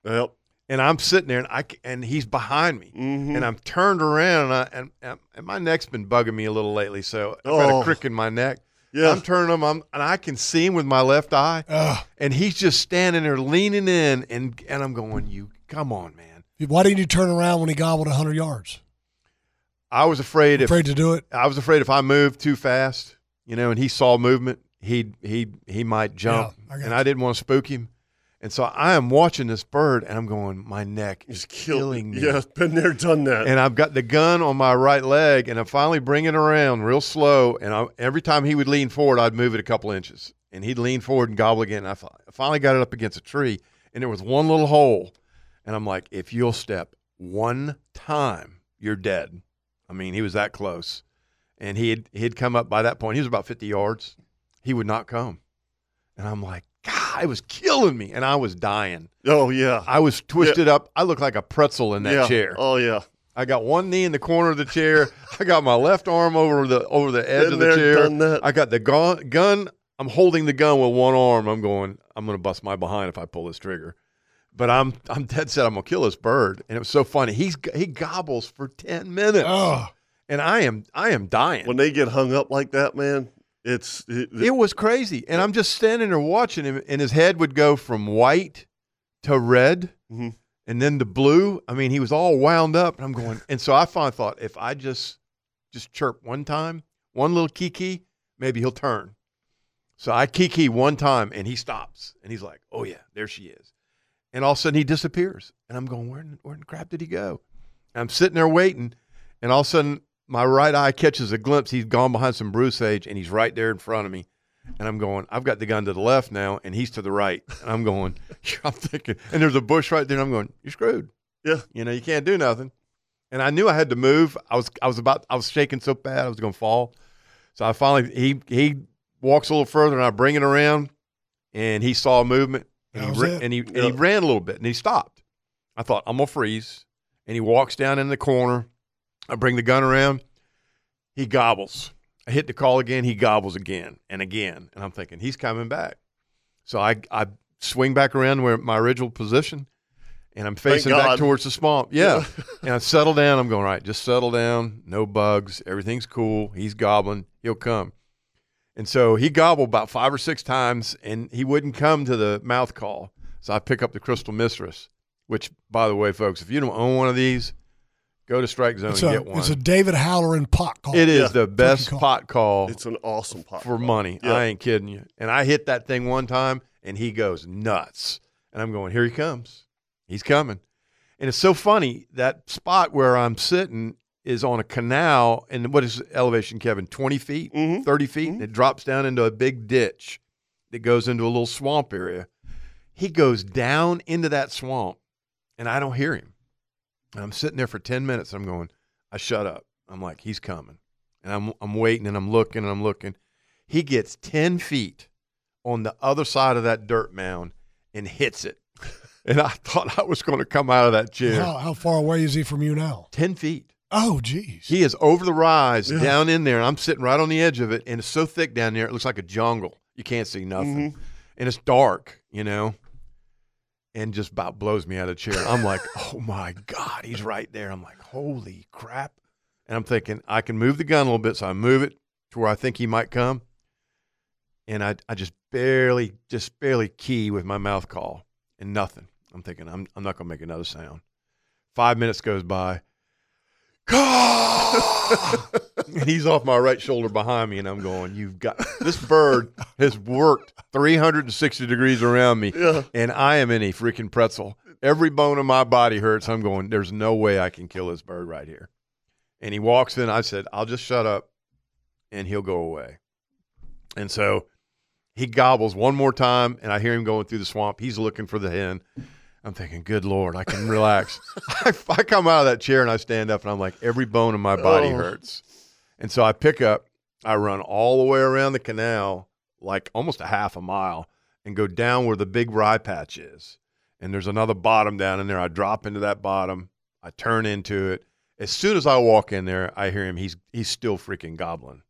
[SPEAKER 1] Yep.
[SPEAKER 4] And I'm sitting there and I c- and he's behind me.
[SPEAKER 1] Mm-hmm.
[SPEAKER 4] And I'm turned around and, I, and, and- and my neck's been bugging me a little lately. So I've got
[SPEAKER 1] Oh.
[SPEAKER 4] a crick in my neck.
[SPEAKER 1] Yeah.
[SPEAKER 4] I'm turning him I'm, and I can see him with my left eye.
[SPEAKER 3] Ugh.
[SPEAKER 4] And he's just standing there leaning in. And, and I'm going, you come on, man.
[SPEAKER 3] Why didn't you turn around when he gobbled 100 yards?
[SPEAKER 4] I was afraid if,
[SPEAKER 3] Afraid to do it?
[SPEAKER 4] I was afraid if I moved too fast, you know, and he saw movement, he he he might jump,
[SPEAKER 3] I got
[SPEAKER 4] and I didn't want to spook him. And so I am watching this bird and I'm going, my neck is killing me.
[SPEAKER 1] Yeah, been there, done that.
[SPEAKER 4] And I've got the gun on my right leg and I finally bring it around real slow. And I, every time he would lean forward, I'd move it a couple inches. And he'd lean forward and gobble again. And I, fi- I finally got it up against a tree and there was one little hole. And I'm like, if you'll step one time, you're dead. I mean, he was that close. And he had, he'd come up by that point. He was about 50 yards. He would not come. And I'm like, God, it was killing me. And I was dying.
[SPEAKER 1] oh yeah,
[SPEAKER 4] I was twisted up. I looked like a pretzel in that
[SPEAKER 1] yeah.
[SPEAKER 4] chair.
[SPEAKER 1] Oh yeah,
[SPEAKER 4] I got one knee in the corner of the chair. I got my left arm over the over the edge
[SPEAKER 1] Been
[SPEAKER 4] of the
[SPEAKER 1] there,
[SPEAKER 4] chair.
[SPEAKER 1] done that.
[SPEAKER 4] I got the gun, gun. I'm holding the gun with one arm. I'm going. I'm going to bust my behind if I pull this trigger. But I'm I'm dead set. I'm going to kill this bird. And it was so funny. He's he gobbles for ten minutes,
[SPEAKER 3] Oh,
[SPEAKER 4] and I am I am dying.
[SPEAKER 1] when they get hung up like that, man, it's it,
[SPEAKER 4] it was crazy. And I'm just standing there watching him, and his head would go from white to red
[SPEAKER 1] Mhm.
[SPEAKER 4] and then the blue. I mean, he was all wound up. And I'm going, and so I finally thought, if I just just chirp one time, one little kiki, maybe he'll turn. So I kiki one time, and he stops, and he's like, "Oh yeah, there she is." And all of a sudden, he disappears, and I'm going, "Where in, where in the crap did he go?" And I'm sitting there waiting, and all of a sudden, my right eye catches a glimpse. He's gone behind some bruise sage, and he's right there in front of me. And I'm going, I've got the gun to the left now, and he's to the right. And I'm going, I'm thinking, and there's a bush right there. And I'm going, you're screwed.
[SPEAKER 1] Yeah.
[SPEAKER 4] You know, you can't do nothing. And I knew I had to move. I was, I was about, I was shaking so bad I was going to fall. So I finally, he, he walks a little further, and I bring it around, and he saw movement,
[SPEAKER 3] That
[SPEAKER 4] and
[SPEAKER 3] was
[SPEAKER 4] he, ra-
[SPEAKER 3] it.
[SPEAKER 4] and he, and
[SPEAKER 1] Yeah.
[SPEAKER 4] he ran a little bit, and he stopped. I thought, I'm gonna freeze. And he walks down in the corner. I bring the gun around. He gobbles. I hit the call again. He gobbles again and again. And I'm thinking, he's coming back. So I, I swing back around where my original position and I'm facing
[SPEAKER 1] God.
[SPEAKER 4] back towards the swamp. Yeah. and I settle down. I'm going, right, just settle down. No bugs. Everything's cool. He's gobbling. He'll come. And so he gobbled about five or six times and he wouldn't come to the mouth call. So I pick up the Crystal Mistress, which, by the way, folks, if you don't own one of these, go to Strike Zone
[SPEAKER 3] it's
[SPEAKER 4] and
[SPEAKER 3] a,
[SPEAKER 4] get one.
[SPEAKER 3] it's a David Halloran pot call.
[SPEAKER 4] It is
[SPEAKER 1] Yeah.
[SPEAKER 4] the best
[SPEAKER 3] call.
[SPEAKER 4] pot call
[SPEAKER 1] it's an awesome pot
[SPEAKER 4] for
[SPEAKER 1] call.
[SPEAKER 4] money.
[SPEAKER 1] Yeah.
[SPEAKER 4] I ain't kidding you. And I hit that thing one time and he goes nuts. And I'm going, here he comes. He's coming. And it's so funny that spot where I'm sitting is on a canal. And what is elevation, Kevin? 20 feet,
[SPEAKER 1] Mhm.
[SPEAKER 4] 30 feet. And it drops down into a big ditch that goes into a little swamp area. He goes down into that swamp and I don't hear him. And I'm sitting there for 10 minutes. And I'm going, I shut up. I'm like, he's coming. And I'm, I'm waiting and I'm looking and I'm looking. He gets 10 feet on the other side of that dirt mound and hits it. And I thought I was going to come out of that chair.
[SPEAKER 3] How, how far away is he from you now?
[SPEAKER 4] 10 feet.
[SPEAKER 3] Oh, geez.
[SPEAKER 4] He is over the rise,
[SPEAKER 1] Yeah.
[SPEAKER 4] down in there, and I'm sitting right on the edge of it, and it's so thick down there, it looks like a jungle. You can't see nothing, and it's dark, you know, and just about blows me out of the chair. I'm like, oh my god, he's right there. I'm like, holy crap, and I'm thinking I can move the gun a little bit, so I move it to where I think he might come, and I I just barely, just barely key with my mouth call, and nothing. I'm thinking I'm I'm not gonna make another sound. Five minutes goes by. and he's off my right shoulder behind me, and I'm going, You've got this bird has worked 360 degrees around me,
[SPEAKER 1] Yeah.
[SPEAKER 4] and I am in a freaking pretzel. Every bone in my body hurts. I'm going, There's no way I can kill this bird right here. And he walks in. I said, I'll just shut up and he'll go away. And so he gobbles one more time, and I hear him going through the swamp. He's looking for the hen. I'm thinking, good Lord, I can relax. I, I come out of that chair and I stand up, and I'm like, every bone in my body
[SPEAKER 1] Oh.
[SPEAKER 4] hurts. And so I pick up, I run all the way around the canal, like almost a half a mile, and go down where the big rye patch is. And there's another bottom down in there. I drop into that bottom, I turn into it. As soon as I walk in there, I hear him. He's he's still freaking gobbling.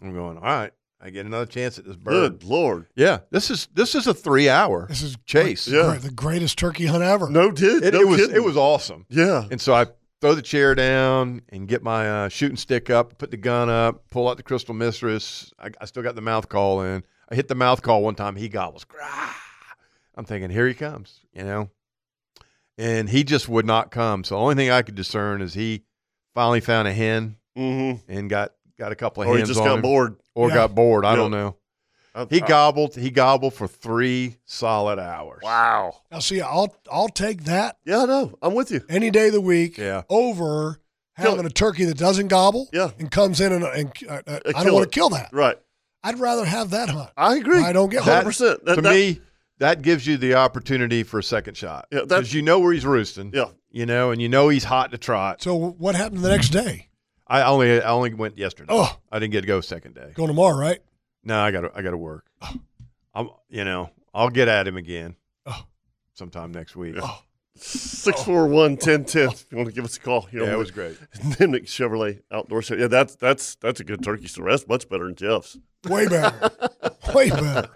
[SPEAKER 4] I'm going, all right, I get another chance at this bird.
[SPEAKER 1] Good lord,
[SPEAKER 4] Yeah, this is this is a three hour
[SPEAKER 3] This is
[SPEAKER 4] chase.
[SPEAKER 1] Yeah.
[SPEAKER 3] great- the greatest turkey hunt ever.
[SPEAKER 1] no did
[SPEAKER 4] it,
[SPEAKER 1] no
[SPEAKER 4] it was
[SPEAKER 1] kidding.
[SPEAKER 4] it was awesome.
[SPEAKER 1] yeah.
[SPEAKER 4] And so I throw the chair down and get my uh, shooting stick up, put the gun up, pull out the crystal mistress. I, I still got the mouth call in. I hit the mouth call one time. He gobbles. Grah! I'm thinking, here he comes, you know. And he just would not come. So the only thing I could discern is he finally found a hen
[SPEAKER 1] Mm-hmm.
[SPEAKER 4] and got got a couple of
[SPEAKER 1] Or he
[SPEAKER 4] hens
[SPEAKER 1] just
[SPEAKER 4] on
[SPEAKER 1] got
[SPEAKER 4] him,
[SPEAKER 1] bored.
[SPEAKER 4] or
[SPEAKER 3] Yeah.
[SPEAKER 4] got bored. I
[SPEAKER 1] Yeah.
[SPEAKER 4] don't know. He gobbled. He gobbled for three solid hours.
[SPEAKER 1] Wow.
[SPEAKER 3] Now, see, I'll I'll take that
[SPEAKER 1] Yeah, I know. I'm with you.
[SPEAKER 3] any day of the week
[SPEAKER 4] Yeah.
[SPEAKER 3] over having a turkey that doesn't gobble
[SPEAKER 1] Yeah.
[SPEAKER 3] and comes in and, and uh, uh, I
[SPEAKER 1] kill
[SPEAKER 3] don't want
[SPEAKER 1] it.
[SPEAKER 3] to kill that.
[SPEAKER 1] Right.
[SPEAKER 3] I'd rather have that hunt.
[SPEAKER 1] I agree.
[SPEAKER 3] I don't get
[SPEAKER 4] That-
[SPEAKER 1] 100%. That-
[SPEAKER 4] to
[SPEAKER 1] that-
[SPEAKER 4] me, that gives you the opportunity for a second shot.
[SPEAKER 1] Yeah, that-
[SPEAKER 4] because you know where he's roosting.
[SPEAKER 1] Yeah.
[SPEAKER 4] you know, and you know he's hot to trot.
[SPEAKER 3] So what happened the next day?
[SPEAKER 4] I only I only went yesterday.
[SPEAKER 3] Oh.
[SPEAKER 4] I didn't get to go second day.
[SPEAKER 3] Going tomorrow, right?
[SPEAKER 4] No, I got to I got to work. I'm you know I'll get at him again
[SPEAKER 3] Oh.
[SPEAKER 4] sometime next week.
[SPEAKER 1] 641 1010. If you want to give us a call here
[SPEAKER 4] Yeah, it
[SPEAKER 1] on
[SPEAKER 4] was great.
[SPEAKER 1] the Nimnik Chevrolet Outdoor Show. Yeah, that's that's that's a good turkey so That's much better than Jeff's.
[SPEAKER 3] Way better. Way better.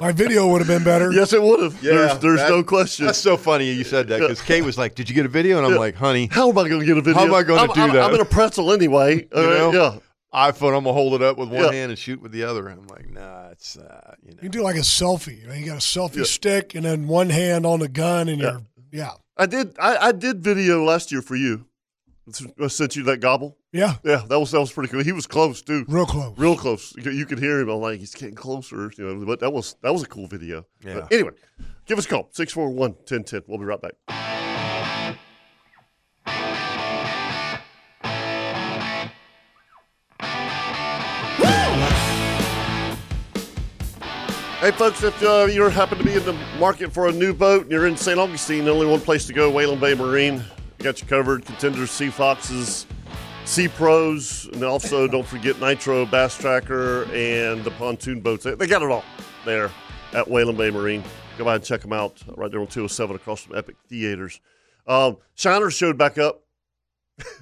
[SPEAKER 3] My video would have been better.
[SPEAKER 1] Yes, it would have. there's there's
[SPEAKER 4] that-
[SPEAKER 1] no question.
[SPEAKER 4] That's so funny you said that because Kate was like, "Did you get a video?" And I'm like, "Honey,
[SPEAKER 1] How am I going to get a video?
[SPEAKER 4] How am I gonna
[SPEAKER 1] I'm-
[SPEAKER 4] do
[SPEAKER 1] I'm-
[SPEAKER 4] that?
[SPEAKER 1] I'm in a pretzel anyway. All right,
[SPEAKER 4] know?
[SPEAKER 1] uh, Yeah.
[SPEAKER 4] iPhone, I'm gonna hold it up with one
[SPEAKER 1] Yeah.
[SPEAKER 4] hand and shoot with the other." And I'm like, "Nah, it's uh, you
[SPEAKER 3] You
[SPEAKER 4] know."
[SPEAKER 3] do like a selfie. You, know, you got a selfie stick and then one hand on the gun and you're yeah.
[SPEAKER 1] I did I, I did video last year for you. I sent you that gobble.
[SPEAKER 3] Yeah.
[SPEAKER 1] Yeah, that was that was pretty cool. He was close too.
[SPEAKER 3] Real close.
[SPEAKER 1] real close. You could- You could hear him. I'm like, he's getting closer. You know, but that was that was a cool video.
[SPEAKER 4] Yeah.
[SPEAKER 1] But anyway, give us a call 641-1010. We'll be right back. Hey folks, if uh, you happen to be in the market for a new boat and you're in St. Augustine, only one place to go, Whalen Bay Marine. We got you covered. Contenders, Sea Foxes, Sea Pros, and also don't forget Nitro, Bass Tracker, and the pontoon boats. They- They got it all there at Whalen Bay Marine. Go by and check them out right there on 207 across from Epic Theaters. Um, Shiners showed back up.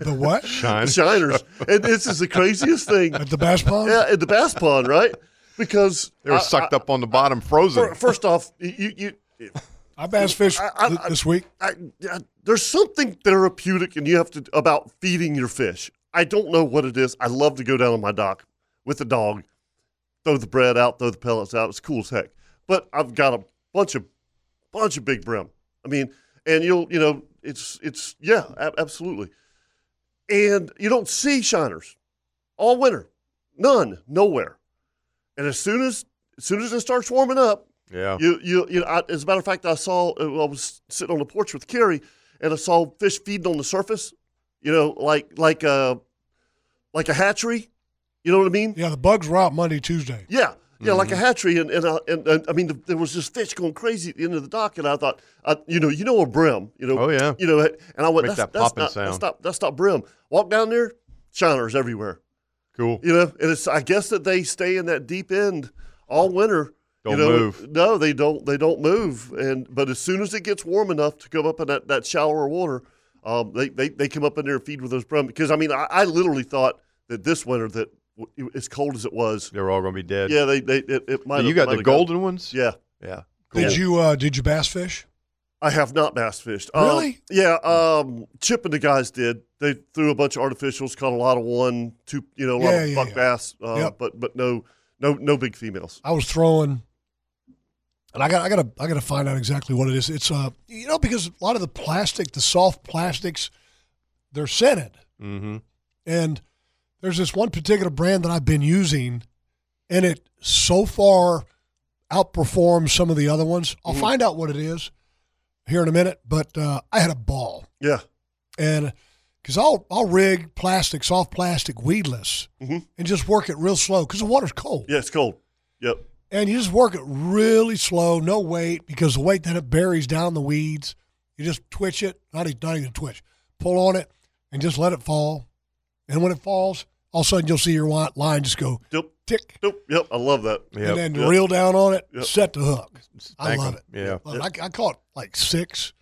[SPEAKER 3] The what?
[SPEAKER 4] Shine.
[SPEAKER 1] Shiners. and this is the craziest thing.
[SPEAKER 3] At the bass pond?
[SPEAKER 1] Yeah, at the bass pond, right? Because
[SPEAKER 4] They were
[SPEAKER 1] I-
[SPEAKER 4] sucked up on the bottom, frozen.
[SPEAKER 1] fir- first off, you, you
[SPEAKER 3] I bass fished
[SPEAKER 1] I- I-
[SPEAKER 3] th-
[SPEAKER 1] I-
[SPEAKER 3] this week.
[SPEAKER 1] I, I, there's something therapeutic and you have to about feeding your fish. I don't know what it is. I love to go down on my dock with the dog, throw the bread out, throw the pellets out. It's cool as heck. But I've got a bunch of bunch of big brim. I mean, and you'll you know it's it's yeah ab- absolutely. And you don't see shiners all winter, none, nowhere. And as soon as as soon as it starts warming up,
[SPEAKER 4] yeah.
[SPEAKER 1] you, you, you know, I, as a matter of fact, I saw, uh, I was sitting on the porch with Carrie and I saw fish feeding on the surface, you know, like, like, uh, a, like a hatchery. You know what I mean?
[SPEAKER 3] Yeah, the bugs were out Monday, Tuesday.
[SPEAKER 1] Yeah. Yeah. Like
[SPEAKER 4] Mm-hmm.
[SPEAKER 1] a hatchery. And, and, uh, and, and I mean, the, there was this fish going crazy at the end of the dock. And I thought, I, you know, you know, a brim, you know,
[SPEAKER 4] Oh, yeah.
[SPEAKER 1] you know, and I went,
[SPEAKER 4] Makes
[SPEAKER 1] that's,
[SPEAKER 4] that
[SPEAKER 1] that's,
[SPEAKER 4] popping
[SPEAKER 1] not,
[SPEAKER 4] sound.
[SPEAKER 1] that's not, that's not brim. Walk down there, shiners everywhere,
[SPEAKER 4] Cool.
[SPEAKER 1] you know, and it's, I guess that they stay in that deep end all winter
[SPEAKER 4] Don't
[SPEAKER 1] you know,
[SPEAKER 4] move.
[SPEAKER 1] No, they don't. They don't move. And but as soon as it gets warm enough to come up in that, that shallower water, um, they, they they come up in there and feed with those brum. Because I mean, I, I literally thought that this winter that w- as cold as it was,
[SPEAKER 4] They were all gonna be dead.
[SPEAKER 1] yeah, they they it, it might.
[SPEAKER 4] you
[SPEAKER 1] have-
[SPEAKER 4] got
[SPEAKER 1] might
[SPEAKER 4] the
[SPEAKER 1] have gone.
[SPEAKER 4] golden ones.
[SPEAKER 1] Yeah,
[SPEAKER 4] Yeah.
[SPEAKER 3] Did you uh, did you bass fish?
[SPEAKER 1] I have not bass fished. Um,
[SPEAKER 3] Really?
[SPEAKER 1] yeah. Um, Chip and the guys did. They threw a bunch of artificials, caught a lot of one, two, you know, a lot
[SPEAKER 3] Yeah,
[SPEAKER 1] of
[SPEAKER 3] yeah,
[SPEAKER 1] buck
[SPEAKER 3] yeah.
[SPEAKER 1] bass. Uh,
[SPEAKER 3] Yep.
[SPEAKER 1] But but no no no big females.
[SPEAKER 3] I was throwing, and I got I got to I got to find out exactly what it is. It's uh you know because a lot of the plastic, the soft plastics, they're scented,
[SPEAKER 4] Mm-hmm.
[SPEAKER 3] and there's this one particular brand that I've been using, and it so far outperforms some of the other ones.
[SPEAKER 1] Mm-hmm.
[SPEAKER 3] I'll find out what it is here in a minute, but uh, I had a ball.
[SPEAKER 1] Yeah.
[SPEAKER 3] and because I'll I'll rig plastic, soft plastic, weedless,
[SPEAKER 1] Mhm.
[SPEAKER 3] and just work it real slow because the water's cold,
[SPEAKER 1] Yeah. It's cold. Yep.
[SPEAKER 3] and you just work it really slow, no weight because the weight that it buries down the weeds. You just twitch it, not even, not even twitch, pull on it, and just let it fall. And when it falls, all of a sudden you'll see your wi- line just go
[SPEAKER 1] Yep.
[SPEAKER 3] tick,
[SPEAKER 1] Yep. Yep. I love that.
[SPEAKER 4] Yep.
[SPEAKER 3] and then
[SPEAKER 1] Yep.
[SPEAKER 3] reel down on it,
[SPEAKER 1] Yep.
[SPEAKER 3] set the hook. I
[SPEAKER 4] Spank
[SPEAKER 3] love
[SPEAKER 4] 'em.
[SPEAKER 3] it.
[SPEAKER 4] Yeah.
[SPEAKER 3] Well, I, I caught like six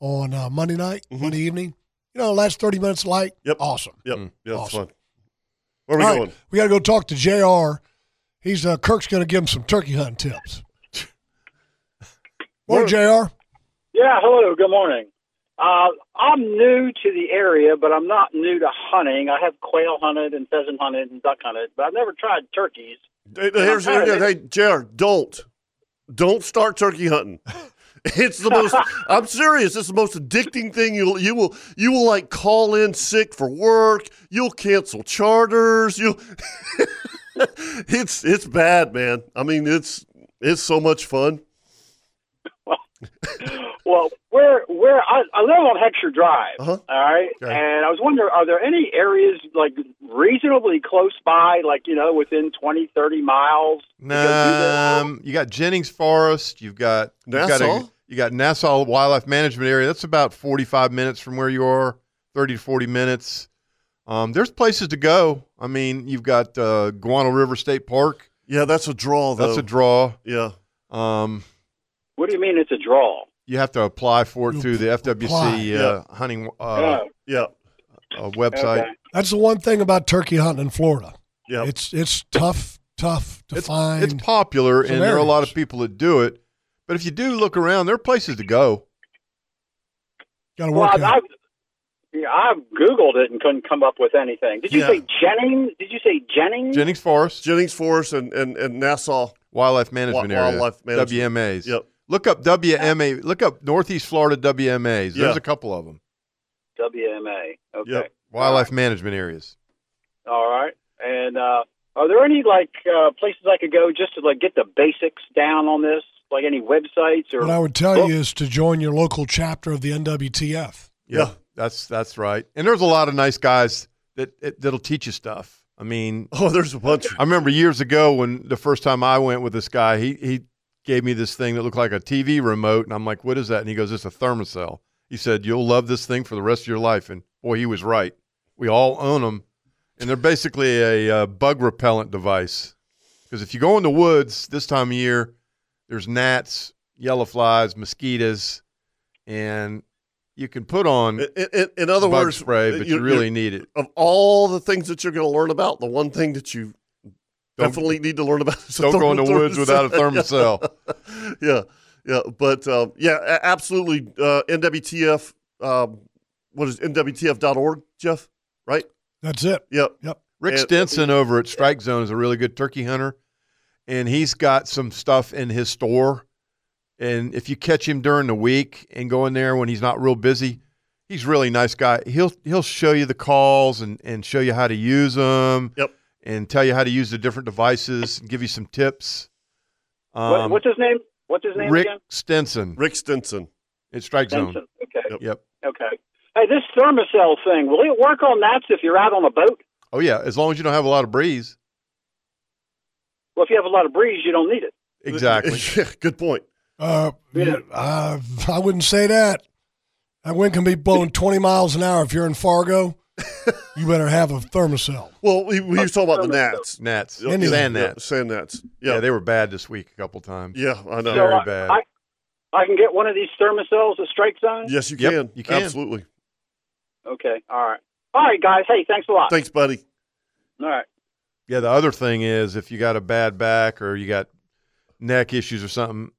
[SPEAKER 3] on uh, Monday night, Monday evening. You know, last thirty minutes light.
[SPEAKER 1] Mm-hmm. Yep.
[SPEAKER 3] Awesome.
[SPEAKER 1] Yep. Yeah, it's
[SPEAKER 3] Mm. Awesome.
[SPEAKER 1] fun. Where are we
[SPEAKER 3] All right,
[SPEAKER 1] going?
[SPEAKER 3] we got to go talk to Jr. He's uh, Kirk's going to give him some turkey hunting tips. Morning, Jr.
[SPEAKER 9] Yeah, hello, good morning. Uh, I'm new to the area, but I'm not new to hunting. I have quail hunted and pheasant hunted and duck hunted, but I've never tried turkeys.
[SPEAKER 1] Hey, here's-
[SPEAKER 9] I'm tired of
[SPEAKER 1] hey, Jared, don't. Don't start turkey hunting. It's the most. I'm serious. It's the most addicting thing you'll you will you will like call in sick for work. You'll cancel charters. You, will it's it's bad, man. I mean, it's it's so much fun.
[SPEAKER 9] Well, where where I, I live on Hexer Drive,
[SPEAKER 1] Uh-huh.
[SPEAKER 9] all right,
[SPEAKER 1] Okay.
[SPEAKER 9] and I was wondering, are there any areas like reasonably close by, like you know, within twenty, thirty miles?
[SPEAKER 4] Um, you got Jennings Forest. You've got you've got a-
[SPEAKER 1] Nassau?
[SPEAKER 4] you got Nassau Wildlife Management Area. That's about forty-five minutes from where you are, thirty to forty minutes. Um, there's places to go. I mean, you've got uh, Guano River State Park.
[SPEAKER 1] Yeah, that's a draw. Though.
[SPEAKER 4] That's a draw.
[SPEAKER 1] Yeah,
[SPEAKER 4] Um,
[SPEAKER 9] What do you mean it's a draw?
[SPEAKER 4] you have to apply for it
[SPEAKER 3] You
[SPEAKER 4] through the FWC
[SPEAKER 1] Yeah.
[SPEAKER 4] uh, hunting uh,
[SPEAKER 9] Yeah.
[SPEAKER 1] yeah,
[SPEAKER 4] uh, website.
[SPEAKER 9] Okay.
[SPEAKER 3] That's the one thing about turkey hunting in Florida.
[SPEAKER 1] yeah.
[SPEAKER 3] It's it's tough, tough to find.
[SPEAKER 4] It's popular,
[SPEAKER 3] some
[SPEAKER 4] and there are a lot
[SPEAKER 3] areas.
[SPEAKER 4] of people that do it. But if you do look around, there are places to go.
[SPEAKER 3] Got to
[SPEAKER 9] Well,
[SPEAKER 3] work
[SPEAKER 9] I,
[SPEAKER 3] out.
[SPEAKER 9] I, yeah, I googled it and couldn't come up with anything. Did you
[SPEAKER 1] Yeah.
[SPEAKER 9] say Jennings? Did you say Jennings?
[SPEAKER 4] Jennings Forest
[SPEAKER 1] Jennings Forest and and, and Nassau.
[SPEAKER 4] Wildlife Management
[SPEAKER 1] Wi-
[SPEAKER 4] Area,
[SPEAKER 1] Wildlife Management.
[SPEAKER 4] WMAs.
[SPEAKER 1] Yep.
[SPEAKER 4] Look up WMA. Look up Northeast Florida WMAs.
[SPEAKER 1] Yeah.
[SPEAKER 4] There's a couple of them.
[SPEAKER 9] WMA. Okay.
[SPEAKER 1] Yep.
[SPEAKER 4] Wildlife management areas.
[SPEAKER 9] All right. And uh, are there any like uh, places I could go just to like get the basics down on this? Like any websites or
[SPEAKER 3] What I would tell you is to join your local chapter of the NWTF.
[SPEAKER 1] Yeah.
[SPEAKER 4] That's that's right. And there's a lot of nice guys that it, that'll teach you stuff. I mean,
[SPEAKER 1] Oh, there's a bunch.
[SPEAKER 4] I remember years ago when the first time I went with this guy, he he gave me this thing that looked like a TV remote, and I'm like, "What is that?" And he goes, "It's a thermocell." He said, "You'll love this thing for the rest of your life." And boy, he was right. We all own them, and they're basically a uh, bug repellent device. Because if you go in the woods this time of year, there's gnats, yellow flies, mosquitoes, and you can put on
[SPEAKER 1] In, in, in other
[SPEAKER 4] bug
[SPEAKER 1] words,
[SPEAKER 4] spray, but you,
[SPEAKER 1] you're-
[SPEAKER 4] really
[SPEAKER 1] you're-
[SPEAKER 4] need it.
[SPEAKER 1] of all the things that you're going to learn about, the one thing that you
[SPEAKER 4] Don't-
[SPEAKER 1] definitely need to learn about is a
[SPEAKER 4] Don't go in the
[SPEAKER 1] thermo-
[SPEAKER 4] woods without a thermocell.
[SPEAKER 1] yeah, yeah, but um, yeah, a- absolutely. Uh, NWTF, um, what is it, NWTF.org, Jeff? Right?
[SPEAKER 3] That's it.
[SPEAKER 1] Yep.
[SPEAKER 4] Rick
[SPEAKER 1] And-
[SPEAKER 4] Stinson over at Strike Zone is a really good turkey hunter, and he's got some stuff in his store. And if you catch him during the week and go in there when he's not real busy, he's a really nice guy. He'll he'll show you the calls and and show you how to use them.
[SPEAKER 1] Yep.
[SPEAKER 4] And tell you how to use the different devices and give you some tips.
[SPEAKER 9] what,
[SPEAKER 4] Um,
[SPEAKER 9] what's his name? What's his name
[SPEAKER 4] Rick
[SPEAKER 9] again?
[SPEAKER 4] Stinson
[SPEAKER 1] Rick Stinson.
[SPEAKER 4] at Strike Zone.
[SPEAKER 9] Benson. Okay.
[SPEAKER 4] Yep.
[SPEAKER 9] Okay. Hey, this thermocell thing, will it work on that if you're out on a boat?
[SPEAKER 4] Oh yeah, as long as you don't have a lot of breeze.
[SPEAKER 9] Well, if you have a lot of breeze, you don't need it.
[SPEAKER 4] Exactly.
[SPEAKER 1] Yeah, good point.
[SPEAKER 3] Uh,
[SPEAKER 9] Yeah.
[SPEAKER 3] uh, I wouldn't say that. That wind can be blowing 20 miles an hour. If you're in Fargo, you better have a thermocell.
[SPEAKER 1] uh, Well, we, we were talking about the gnats.
[SPEAKER 4] Gnats.
[SPEAKER 1] Yeah, yeah,
[SPEAKER 4] Sand
[SPEAKER 1] yeah,
[SPEAKER 4] gnats.
[SPEAKER 1] Sand gnats.
[SPEAKER 4] Yeah.
[SPEAKER 1] Yeah,
[SPEAKER 4] they were bad this week a couple times.
[SPEAKER 1] yeah, I know.
[SPEAKER 4] Very
[SPEAKER 9] I-
[SPEAKER 4] bad.
[SPEAKER 9] I, I can get one of these thermocells at Strike Zone?
[SPEAKER 1] Yes, you
[SPEAKER 4] Yep,
[SPEAKER 1] can.
[SPEAKER 4] you can.
[SPEAKER 1] Absolutely.
[SPEAKER 9] Okay. All right. All right, guys. Hey, thanks a lot.
[SPEAKER 1] Thanks, buddy.
[SPEAKER 9] All right.
[SPEAKER 4] Yeah, the other thing is if you got a bad back or you got neck issues or something,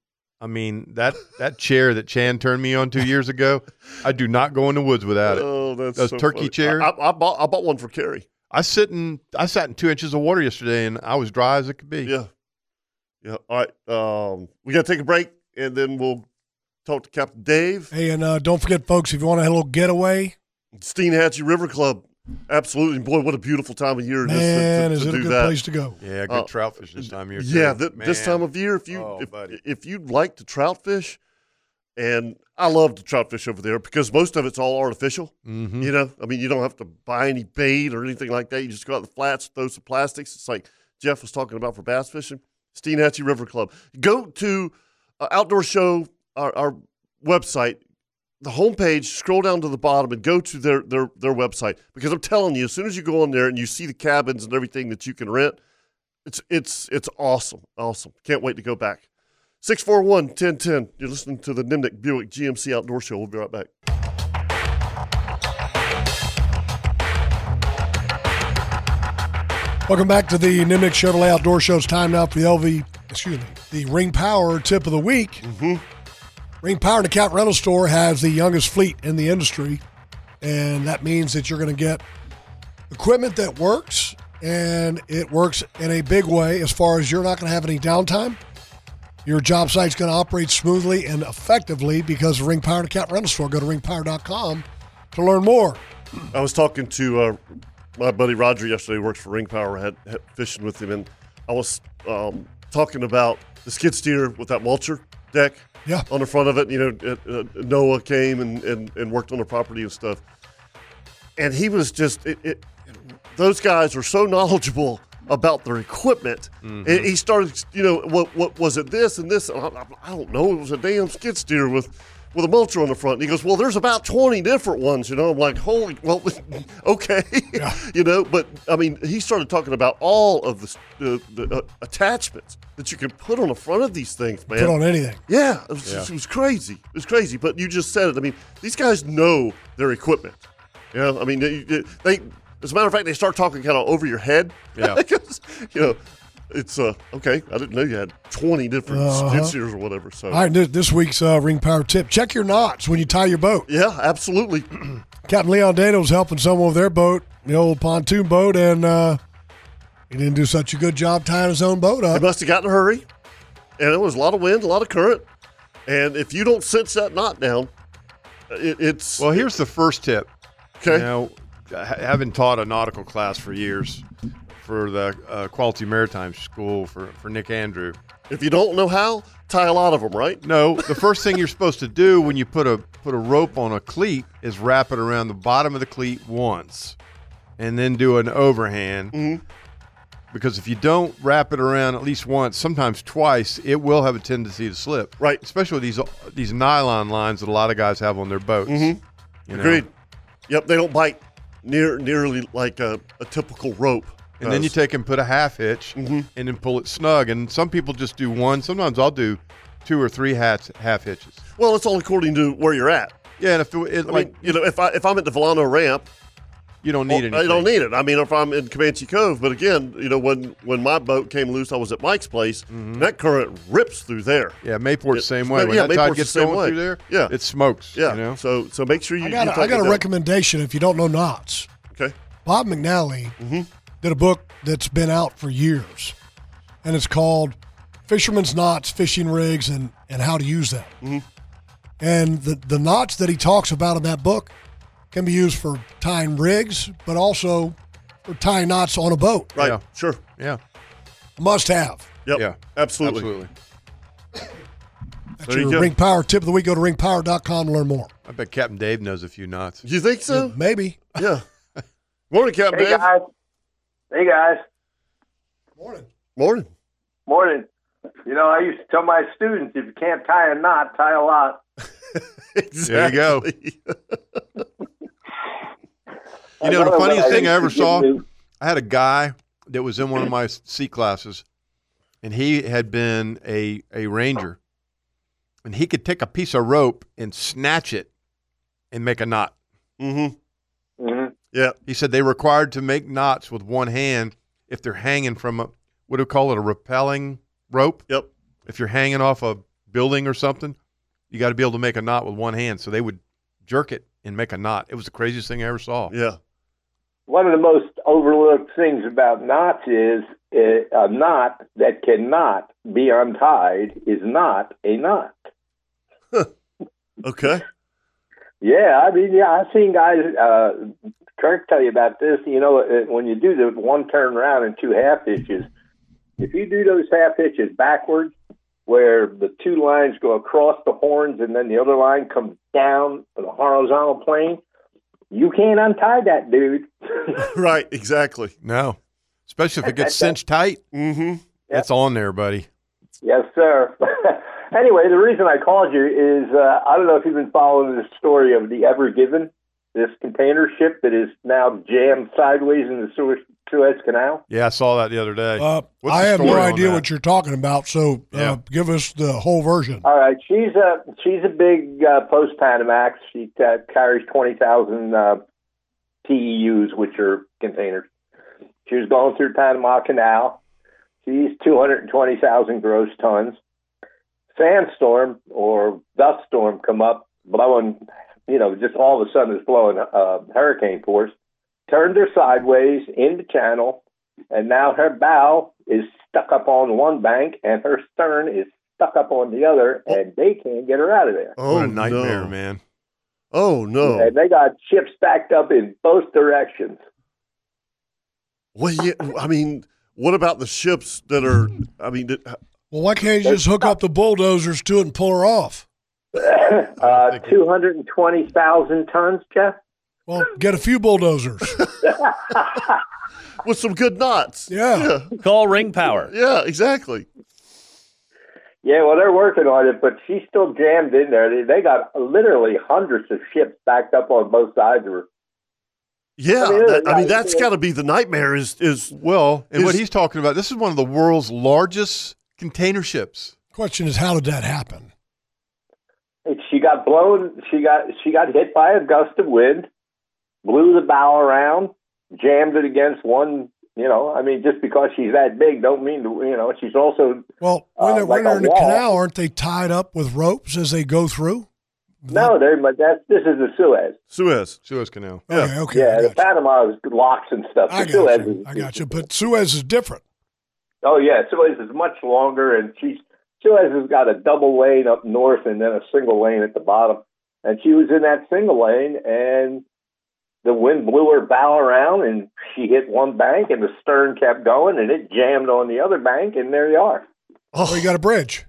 [SPEAKER 4] I mean that that chair that Chan turned me on two years ago, I do not go in the woods without it.
[SPEAKER 1] Oh, that's
[SPEAKER 4] Those
[SPEAKER 1] so
[SPEAKER 4] turkey
[SPEAKER 1] funny.
[SPEAKER 4] chairs?
[SPEAKER 1] I, I, I bought I bought one for Carrie.
[SPEAKER 4] I sit in I sat in two inches of water yesterday and I was dry as it could be.
[SPEAKER 1] Yeah. Yeah. All right. Um, we got to take a break and then we'll talk to Captain Dave,
[SPEAKER 3] Hey, and uh, don't forget, folks, if you want a little getaway,
[SPEAKER 1] Steenhatchee River Club. Absolutely. Boy, what a beautiful time of year it is to- to-
[SPEAKER 3] man,
[SPEAKER 1] to,
[SPEAKER 3] is it a
[SPEAKER 1] do
[SPEAKER 3] good
[SPEAKER 1] that.
[SPEAKER 3] place to go?
[SPEAKER 4] Yeah, good
[SPEAKER 1] Uh,
[SPEAKER 4] trout fishing this time of year.
[SPEAKER 1] yeah,
[SPEAKER 4] too.
[SPEAKER 1] th- this
[SPEAKER 4] Man.
[SPEAKER 1] time of year, if you
[SPEAKER 4] Oh,
[SPEAKER 1] if,
[SPEAKER 4] buddy.
[SPEAKER 1] if you like to trout fish, and I love to trout fish over there because most of it's all artificial.
[SPEAKER 4] Mhm.
[SPEAKER 1] You know, I mean, you don't have to buy any bait or anything like that. You just go out to the flats, throw some plastics. It's like Jeff was talking about for bass fishing. Steenhatchee River Club. Go to uh, Outdoor Show, our, our website, the homepage. Scroll down to the bottom and go to their their their website because I'm telling you, as soon as you go on there and you see the cabins and everything that you can rent, it's it's it's awesome, awesome. Can't wait to go back. 641-1010. You're listening to the Nimnik Buick GMC Outdoor Show. We'll be right back.
[SPEAKER 3] Welcome back to the Nimnik Chevrolet Outdoor Show. It's time now for the LV, excuse me, the Ring Power tip of the week. Mm-hmm. Ring Power and Account Rental Store has the youngest fleet in the industry, and that means that you're going to get equipment that works, and it works in a big way as far as you're not going to have any downtime. Your job site's going to operate smoothly and effectively because of Ring Power and Account Rental Store. Go to ringpower.com to learn more.
[SPEAKER 1] I was talking to uh, my buddy Roger yesterday. Who works for Ring Power. Had, had fishing with him, and I was um, talking about the skid steer with that mulcher deck
[SPEAKER 3] Yeah.
[SPEAKER 1] on the front of it. You know, uh, uh, Noah came and, and, and worked on the property and stuff. And he was just, it, it, those guys were so knowledgeable about their equipment.
[SPEAKER 3] Mm-hmm.
[SPEAKER 1] And he started, you know, what what was it this and this? And I, I- I don't know. It was a damn skid steer with with a mulcher on the front. And he goes, well, there's about 20 different ones, you know. I'm like, holy, well, okay, you know. But I mean, he started talking about all of the, s- the, the uh, attachments that you can put on the front of these things, man.
[SPEAKER 3] Put on anything.
[SPEAKER 1] Yeah, it was, it was crazy. It was crazy. But you just said it. I mean, these guys know their equipment. You know, I mean, they, they as a matter of fact, they start talking kind of over your head.
[SPEAKER 4] Yeah.
[SPEAKER 1] 'Cause, you know, it's uh, okay. I didn't know you had twenty different skid steers or whatever. So
[SPEAKER 3] Uh-huh. All right, this, this week's uh, Ring Power tip check your knots when you tie your boat.
[SPEAKER 1] yeah, absolutely.
[SPEAKER 3] Captain Leon Dano was helping someone with their boat, the old pontoon boat, and uh, he didn't do such a good job tying his own boat
[SPEAKER 1] I
[SPEAKER 3] up.
[SPEAKER 1] must have gotten a hurry, and there was a lot of wind, a lot of current, and if you don't sense that knot down, it, it's
[SPEAKER 4] Well, here's the first tip.
[SPEAKER 1] okay.
[SPEAKER 4] You know, ha- having taught a nautical class for years for the uh, Quality Maritime School for, for Nick Andrew.
[SPEAKER 1] If you don't know how, tie a lot of them, right?
[SPEAKER 4] No, the first thing you're supposed to do when you put a put a rope on a cleat is wrap it around the bottom of the cleat once, and then do an overhand.
[SPEAKER 1] Mm-hmm.
[SPEAKER 4] Because if you don't wrap it around at least once, sometimes twice, it will have a tendency to slip.
[SPEAKER 1] Right.
[SPEAKER 4] Especially with these these nylon lines that a lot of guys have on their boats. You know?
[SPEAKER 1] Mm-hmm. Agreed. Yep, they don't bite near nearly like a, a typical rope.
[SPEAKER 4] And then you
[SPEAKER 1] does. Mm-hmm.
[SPEAKER 4] take and put a half hitch and then pull it snug. And some people just do one. Sometimes I'll do two or three hats, half hitches.
[SPEAKER 1] well, it's all according to where you're at.
[SPEAKER 4] Yeah, and if it, it,
[SPEAKER 1] I
[SPEAKER 4] like
[SPEAKER 1] mean, you know, if I if I'm at the Volano ramp,
[SPEAKER 4] you don't need
[SPEAKER 1] I
[SPEAKER 4] anything.
[SPEAKER 1] don't need it. I mean, if I'm in Comanche Cove, but again, you know, when when my boat came loose, I was at Mike's place. That current rips through there.
[SPEAKER 4] Mm-hmm. Yeah, Mayport's
[SPEAKER 1] Yeah,
[SPEAKER 4] the same
[SPEAKER 1] it's
[SPEAKER 4] way.
[SPEAKER 1] maybe-
[SPEAKER 4] When
[SPEAKER 1] yeah,
[SPEAKER 4] that tide
[SPEAKER 1] Mayport's
[SPEAKER 4] gets
[SPEAKER 1] the same
[SPEAKER 4] going
[SPEAKER 1] way.
[SPEAKER 4] through there,
[SPEAKER 1] Yeah.
[SPEAKER 4] it smokes.
[SPEAKER 1] Yeah,
[SPEAKER 4] you know.
[SPEAKER 1] so so make sure you.
[SPEAKER 3] I got
[SPEAKER 1] you
[SPEAKER 3] a,
[SPEAKER 1] take
[SPEAKER 3] I got
[SPEAKER 1] it
[SPEAKER 3] a
[SPEAKER 1] down.
[SPEAKER 3] recommendation if you don't know knots.
[SPEAKER 1] Okay, Mm-hmm.
[SPEAKER 3] Bob McNally did a book that's been out for years, and it's called Fisherman's Knots, Fishing Rigs, and, and How to Use Them.
[SPEAKER 1] Mm-hmm.
[SPEAKER 3] And the, the knots that he talks about in that book can be used for tying rigs, but also for tying knots on a boat.
[SPEAKER 1] right,
[SPEAKER 4] Yeah.
[SPEAKER 1] sure,
[SPEAKER 4] yeah,
[SPEAKER 3] Must have.
[SPEAKER 1] yep,
[SPEAKER 4] yeah,
[SPEAKER 1] absolutely.
[SPEAKER 4] absolutely.
[SPEAKER 3] That's
[SPEAKER 1] There you
[SPEAKER 3] your
[SPEAKER 1] go.
[SPEAKER 3] Ring Power tip of the week. Go to ringpower.com to learn more.
[SPEAKER 4] I bet Captain Dave knows a few knots.
[SPEAKER 1] You think so?
[SPEAKER 3] Maybe.
[SPEAKER 1] Yeah. Morning, Captain.
[SPEAKER 9] Hey
[SPEAKER 1] Dave.
[SPEAKER 9] guys. Hey guys.
[SPEAKER 3] Morning.
[SPEAKER 1] Morning.
[SPEAKER 9] Morning. You know, I used to tell my students if you can't tie a knot, tie a lot.
[SPEAKER 4] There you go.
[SPEAKER 1] go.
[SPEAKER 4] You know, the
[SPEAKER 9] Another one
[SPEAKER 4] funniest
[SPEAKER 9] I
[SPEAKER 4] thing I
[SPEAKER 9] used
[SPEAKER 4] ever
[SPEAKER 9] to
[SPEAKER 4] saw,
[SPEAKER 9] do-
[SPEAKER 4] I had a guy that was in one of my C classes, and he had been a, a ranger, and he could take a piece of rope and snatch it and make a knot.
[SPEAKER 1] mm-hmm.
[SPEAKER 9] Mhm.
[SPEAKER 1] Yeah.
[SPEAKER 4] He said they required to make knots with one hand if they're hanging from a what do we call it a rappelling rope.
[SPEAKER 1] Yep.
[SPEAKER 4] If you're hanging off a building or something, you got to be able to make a knot with one hand. So they would jerk it and make a knot. It was the craziest thing I ever saw.
[SPEAKER 1] Yeah.
[SPEAKER 9] One of the most overlooked things about knots is uh, a knot that cannot be untied is not a knot.
[SPEAKER 1] Okay.
[SPEAKER 9] Yeah, I mean, yeah, I've seen guys. Uh, Kirk tell you about this. You know, uh, when you do the one turn round and two half hitches, if you do those half hitches backwards, where the two lines go across the horns and then the other line comes down on the horizontal plane, you can't untie that dude.
[SPEAKER 1] Right. Exactly.
[SPEAKER 4] No, especially if it gets cinched tight,
[SPEAKER 1] Mm-hmm.
[SPEAKER 4] it's on there, buddy.
[SPEAKER 9] yes, sir. anyway, the reason I called you is uh, I don't know if you've been following the story of the Ever Given, this container ship that is now jammed sideways in the Suez, Suez Canal.
[SPEAKER 4] Yeah, I saw that the other day.
[SPEAKER 3] Uh,
[SPEAKER 4] What's
[SPEAKER 3] I
[SPEAKER 4] the
[SPEAKER 3] have no
[SPEAKER 4] story on
[SPEAKER 3] idea
[SPEAKER 4] that?
[SPEAKER 3] what you're talking about, so uh,
[SPEAKER 4] Yeah.
[SPEAKER 3] give us the whole version.
[SPEAKER 9] All right, she's a she's a big uh, post Panamax. She uh, carries twenty thousand uh, TEUs, E which are containers. She was going through Panama Canal. She's two hundred and twenty thousand gross tons. Sandstorm or dust storm come up, blowing, you know, just all of a sudden it's blowing uh, hurricane force. Turned her sideways in the channel, and now her bow is stuck up on one bank and her stern is stuck up on the other, and they can't get her out of there.
[SPEAKER 1] Oh
[SPEAKER 4] what a nightmare,
[SPEAKER 1] no.
[SPEAKER 4] man.
[SPEAKER 1] Oh no.
[SPEAKER 9] And they got ships stacked up in both directions.
[SPEAKER 1] Well, yeah, I mean, What about the ships that are? I mean, did,
[SPEAKER 3] Well, why can't you just hook up the bulldozers to it and pull her off?
[SPEAKER 9] Uh, 220,000 tons, Jeff?
[SPEAKER 3] Well, get a few bulldozers.
[SPEAKER 1] with some good knots.
[SPEAKER 3] Yeah.
[SPEAKER 5] Call ring power.
[SPEAKER 1] Yeah, exactly.
[SPEAKER 9] Yeah, well, they're working on it, but she's still jammed in there. They, they got literally hundreds of ships backed up on both sides of her.
[SPEAKER 1] Yeah,
[SPEAKER 9] I mean,
[SPEAKER 1] that- I
[SPEAKER 9] yeah,
[SPEAKER 1] mean that's
[SPEAKER 9] yeah.
[SPEAKER 1] got to be the nightmare. Is is
[SPEAKER 4] Well, and what
[SPEAKER 1] Is-
[SPEAKER 4] he's talking about, this is one of the world's largest container ships.
[SPEAKER 3] Question is, how did that happen?
[SPEAKER 9] And She got blown. She got she got hit by a gust of wind, blew the bow around, jammed it against one. You know, I mean, just because she's that big, don't mean to. You know, she's also
[SPEAKER 3] Well, when
[SPEAKER 9] Uh,
[SPEAKER 3] they're,
[SPEAKER 9] like
[SPEAKER 3] when they're
[SPEAKER 9] a
[SPEAKER 3] in the
[SPEAKER 9] wall.
[SPEAKER 3] canal, aren't they tied up with ropes as they go through?
[SPEAKER 9] no. There, but that's this is the Suez.
[SPEAKER 1] Suez? Oh,
[SPEAKER 4] Suez Canal.
[SPEAKER 3] Okay, okay.
[SPEAKER 9] Yeah,
[SPEAKER 3] I
[SPEAKER 9] the
[SPEAKER 3] got you.
[SPEAKER 9] Panama is locks and stuff.
[SPEAKER 3] I
[SPEAKER 9] The
[SPEAKER 3] got
[SPEAKER 9] Suez
[SPEAKER 3] you.
[SPEAKER 9] is-
[SPEAKER 3] I got you. But Suez is different.
[SPEAKER 9] Oh yeah, Suez is much longer, and she's Suez has got a double lane up north and then a single lane at the bottom. And she was in that single lane, and the wind blew her bow around, and she hit one bank, and the stern kept going, and it jammed on the other bank, and there you are.
[SPEAKER 3] Oh, you got a bridge.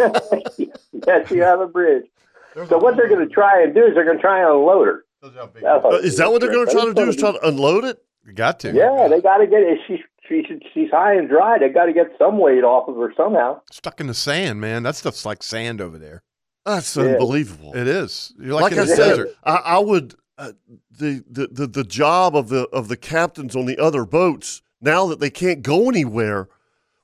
[SPEAKER 9] yes, you have a bridge. So what they're going to try and do is they're going to try and unload her.
[SPEAKER 1] Uh, is that what they're going to try to do? Is try to unload it?
[SPEAKER 4] Got to.
[SPEAKER 9] Yeah, they got to get it. She, she, she's high and dry. They got to get some weight off of her somehow.
[SPEAKER 4] Stuck in the sand, man. That stuff's like sand over there.
[SPEAKER 1] That's
[SPEAKER 9] Yeah.
[SPEAKER 1] unbelievable.
[SPEAKER 4] It is. You're like,
[SPEAKER 1] Like
[SPEAKER 4] in
[SPEAKER 1] I
[SPEAKER 4] the
[SPEAKER 1] said,
[SPEAKER 4] desert.
[SPEAKER 1] I, I would uh, the, the the the job of the of the captains on the other boats now that they can't go anywhere.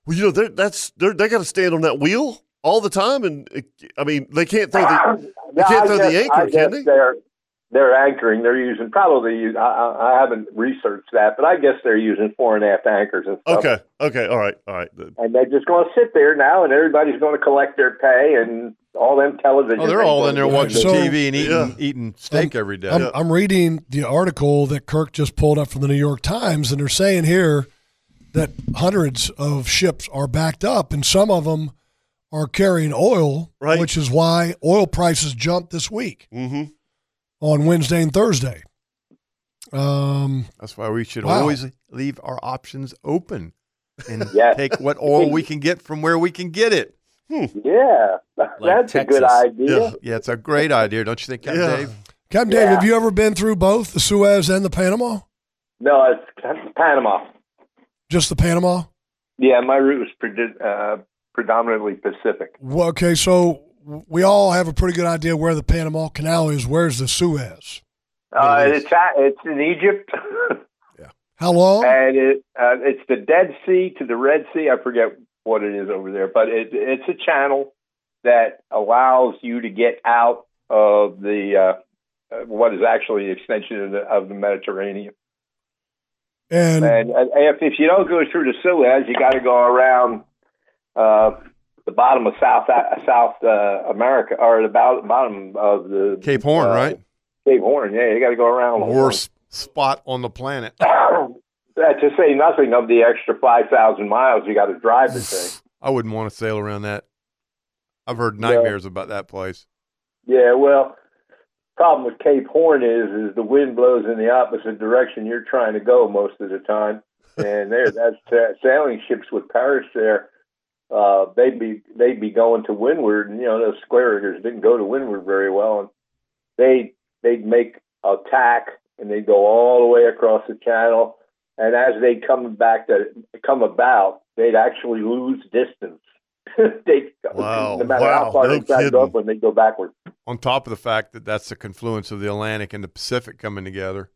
[SPEAKER 1] Well, you know they're, that's they're, they got to stand on that wheel all the time, and uh, I mean they can't throw the they
[SPEAKER 9] Yeah,
[SPEAKER 1] can't
[SPEAKER 9] I
[SPEAKER 1] throw
[SPEAKER 9] guess-
[SPEAKER 1] the
[SPEAKER 9] I
[SPEAKER 1] anchor,
[SPEAKER 9] guess
[SPEAKER 1] can they?
[SPEAKER 9] They're, they're anchoring. They're using probably. use- I, I, I haven't researched that, but I guess they're using four and a half anchors and stuff.
[SPEAKER 1] Okay, okay, all right, all right.
[SPEAKER 9] And they're just going to sit there now, and everybody's going to collect their pay and all them television.
[SPEAKER 4] Oh, they're
[SPEAKER 9] things
[SPEAKER 4] all in there
[SPEAKER 9] gonna-
[SPEAKER 4] watching
[SPEAKER 3] So-
[SPEAKER 4] TV and eating
[SPEAKER 1] Yeah.
[SPEAKER 4] eating steak every day.
[SPEAKER 3] I'm, I'm reading the article that Kirk just pulled up from the New York Times, and they're saying here that hundreds of ships are backed up, and some of them are carrying oil,
[SPEAKER 1] Right.
[SPEAKER 3] which is why oil prices jumped this week
[SPEAKER 1] Mm-hmm.
[SPEAKER 3] on Wednesday and Thursday. Um,
[SPEAKER 4] That's why we should
[SPEAKER 3] Wow.
[SPEAKER 4] always leave our options open and
[SPEAKER 9] Yeah.
[SPEAKER 4] take what oil we can get from where we can get it. Hmm.
[SPEAKER 9] Yeah, that's a
[SPEAKER 5] Texas.
[SPEAKER 9] good idea.
[SPEAKER 1] Yeah.
[SPEAKER 4] Yeah, it's a great idea, don't you think, Captain
[SPEAKER 1] Yeah.
[SPEAKER 4] Dave?
[SPEAKER 3] Captain Dave,
[SPEAKER 9] Yeah.
[SPEAKER 3] have you ever been through both the Suez and the Panama?
[SPEAKER 9] No, it's Panama.
[SPEAKER 3] Just the Panama?
[SPEAKER 9] Yeah, my route was predi- uh, predominantly Pacific.
[SPEAKER 3] Well, okay, so we all have a pretty good idea where the Panama Canal is. Where's the Suez?
[SPEAKER 9] Uh,
[SPEAKER 4] Middle East.
[SPEAKER 9] it's a- it's in Egypt.
[SPEAKER 3] How long?
[SPEAKER 9] and it uh, it's the Dead Sea to the Red Sea. I forget what it is over there, but it, it's a channel that allows you to get out of the uh, uh, what is actually the extension of the, of the Mediterranean.
[SPEAKER 3] and
[SPEAKER 9] And, and if, if you don't go through the Suez, you got to go around uh, the bottom of South South uh, America or the bo- bottom of the
[SPEAKER 4] Cape Horn,
[SPEAKER 9] uh,
[SPEAKER 4] right?
[SPEAKER 9] Cape Horn. Yeah, you got to go around. the horn.
[SPEAKER 4] Worst spot on the planet.
[SPEAKER 9] That's to say nothing of the extra 5,000 miles you got to drive the thing.
[SPEAKER 4] I wouldn't want to sail around that. I've heard nightmares about that place.
[SPEAKER 9] Yeah, well, problem with Cape Horn is is the wind blows in the opposite direction you're trying to go most of the time, and there that's that sailing ships would perish there. Uh, they'd be they'd be going to windward, and you know those square riggers didn't go to windward very well, and they they'd make a tack and they'd go all the way across the channel, and as they come back to come about, they'd actually lose distance. they
[SPEAKER 1] Wow,
[SPEAKER 9] no matter
[SPEAKER 1] wow,
[SPEAKER 9] how far
[SPEAKER 1] no
[SPEAKER 9] they try to go
[SPEAKER 1] kidding.
[SPEAKER 9] up when they go backwards.
[SPEAKER 4] On top of the fact that that's the confluence of the Atlantic and the Pacific coming together.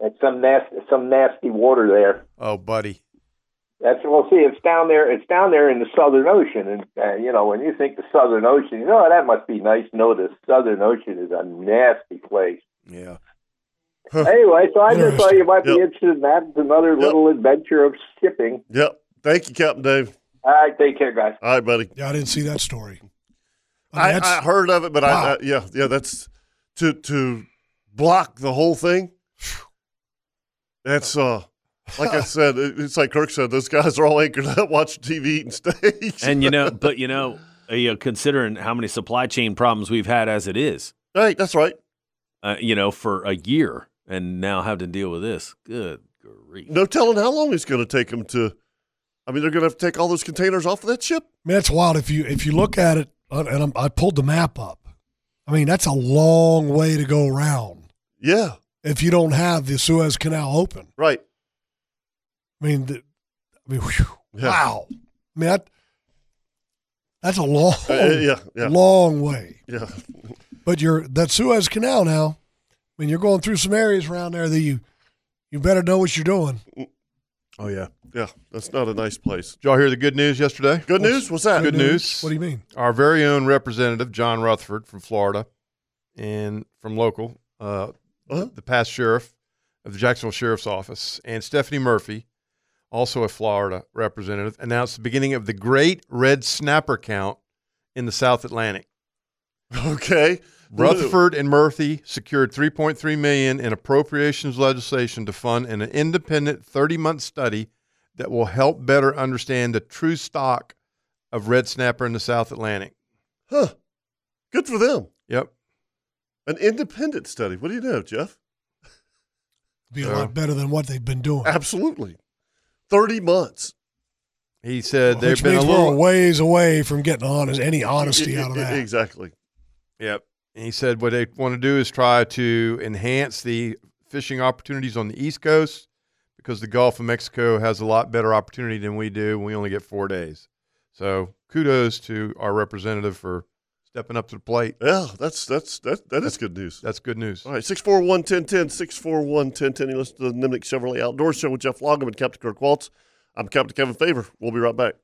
[SPEAKER 9] That's some nasty, some nasty water there.
[SPEAKER 4] Oh, buddy.
[SPEAKER 9] That's well, see, it's down there. It's down there in the Southern Ocean, and uh, you know when you think the Southern Ocean, you know that must be nice. No, the Southern Ocean is a nasty place.
[SPEAKER 4] Yeah.
[SPEAKER 9] Anyway, so I just thought you might be
[SPEAKER 1] Yep.
[SPEAKER 9] interested in that. It's another little adventure of shipping.
[SPEAKER 1] Yep. Thank you, Captain Dave.
[SPEAKER 9] All right, take care, guys.
[SPEAKER 1] All right, buddy.
[SPEAKER 3] yeah, I didn't see that story. I
[SPEAKER 1] I,
[SPEAKER 3] mean,
[SPEAKER 1] I
[SPEAKER 3] that's-
[SPEAKER 1] heard of it, but I,
[SPEAKER 3] Wow.
[SPEAKER 1] I yeah yeah that's to to block the whole thing. That's uh like I said, it- it's like Kirk said. Those guys are all anchored up, watching TV, eating steaks.
[SPEAKER 5] And you know, but you know, uh, you know, considering how many supply chain problems we've had as it is,
[SPEAKER 1] right, that's right.
[SPEAKER 5] uh, you know, for a year, and now have to deal with this. Good grief!
[SPEAKER 1] No telling how long it's going to take them to I mean, they're going to have to take all those containers off of that ship.
[SPEAKER 3] Man, it's wild. If you if you look at it, uh, and I'm, I pulled the map up. I mean, that's a long way to go around.
[SPEAKER 1] Yeah.
[SPEAKER 3] If you don't have the Suez Canal open,
[SPEAKER 1] right?
[SPEAKER 3] I mean, the, I mean, whew, wow. I mean, that, that's a long,
[SPEAKER 1] Uh, yeah, yeah.
[SPEAKER 3] long way.
[SPEAKER 1] Yeah.
[SPEAKER 3] But you're that Suez Canal now. I mean, you're going through some areas around there that you you better know what you're doing.
[SPEAKER 1] Oh yeah, yeah. That's not a nice place.
[SPEAKER 4] Did y'all hear the good news yesterday?
[SPEAKER 1] Good news? What's that?
[SPEAKER 4] Good,
[SPEAKER 1] Good
[SPEAKER 4] news.
[SPEAKER 1] news?
[SPEAKER 3] What do you mean?
[SPEAKER 4] Our very own representative, John Rutherford from Florida, and from local, uh,
[SPEAKER 1] Uh-huh.
[SPEAKER 4] the past sheriff of the Jacksonville Sheriff's Office, and Stephanie Murphy, also a Florida representative, announced the beginning of the Great Red Snapper Count in the South Atlantic.
[SPEAKER 1] Okay.
[SPEAKER 4] Rutherford and Murphy secured 3.3 million in appropriations legislation to fund an independent 30-month study that will help better understand the true stock of red snapper in the South Atlantic.
[SPEAKER 1] Huh. Good for them.
[SPEAKER 4] Yep.
[SPEAKER 1] An independent study. What do you know, Jeff?
[SPEAKER 3] Be a lot better than what they've been doing.
[SPEAKER 1] Absolutely. Thirty months.
[SPEAKER 4] He said they've
[SPEAKER 3] Which
[SPEAKER 4] been a
[SPEAKER 3] means
[SPEAKER 4] little
[SPEAKER 3] we're a ways away from getting honest any honesty out of that.
[SPEAKER 1] Exactly.
[SPEAKER 4] Yep. And he said what they want to do is try to enhance the fishing opportunities on the East Coast because the Gulf of Mexico has a lot better opportunity than we do. We only get four days. So kudos to our representative for stepping up to the plate.
[SPEAKER 1] Yeah, that's that's that that is good news.
[SPEAKER 4] That's good news.
[SPEAKER 1] All right, 641 1010, 641 1010. You listen to the Nimnik Chevrolet Outdoor Show with Jeff Logum and Captain Kirk Waltz. I'm Captain Kevin Favor. We'll be right back.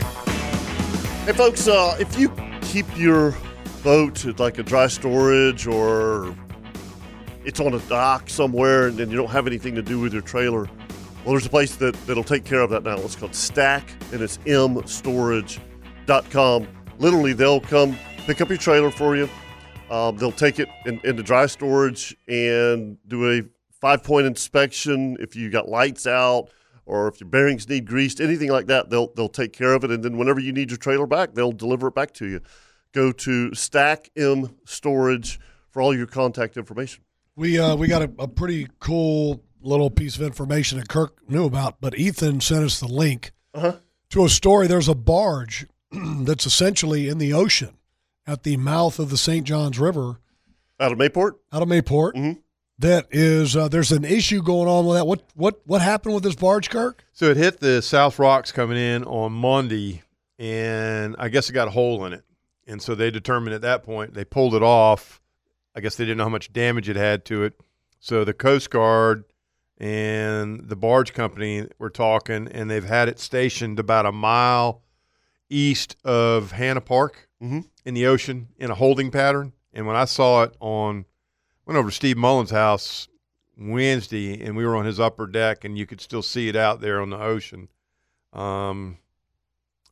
[SPEAKER 1] Hey, folks, uh, if you keep your boat at like a dry storage or it's on a dock somewhere and then you don't have anything to do with your trailer, well, there's a place that, that'll take care of that now. It's called Stack, and it's mstorage.com. Literally, they'll come pick up your trailer for you. Um, they'll take it in, into dry storage and do a five point inspection. If you got lights out or if your bearings need greased, anything like that, they'll, they'll take care of it. And then whenever you need your trailer back, they'll deliver it back to you. Go to Stack M Storage for all your contact information.
[SPEAKER 3] We uh, we got a, a pretty cool little piece of information that Kirk knew about, but Ethan sent us the link
[SPEAKER 1] Uh-huh.
[SPEAKER 3] to a story. There's a barge that's essentially in the ocean at the mouth of the St. Johns River
[SPEAKER 1] Out of Mayport? Mm-hmm.
[SPEAKER 3] out of Mayport. That is, uh, there's an issue going on with that. What what what happened with this barge, Kirk?
[SPEAKER 4] So it hit the South Rocks coming in on Monday, and I guess it got a hole in it. And so they determined at that point they pulled it off. I guess they didn't know how much damage it had to it. So the Coast Guard and the barge company were talking, and they've had it stationed about a mile east of Hannah Park in the ocean in a holding pattern. And when I saw it on, went over to Steve Mullins' house Wednesday, and we were on his upper deck, and you could still see it out there on the ocean. Um,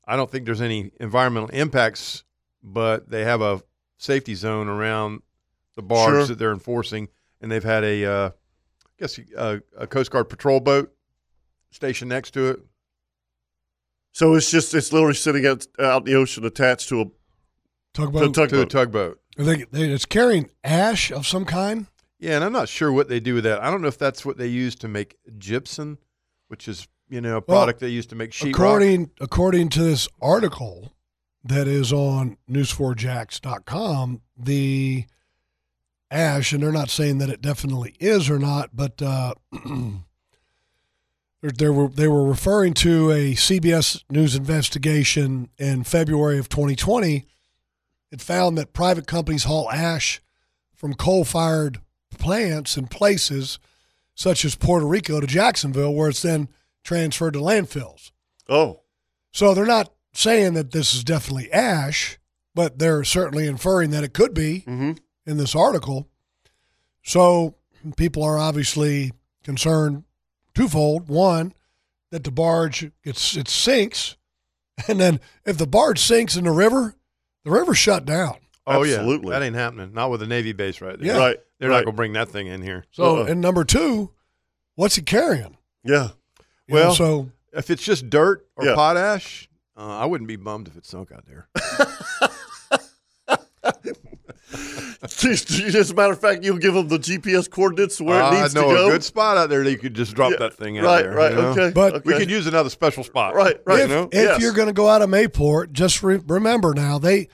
[SPEAKER 4] I don't think there's any environmental impacts, but they have a safety zone around the bars
[SPEAKER 1] Sure.
[SPEAKER 4] that they're enforcing, and they've had a, uh, I guess, a, a Coast Guard patrol boat stationed next to it.
[SPEAKER 1] So it's just it's literally sitting out, out in the ocean, attached to a
[SPEAKER 3] Tugboat.
[SPEAKER 1] To a
[SPEAKER 4] To a
[SPEAKER 1] tugboat.
[SPEAKER 4] tugboat.
[SPEAKER 3] Are They, they, it's carrying ash of some kind.
[SPEAKER 4] Yeah, and I'm not sure what they do with that. I don't know if that's what they use to make gypsum, which is you know a
[SPEAKER 3] Well,
[SPEAKER 4] product they use to make sheetrock.
[SPEAKER 3] according according to this article that is on news4jax.com the ash and they're not saying that it definitely is or not but uh there- there were they were referring to a CBS news investigation in February of 2020 it found that private companies haul ash from coal-fired plants and places such as Puerto Rico to Jacksonville where it's then transferred to landfills
[SPEAKER 1] oh
[SPEAKER 3] so they're not saying that this is definitely ash, but they're certainly inferring that it could be
[SPEAKER 4] Mm-hmm.
[SPEAKER 3] in this article. So people are obviously concerned twofold. One, that the barge gets it sinks, and then if the barge sinks in the river, the river's shut down.
[SPEAKER 4] oh
[SPEAKER 1] Absolutely.
[SPEAKER 4] yeah, that ain't happening. Not with a navy base right there.
[SPEAKER 3] Yeah.
[SPEAKER 1] Right,
[SPEAKER 4] They're
[SPEAKER 1] right.
[SPEAKER 4] not gonna bring that thing in here.
[SPEAKER 3] So
[SPEAKER 1] Uh-uh.
[SPEAKER 3] and number two, what's it carrying?
[SPEAKER 1] yeah.
[SPEAKER 3] You know,
[SPEAKER 4] Well-
[SPEAKER 3] so
[SPEAKER 4] If it's just dirt or
[SPEAKER 1] Yeah.
[SPEAKER 4] potash, uh, I wouldn't be bummed if it sunk out there.
[SPEAKER 1] Just- As a matter of fact, you'll give them the GPS coordinates to where it
[SPEAKER 4] I
[SPEAKER 1] needs
[SPEAKER 4] know
[SPEAKER 1] to go.
[SPEAKER 4] Ah, a good spot out there that you could just drop
[SPEAKER 1] Yeah,
[SPEAKER 4] that thing out
[SPEAKER 1] right,
[SPEAKER 4] there.
[SPEAKER 1] right,
[SPEAKER 4] you know?
[SPEAKER 1] okay,
[SPEAKER 3] But-
[SPEAKER 4] we
[SPEAKER 1] okay.
[SPEAKER 4] could use another special spot.
[SPEAKER 1] Right, right.
[SPEAKER 4] You
[SPEAKER 3] if,
[SPEAKER 4] know?
[SPEAKER 3] if
[SPEAKER 1] Yes.
[SPEAKER 3] you're going to go out of Mayport, just re- remember now they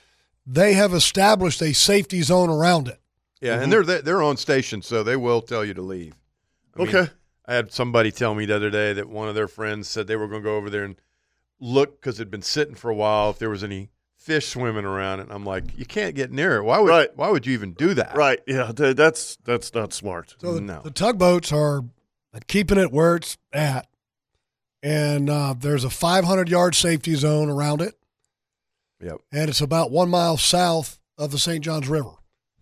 [SPEAKER 3] they have established a safety zone around it.
[SPEAKER 4] Yeah,
[SPEAKER 1] Mm-hmm.
[SPEAKER 4] and they're they're on station, so they will tell you to leave. I mean,
[SPEAKER 1] Okay.
[SPEAKER 4] I had somebody tell me the other day that one of their friends said they were going to go over there and look because it'd been sitting for a while if there was any fish swimming around it. And I'm like, you can't get near it. Why would
[SPEAKER 1] Right.
[SPEAKER 4] why would you even do that?
[SPEAKER 1] Right. Yeah. th- That's that's not smart.
[SPEAKER 3] So the,
[SPEAKER 4] No.
[SPEAKER 3] the tugboats are keeping it where it's at, and uh, there's a 500 yard safety zone around it,
[SPEAKER 4] Yep.
[SPEAKER 3] and it's about one mile south of the St. Johns River.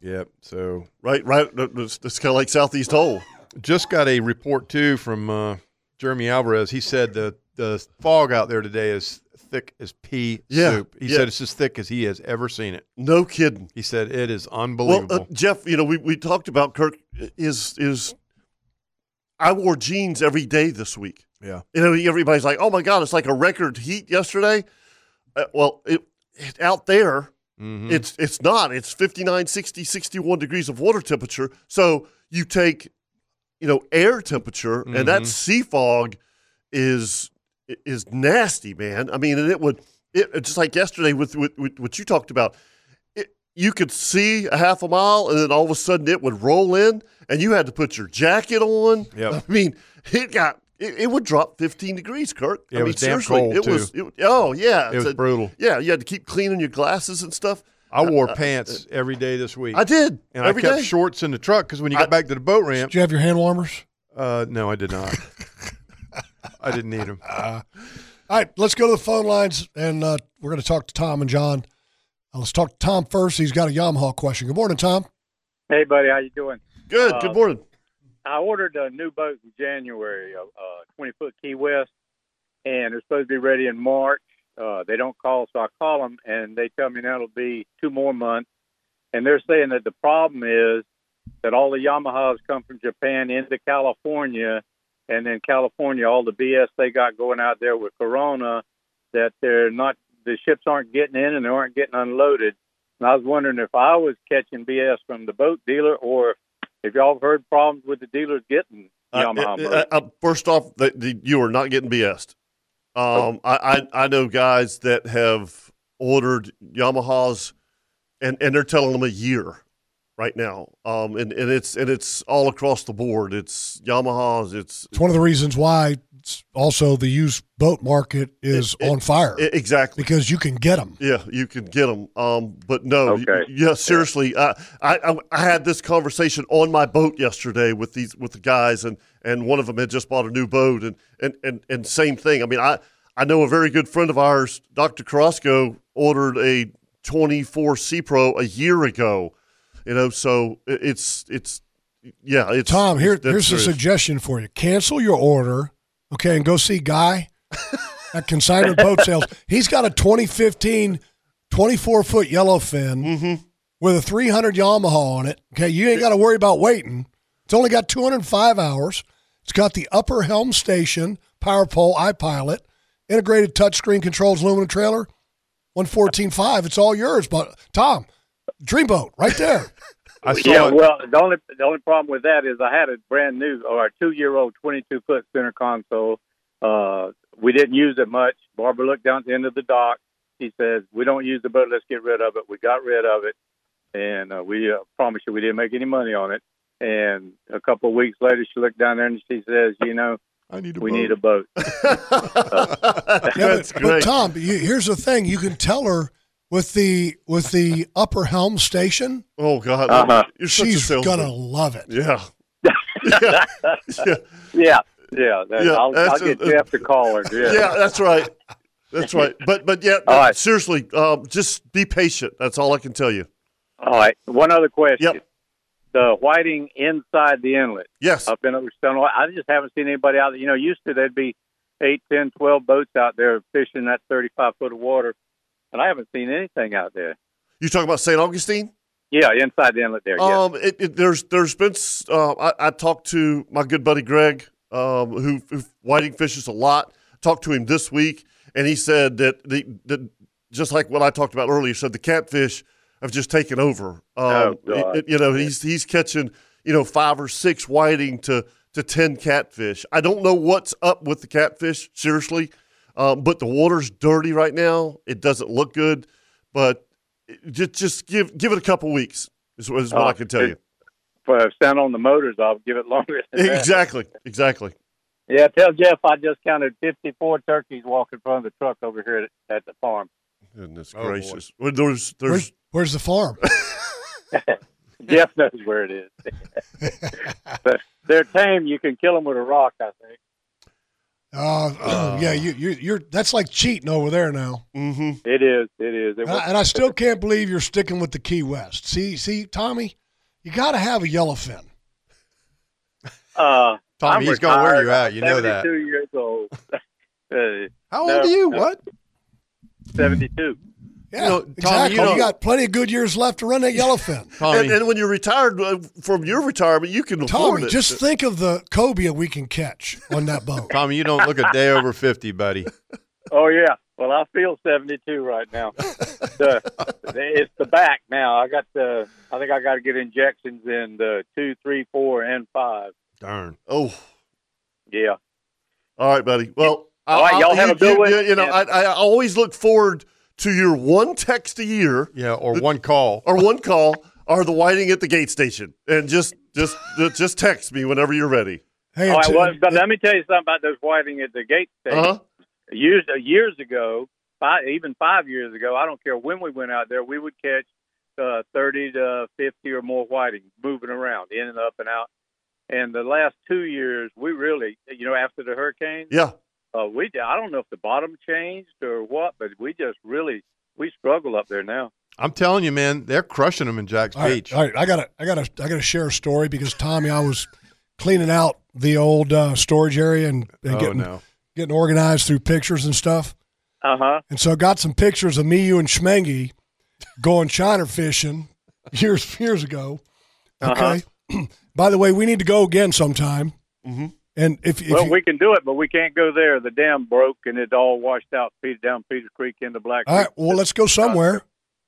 [SPEAKER 4] Yep. So
[SPEAKER 1] Right. Right. uh, It's, kind of like Southeast Hole.
[SPEAKER 4] just got a report too from uh, Jeremy Alvarez. He said the the fog out there today is thick as pea
[SPEAKER 1] Yeah,
[SPEAKER 4] soup. He
[SPEAKER 1] yeah.
[SPEAKER 4] said it's as thick as he has ever seen it.
[SPEAKER 1] No kidding.
[SPEAKER 4] He said it is
[SPEAKER 1] Well,
[SPEAKER 4] unbelievable.
[SPEAKER 1] uh, Jeff, you know, we, we talked about Kirk. Is is I wore jeans every day this week.
[SPEAKER 4] yeah.
[SPEAKER 1] You know, everybody's like, "Oh my God, it's like a record heat yesterday." Uh, well, it, it out there,
[SPEAKER 4] Mhm.
[SPEAKER 1] it's it's not. It's 59, 60, 61 degrees of water temperature. So you take, you know, air temperature, and that
[SPEAKER 4] Mhm.
[SPEAKER 1] sea fog is is nasty, man. I mean, and it would it just like yesterday with with, with what you talked about. It, you could see a half a mile, and then all of a sudden it would roll in, and you had to put your jacket on.
[SPEAKER 4] Yep.
[SPEAKER 1] I mean, it got it, it would drop 15 degrees, Kirk.
[SPEAKER 4] Yeah,
[SPEAKER 1] I
[SPEAKER 4] it
[SPEAKER 1] mean,
[SPEAKER 4] was damn
[SPEAKER 1] seriously,
[SPEAKER 4] cold,
[SPEAKER 1] it was. It, oh yeah,
[SPEAKER 4] It was
[SPEAKER 1] It's a-
[SPEAKER 4] brutal.
[SPEAKER 1] Yeah, you had to keep cleaning your glasses and stuff.
[SPEAKER 4] I wore pants every day this week.
[SPEAKER 1] uh, I did
[SPEAKER 4] and
[SPEAKER 1] every
[SPEAKER 4] I kept
[SPEAKER 1] day.
[SPEAKER 4] shorts in the truck because when you got
[SPEAKER 1] I-
[SPEAKER 4] back to the boat ramp,
[SPEAKER 3] Do you have your hand warmers?
[SPEAKER 4] uh, no, I did not. I didn't need them.
[SPEAKER 3] Uh, All right, let's go to the phone lines, and uh, we're going to talk to Tom and John. Uh, let's talk to Tom first. He's got a Yamaha question. Good morning, Tom.
[SPEAKER 10] Hey, buddy, how you doing?
[SPEAKER 1] Good. good
[SPEAKER 10] Uh,
[SPEAKER 1] morning.
[SPEAKER 10] I ordered a new boat in January, a uh, 20 foot Key West, and they're supposed to be ready in March. Uh, they don't call, so I call them, and they tell me now it'll be two more months. And they're saying that the problem is that all the Yamahas come from Japan into California, and then California, all the BS they got going out there with Corona, that they're not, the ships aren't getting in and they aren't getting unloaded. And I was wondering if I was catching BS from the boat dealer or if if y'all have heard problems with the dealers getting
[SPEAKER 1] Uh,
[SPEAKER 10] Yamaha
[SPEAKER 1] uh,
[SPEAKER 10] boats.
[SPEAKER 1] uh, uh, first off, the, the, you are not getting BS'd. Um, I, I I know guys that have ordered Yamahas, and, and they're telling them a year right now. Um, and, and it's and it's all across the board. It's Yamahas. It's
[SPEAKER 3] It's one of the reasons why it's also the used boat market is
[SPEAKER 1] It- it-
[SPEAKER 3] on fire
[SPEAKER 1] e- exactly.
[SPEAKER 3] because you can get them.
[SPEAKER 1] Yeah, you can get them. Um, but no, y-
[SPEAKER 10] Okay.
[SPEAKER 1] yeah, seriously, I, I, I, I had this conversation on my boat yesterday with these with the guys, and, and one of them had just bought a new boat, and, and, and, and same thing. I mean, I, I know a very good friend of ours, Dr. Carrasco, ordered a 24 C Pro a year ago, you know, so i- it's, it's, yeah, it's
[SPEAKER 3] Tom, here,
[SPEAKER 1] it's-
[SPEAKER 3] here's a
[SPEAKER 1] that's-
[SPEAKER 3] suggestion for you. Cancel your order, okay, and go see Guy at Consignment Boat Sales. He's got a 2015 24-foot yellowfin with a 300 Yamaha on it. Okay, you ain't got to worry about waiting. It's only got 205 hours. It's got the upper helm station, power pole, iPilot, integrated touchscreen controls, aluminum trailer, 114.5. It's all yours, but Tom, dreamboat right there.
[SPEAKER 4] I saw
[SPEAKER 10] yeah,
[SPEAKER 4] it.
[SPEAKER 10] well, the only the only problem with that is I had a brand new or a two year old twenty two foot center console. Uh, we didn't use it much. Barbara looked down at the end of the dock. She says, "We don't use the boat. Let's get rid of it." We got rid of it, and uh, we uh, promise you we didn't make any money on it. And a couple of weeks later, she looked down there and she says, "You know,
[SPEAKER 4] I need a
[SPEAKER 10] we
[SPEAKER 4] boat.
[SPEAKER 10] need a boat."
[SPEAKER 3] Yeah, but-
[SPEAKER 1] that's
[SPEAKER 3] but,
[SPEAKER 1] great.
[SPEAKER 3] Tom, you, here's the thing: you can tell her with the with the upper helm station,
[SPEAKER 1] oh God,
[SPEAKER 10] Uh-huh.
[SPEAKER 1] you're such a
[SPEAKER 3] she's
[SPEAKER 1] salesman.
[SPEAKER 3] gonna love it.
[SPEAKER 1] yeah. yeah, yeah,
[SPEAKER 10] Yeah, yeah. that-
[SPEAKER 1] Yeah,
[SPEAKER 10] I'll, I'll
[SPEAKER 1] that's
[SPEAKER 10] get
[SPEAKER 1] a-
[SPEAKER 10] Jeff to call her. Yeah.
[SPEAKER 1] yeah, that's right. That's right. But but yeah,
[SPEAKER 10] All right.
[SPEAKER 1] seriously, um, just be patient. That's all I can tell you.
[SPEAKER 10] All right. One other question.
[SPEAKER 1] Yep.
[SPEAKER 10] The whiting inside the inlet.
[SPEAKER 1] Yes.
[SPEAKER 10] up in over Stone. I just haven't seen anybody out there. You know, used to there'd be eight, ten, twelve boats out there fishing that 35 foot of water, and I haven't seen anything out there.
[SPEAKER 1] You talking about St. Augustine?
[SPEAKER 10] Yeah, inside the inlet there. Yeah.
[SPEAKER 1] Um, it, it, there's there's been s- uh, I, I talked to my good buddy Greg, um, who, who whiting fishes a lot. Talked to him this week, and he said that the, the just like what I talked about earlier, said the catfish have just taken over. Um,
[SPEAKER 7] Oh, God.
[SPEAKER 1] it- you know, he's he's catching you know five or six whiting to to ten catfish. I don't know what's up with the catfish, seriously, um, but the water's dirty right now. It doesn't look good, but just just give give it a couple weeks is, is what I
[SPEAKER 10] Uh,
[SPEAKER 1] can tell
[SPEAKER 10] it-
[SPEAKER 1] you.
[SPEAKER 10] If I stand on the motors, I'll give it longer. Than that.
[SPEAKER 1] Exactly, exactly.
[SPEAKER 10] Yeah, tell Jeff I just counted 54 turkeys walking in front of the truck over here at, at the farm.
[SPEAKER 1] Goodness
[SPEAKER 10] Oh, boy.
[SPEAKER 1] gracious. Well, there's there's
[SPEAKER 3] Where's, where's the farm?
[SPEAKER 10] Jeff knows where it is. but they're tame. You can kill them with a rock, I think.
[SPEAKER 3] Uh, yeah, you, you, you're. That's like cheating over there now.
[SPEAKER 1] Mm-hmm.
[SPEAKER 10] It is. It is. It
[SPEAKER 3] And
[SPEAKER 10] was-
[SPEAKER 3] I, and I still can't believe you're sticking with the Key West. See, see, Tommy, you got to have a yellowfin.
[SPEAKER 10] Uh,
[SPEAKER 4] Tommy,
[SPEAKER 10] I'm
[SPEAKER 4] he's gonna wear
[SPEAKER 10] retired.
[SPEAKER 4] you out.
[SPEAKER 10] I'm
[SPEAKER 4] You know that.
[SPEAKER 10] 72 years old. Uh,
[SPEAKER 4] How
[SPEAKER 10] no,
[SPEAKER 4] old are you?
[SPEAKER 10] no,
[SPEAKER 4] What?
[SPEAKER 10] 72.
[SPEAKER 3] Yeah,
[SPEAKER 1] You know, Tommy,
[SPEAKER 3] exactly.
[SPEAKER 1] you
[SPEAKER 3] You,
[SPEAKER 1] know-
[SPEAKER 3] got plenty of good years left to run that yellowfin.
[SPEAKER 4] Tommy,
[SPEAKER 1] And, and when you're retired uh, from your retirement, you can afford
[SPEAKER 3] Tommy,
[SPEAKER 1] it.
[SPEAKER 3] just think of the cobia we can catch on that boat.
[SPEAKER 4] Tommy, you don't look a day over fifty, buddy.
[SPEAKER 10] Oh yeah. Well, I feel 72 right now. the, it's the back now. I got the. I think I got to get injections in the two, three, four, and five.
[SPEAKER 4] Darn.
[SPEAKER 1] oh,
[SPEAKER 10] Yeah.
[SPEAKER 1] all right, buddy. Well,
[SPEAKER 10] All right, y'all have
[SPEAKER 1] you-
[SPEAKER 10] a good
[SPEAKER 1] you-
[SPEAKER 10] one.
[SPEAKER 1] You, you know,
[SPEAKER 10] Yeah.
[SPEAKER 1] I, I always look forward to your one text a year
[SPEAKER 4] Yeah, or one call.
[SPEAKER 1] or one call or the whiting at the gate station, and just just just text me whenever you're ready.
[SPEAKER 3] Hey,
[SPEAKER 10] All
[SPEAKER 3] it's-
[SPEAKER 10] right. Well, Oh, but let me tell you something about those whiting at the gate station.
[SPEAKER 1] Uh huh.
[SPEAKER 10] Years years ago, five, even five years ago, I don't care when we went out there, we would catch uh, 30 to 50 or more whiting moving around, in and up and out. And the last two years, we really, you know, after the hurricane,
[SPEAKER 1] Yeah.
[SPEAKER 10] Uh, we ju- I don't know if the bottom changed or what, but we just really we struggle up there now.
[SPEAKER 4] I'm telling you, man, they're crushing them in Jack's
[SPEAKER 3] all right,
[SPEAKER 4] Beach.
[SPEAKER 3] all right, I gotta, I gotta, I gotta share a story because Tommy, I was cleaning out the old uh, storage area and, and
[SPEAKER 4] oh
[SPEAKER 3] getting
[SPEAKER 4] no.
[SPEAKER 3] getting organized through pictures and stuff.
[SPEAKER 10] Uh huh.
[SPEAKER 3] And so I got some pictures of me, you, and Schmengi going shiner fishing years years ago.
[SPEAKER 10] Uh-huh.
[SPEAKER 3] Okay. By the way, we need to go again sometime.
[SPEAKER 1] Mhm.
[SPEAKER 3] And if, if
[SPEAKER 10] Mm-hmm. Well,
[SPEAKER 3] you,
[SPEAKER 10] we can do it, but we can't go there. The dam broke and it all washed out Peter down Peter Creek into Black
[SPEAKER 3] all
[SPEAKER 10] Creek.
[SPEAKER 3] right, well, let's go somewhere.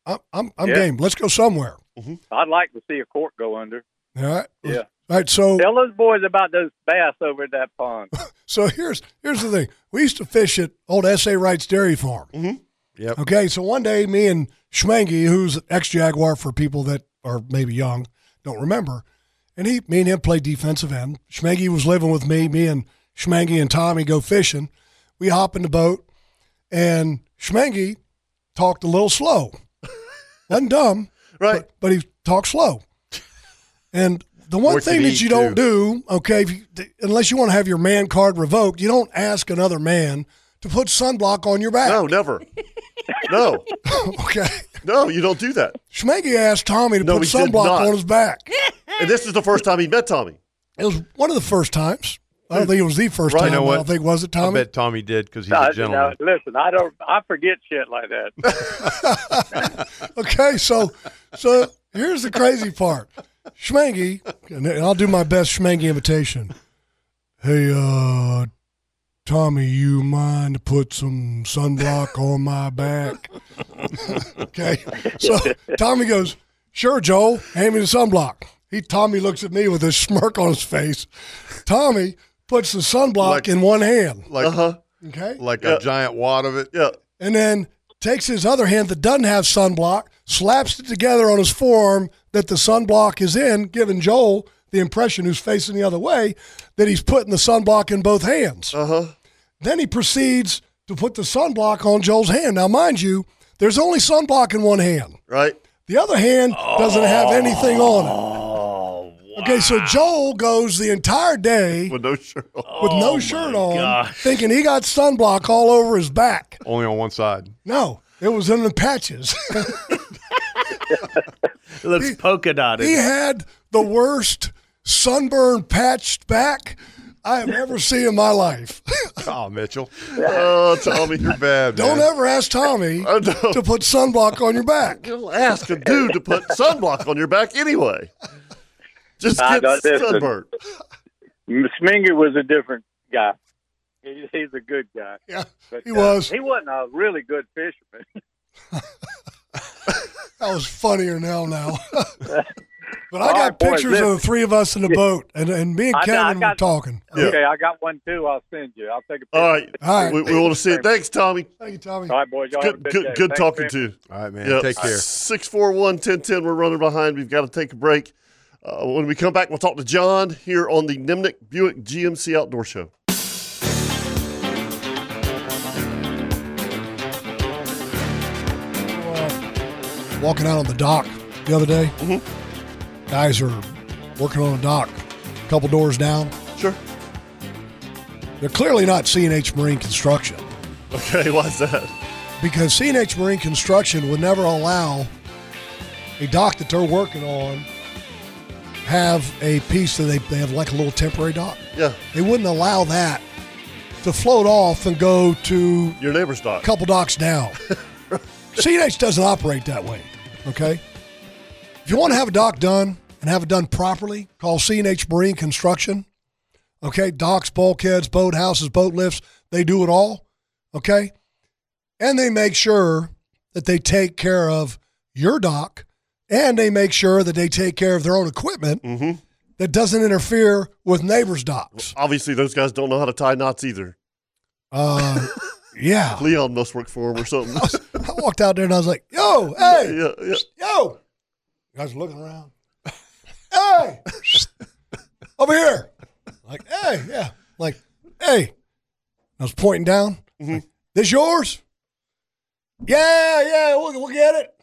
[SPEAKER 3] I'm I'm, I'm
[SPEAKER 10] Yeah.
[SPEAKER 3] game. Let's go somewhere. Mm-hmm.
[SPEAKER 10] I'd like to see a court go under.
[SPEAKER 3] All right.
[SPEAKER 10] Yeah.
[SPEAKER 3] All right. So
[SPEAKER 10] Tell those boys about those bass over at that pond.
[SPEAKER 3] so here's here's the thing. We used to fish at old S.A. Wright's Dairy Farm.
[SPEAKER 10] Mm-hmm.
[SPEAKER 4] Yep.
[SPEAKER 3] Okay, so one day, me and Schmangy, who's ex Jaguar for people that are maybe young, don't remember, and he, me and him played defensive end. Schmangy was living with me. Me and Schmangy and Tommy go fishing. We hop in the boat, and Schmangy talked a little slow. wasn't dumb,
[SPEAKER 1] Right.
[SPEAKER 3] but, but he talked slow. And the one
[SPEAKER 4] What did
[SPEAKER 3] thing
[SPEAKER 4] he
[SPEAKER 3] that you don't
[SPEAKER 4] do?
[SPEAKER 3] do, okay, if you, unless you want to have your man card revoked, you don't ask another man to put sunblock on your back.
[SPEAKER 1] No, never. no,
[SPEAKER 3] Okay.
[SPEAKER 1] no, you don't do that.
[SPEAKER 3] Schmeggy asked Tommy to
[SPEAKER 1] No,
[SPEAKER 3] put
[SPEAKER 1] he did
[SPEAKER 3] sunblock
[SPEAKER 1] not.
[SPEAKER 3] on his back.
[SPEAKER 1] And this is the first time he met Tommy.
[SPEAKER 3] It was one of the first times. I don't think it was the first
[SPEAKER 1] Right.
[SPEAKER 3] time.
[SPEAKER 4] You know
[SPEAKER 3] I don't
[SPEAKER 4] what?
[SPEAKER 3] think was it
[SPEAKER 4] I
[SPEAKER 3] Tommy.
[SPEAKER 4] bet Tommy did because he's
[SPEAKER 10] Uh,
[SPEAKER 4] a gentleman.
[SPEAKER 10] now, listen, I don't. I forget shit like that.
[SPEAKER 3] Okay, so so here's the crazy part. Schmengi, and I'll do my best Schmengi imitation. Hey, uh, Tommy, you mind to put some sunblock on my back? okay, so Tommy goes, "Sure, Joel, hand me the sunblock." He Tommy looks at me with a smirk on his face. Tommy puts the sunblock
[SPEAKER 4] Like-
[SPEAKER 3] in one hand.
[SPEAKER 4] Like
[SPEAKER 1] Uh huh.
[SPEAKER 3] Okay,
[SPEAKER 4] like
[SPEAKER 1] Yeah.
[SPEAKER 4] a giant wad of it.
[SPEAKER 1] Yeah.
[SPEAKER 3] and then takes his other hand that doesn't have sunblock, slaps it together on his forearm that the sunblock is in, giving Joel the impression, who's facing the other way, that he's putting the sunblock in both hands.
[SPEAKER 1] Uh huh.
[SPEAKER 3] Then he proceeds to put the sunblock on Joel's hand. Now, mind you, there's only sunblock in one hand.
[SPEAKER 1] Right.
[SPEAKER 3] The other hand doesn't have anything on
[SPEAKER 1] Oh,
[SPEAKER 3] it. Okay, so Joel goes the entire day
[SPEAKER 1] With no shirt. on.
[SPEAKER 3] with no shirt on, thinking he got sunblock all over his back.
[SPEAKER 4] Only on one side.
[SPEAKER 3] No, it was in the patches.
[SPEAKER 5] It looks polka dotted.
[SPEAKER 3] He had the worst sunburn patched back I have ever seen in my life.
[SPEAKER 4] Oh, Mitchell,
[SPEAKER 1] Oh, Tommy,
[SPEAKER 4] you're bad.
[SPEAKER 3] Don't
[SPEAKER 4] man.
[SPEAKER 3] ever ask Tommy
[SPEAKER 1] Oh, no.
[SPEAKER 3] to put sunblock on your back.
[SPEAKER 1] You'll ask a dude to put sunblock on your back anyway. Just
[SPEAKER 10] I
[SPEAKER 1] get
[SPEAKER 10] got this.
[SPEAKER 1] sunburned.
[SPEAKER 10] Sminger was a different guy. He, he's a good guy.
[SPEAKER 3] Yeah,
[SPEAKER 10] But, uh,
[SPEAKER 3] he was.
[SPEAKER 10] He wasn't a really good fisherman.
[SPEAKER 3] That was funnier now. Now, but I
[SPEAKER 10] All
[SPEAKER 3] got
[SPEAKER 10] right, boys,
[SPEAKER 3] pictures of
[SPEAKER 10] listen.
[SPEAKER 3] the three of us in the boat, and, and me and
[SPEAKER 10] I got- I
[SPEAKER 3] Kevin were
[SPEAKER 10] got-
[SPEAKER 3] talking.
[SPEAKER 10] Okay, I got one too. I'll send you. I'll take a picture.
[SPEAKER 1] All right.
[SPEAKER 3] All right.
[SPEAKER 1] We, we want to see it. Thanks, Tommy.
[SPEAKER 3] Thank you, Tommy.
[SPEAKER 10] All right, boys. Y'all have a
[SPEAKER 1] Good,
[SPEAKER 10] good,
[SPEAKER 1] good,
[SPEAKER 10] day.
[SPEAKER 1] good
[SPEAKER 10] Thanks,
[SPEAKER 1] talking
[SPEAKER 10] man.
[SPEAKER 1] to you.
[SPEAKER 4] All right, man.
[SPEAKER 1] Yeah,
[SPEAKER 4] Take care.
[SPEAKER 1] 641 1010. We're running behind. We've got to take a break. Uh, when we come back, we'll talk to John here on the Nimnik Buick GMC Outdoor Show.
[SPEAKER 3] walking out on the dock the other day.
[SPEAKER 1] Mm-hmm.
[SPEAKER 3] Guys are working on a dock, a couple doors down.
[SPEAKER 1] Sure.
[SPEAKER 3] They're clearly not CNH Marine Construction
[SPEAKER 1] Okay, why's that?
[SPEAKER 3] because CNH Marine Construction would never allow a dock that they're working on have a piece that they, they have like a little temporary dock.
[SPEAKER 1] Yeah,
[SPEAKER 3] They wouldn't allow that to float off and go to
[SPEAKER 1] your neighbor's
[SPEAKER 3] a
[SPEAKER 1] dock.
[SPEAKER 3] couple docks down. CNH doesn't operate that way. Okay. If you want to have a dock done and have it done properly, call CNH Marine Construction. Okay. Docks, bulkheads, boat houses, boat lifts, they do it all. Okay. And they make sure that they take care of your dock and they make sure that they take care of their own equipment
[SPEAKER 1] Mm-hmm.
[SPEAKER 3] that doesn't interfere with neighbors' docks.
[SPEAKER 1] Obviously, those guys don't know how to tie knots either.
[SPEAKER 3] Uh, yeah.
[SPEAKER 1] Leon must work for him or something.
[SPEAKER 3] I walked out there and I was like, yo, hey.
[SPEAKER 1] yeah, yeah.
[SPEAKER 3] Yo, guys are looking around. hey, over here. Like, hey, yeah. Like, hey. I was pointing down. Like, this yours? Yeah, yeah. We'll, we'll get it.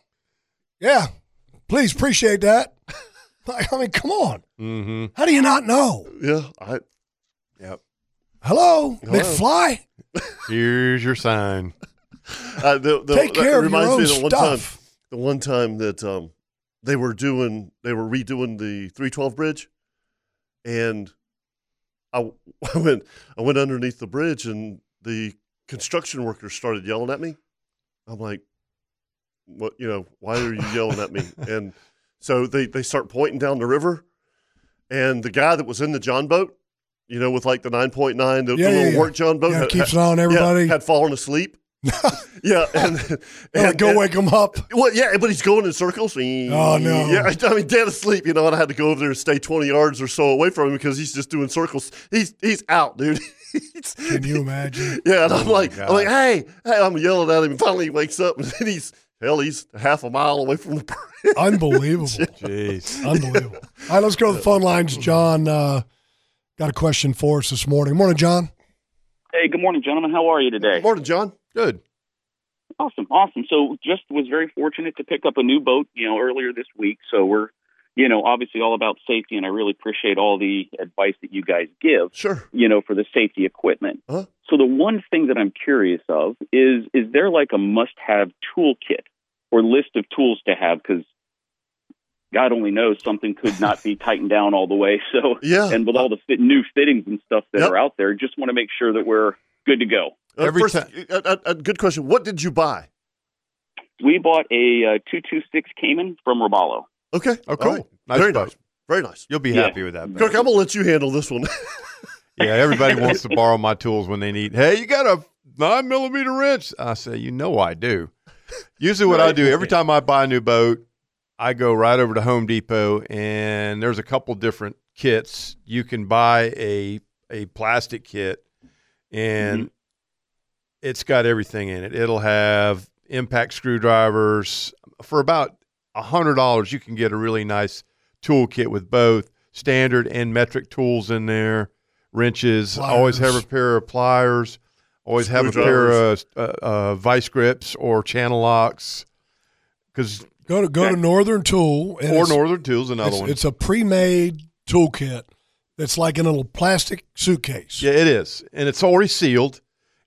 [SPEAKER 3] Yeah. Please appreciate that. Like, I mean, come on.
[SPEAKER 4] Mm-hmm.
[SPEAKER 3] How do you not know?
[SPEAKER 1] yeah. I,
[SPEAKER 4] Yep.
[SPEAKER 3] Hello, McFly.
[SPEAKER 4] Here's your sign.
[SPEAKER 1] Uh, the, the,
[SPEAKER 3] Take
[SPEAKER 1] that
[SPEAKER 3] care of your
[SPEAKER 1] reminds
[SPEAKER 3] own
[SPEAKER 1] me of the one
[SPEAKER 3] stuff.
[SPEAKER 1] time, the one time that um, they were doing, they were redoing the 312 bridge, and I, I went, I went underneath the bridge, and the construction workers started yelling at me. I'm like, what? You know, why are you yelling at me? And so they they start pointing down the river, and the guy that was in the John boat, you know, with like the 9.9, the, the
[SPEAKER 3] Yeah, yeah,
[SPEAKER 1] little
[SPEAKER 3] yeah.
[SPEAKER 1] work John boat,
[SPEAKER 3] Yeah,
[SPEAKER 1] had-
[SPEAKER 3] keeps
[SPEAKER 1] had-
[SPEAKER 3] it on
[SPEAKER 1] yeah,
[SPEAKER 3] everybody.
[SPEAKER 1] had fallen asleep. Yeah, and,
[SPEAKER 3] They're like,
[SPEAKER 1] and- uh,
[SPEAKER 3] go
[SPEAKER 1] and-
[SPEAKER 3] wake them up.
[SPEAKER 1] Well, yeah, but he's going in circles. Oh
[SPEAKER 3] no.
[SPEAKER 1] Yeah, I mean, dead asleep, you know, and I had to go over there and stay twenty yards or so away from him because he's just doing circles. He's he's out, dude. He's-
[SPEAKER 3] Can you imagine?
[SPEAKER 1] yeah, and I'm
[SPEAKER 4] my
[SPEAKER 1] like, I'm like,
[SPEAKER 4] gosh.
[SPEAKER 1] hey, hey, I'm yelling at him. Finally, he wakes up, and then he's hell, he's half a mile away from the. bridge.
[SPEAKER 3] Unbelievable.
[SPEAKER 4] Jeez.
[SPEAKER 3] Unbelievable. All right, let's go to the phone lines. John uh, got a question for us this morning. Morning, John.
[SPEAKER 11] Hey, good morning, gentlemen. How are you today?
[SPEAKER 1] Morning, John.
[SPEAKER 4] Good.
[SPEAKER 11] Awesome, awesome. So, just was very fortunate to pick up a new boat, you know, earlier this week. So we're, you know, obviously all about safety, and I really appreciate all the advice that you guys give,
[SPEAKER 1] Sure. Uh-huh.
[SPEAKER 11] you know, for the safety equipment.
[SPEAKER 1] Huh?
[SPEAKER 11] So the one thing that I'm curious of is, is there like a must-have toolkit or list of tools to have? Because God only knows something could not be tightened down all the way. So,
[SPEAKER 1] Yeah.
[SPEAKER 11] and with all the fit, new fittings and stuff that
[SPEAKER 1] Yep.
[SPEAKER 11] are out there, just want to make sure that we're good to go.
[SPEAKER 1] Uh,
[SPEAKER 4] Every
[SPEAKER 1] first,
[SPEAKER 4] ti-
[SPEAKER 1] uh, uh, uh, good question. What did you buy?
[SPEAKER 11] We bought a uh, 226 Cayman from Robalo.
[SPEAKER 1] Okay.
[SPEAKER 4] Oh,
[SPEAKER 1] all
[SPEAKER 4] cool.
[SPEAKER 1] right.
[SPEAKER 4] Nice
[SPEAKER 1] Very
[SPEAKER 4] boat.
[SPEAKER 1] nice. Very nice.
[SPEAKER 4] You'll be
[SPEAKER 11] Yeah.
[SPEAKER 4] happy with that.
[SPEAKER 1] Kirk, I'm gonna let you handle this one.
[SPEAKER 4] Yeah, everybody wants to borrow my tools when they need. Hey, you got a nine millimeter wrench? I say, you know I do. Usually, what I do every time I buy a new boat, I go right over to Home Depot, and there's a couple different kits. You can buy a a plastic kit, and it's got everything in it. It'll have impact screwdrivers for about a hundred dollars. You can get a really nice toolkit with both standard and metric tools in there wrenches. I Always have a
[SPEAKER 3] Pliers.
[SPEAKER 4] pair of pliers. Always have a pair of uh, uh, vice grips or channel locks. Because
[SPEAKER 3] Go to go to Northern Tool. and
[SPEAKER 4] or
[SPEAKER 3] it's-
[SPEAKER 4] Northern Tools another
[SPEAKER 3] it's,
[SPEAKER 4] one.
[SPEAKER 3] it's a pre-made toolkit that's like in a little plastic suitcase.
[SPEAKER 4] yeah, it is, and it's already sealed.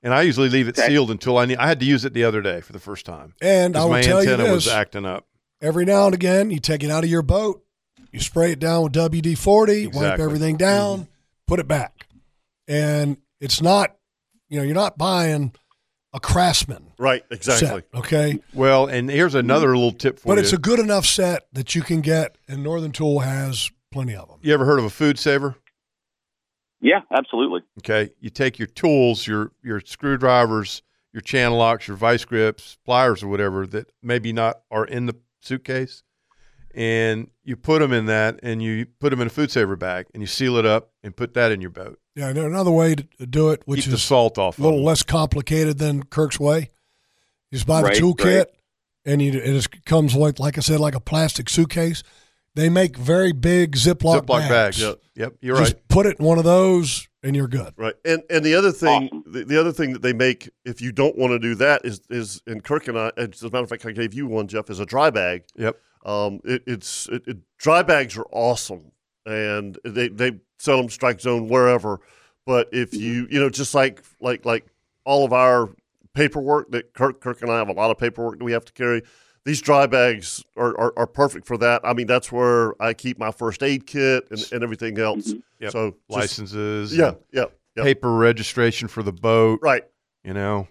[SPEAKER 4] And I usually leave it sealed until I need. I had to use it the other day for the first time.
[SPEAKER 3] And I
[SPEAKER 4] 'Cause
[SPEAKER 3] will
[SPEAKER 4] my
[SPEAKER 3] tell you
[SPEAKER 4] antenna was
[SPEAKER 3] this:
[SPEAKER 4] acting up.
[SPEAKER 3] every now and again, you take it out of your boat, you spray it down with WD-40, wipe
[SPEAKER 4] Exactly.
[SPEAKER 3] everything down, put it back, and it's not, you know, you're not buying a Craftsman
[SPEAKER 1] right. Exactly.
[SPEAKER 3] set. Okay,
[SPEAKER 4] Well, and here's another little tip for
[SPEAKER 3] but
[SPEAKER 4] you.
[SPEAKER 3] it's a good enough set that you can get, and Northern Tool has plenty of them.
[SPEAKER 4] you ever heard of a food saver?
[SPEAKER 11] Yeah, absolutely.
[SPEAKER 4] Okay, you take your tools, your your screwdrivers, your channel locks, your vice grips, pliers, or whatever that maybe not are in the suitcase, and you put them in that, and you put them in a food saver bag, and you seal it up, and put that in your boat.
[SPEAKER 3] Yeah, and another way to to do it, which
[SPEAKER 4] Keep the
[SPEAKER 3] is
[SPEAKER 4] salt off
[SPEAKER 3] a
[SPEAKER 4] of
[SPEAKER 3] little
[SPEAKER 4] them.
[SPEAKER 3] less complicated than Kirk's way, you just buy the
[SPEAKER 4] Right,
[SPEAKER 3] toolkit,
[SPEAKER 4] right.
[SPEAKER 3] and you, it just comes like, like I said, like a plastic suitcase. They make very big Ziploc,
[SPEAKER 4] Ziploc bags.
[SPEAKER 3] bags.
[SPEAKER 4] Yep, yep, you're
[SPEAKER 3] Just
[SPEAKER 4] right.
[SPEAKER 3] Put it in one of those, and you're good.
[SPEAKER 1] Right. And and the other thing, the, the other thing that they make, if you don't want to do that, is is and Kirk and I. As a matter of fact, I gave you one, Jeff, is a dry bag.
[SPEAKER 4] Yep.
[SPEAKER 1] Um, it, it's it, it, dry bags are awesome, and they they sell them strike zone wherever. But if you you know just like like like all of our paperwork that Kirk Kirk and I have a lot of paperwork that we have to carry. These dry bags are, are, are perfect for that. I mean, that's where I keep my first aid kit and, and everything else.
[SPEAKER 4] Yep.
[SPEAKER 1] So just-
[SPEAKER 4] licenses,
[SPEAKER 1] Yeah,
[SPEAKER 4] and
[SPEAKER 1] yeah, yeah.
[SPEAKER 4] paper registration for the boat,
[SPEAKER 1] right?
[SPEAKER 4] You know,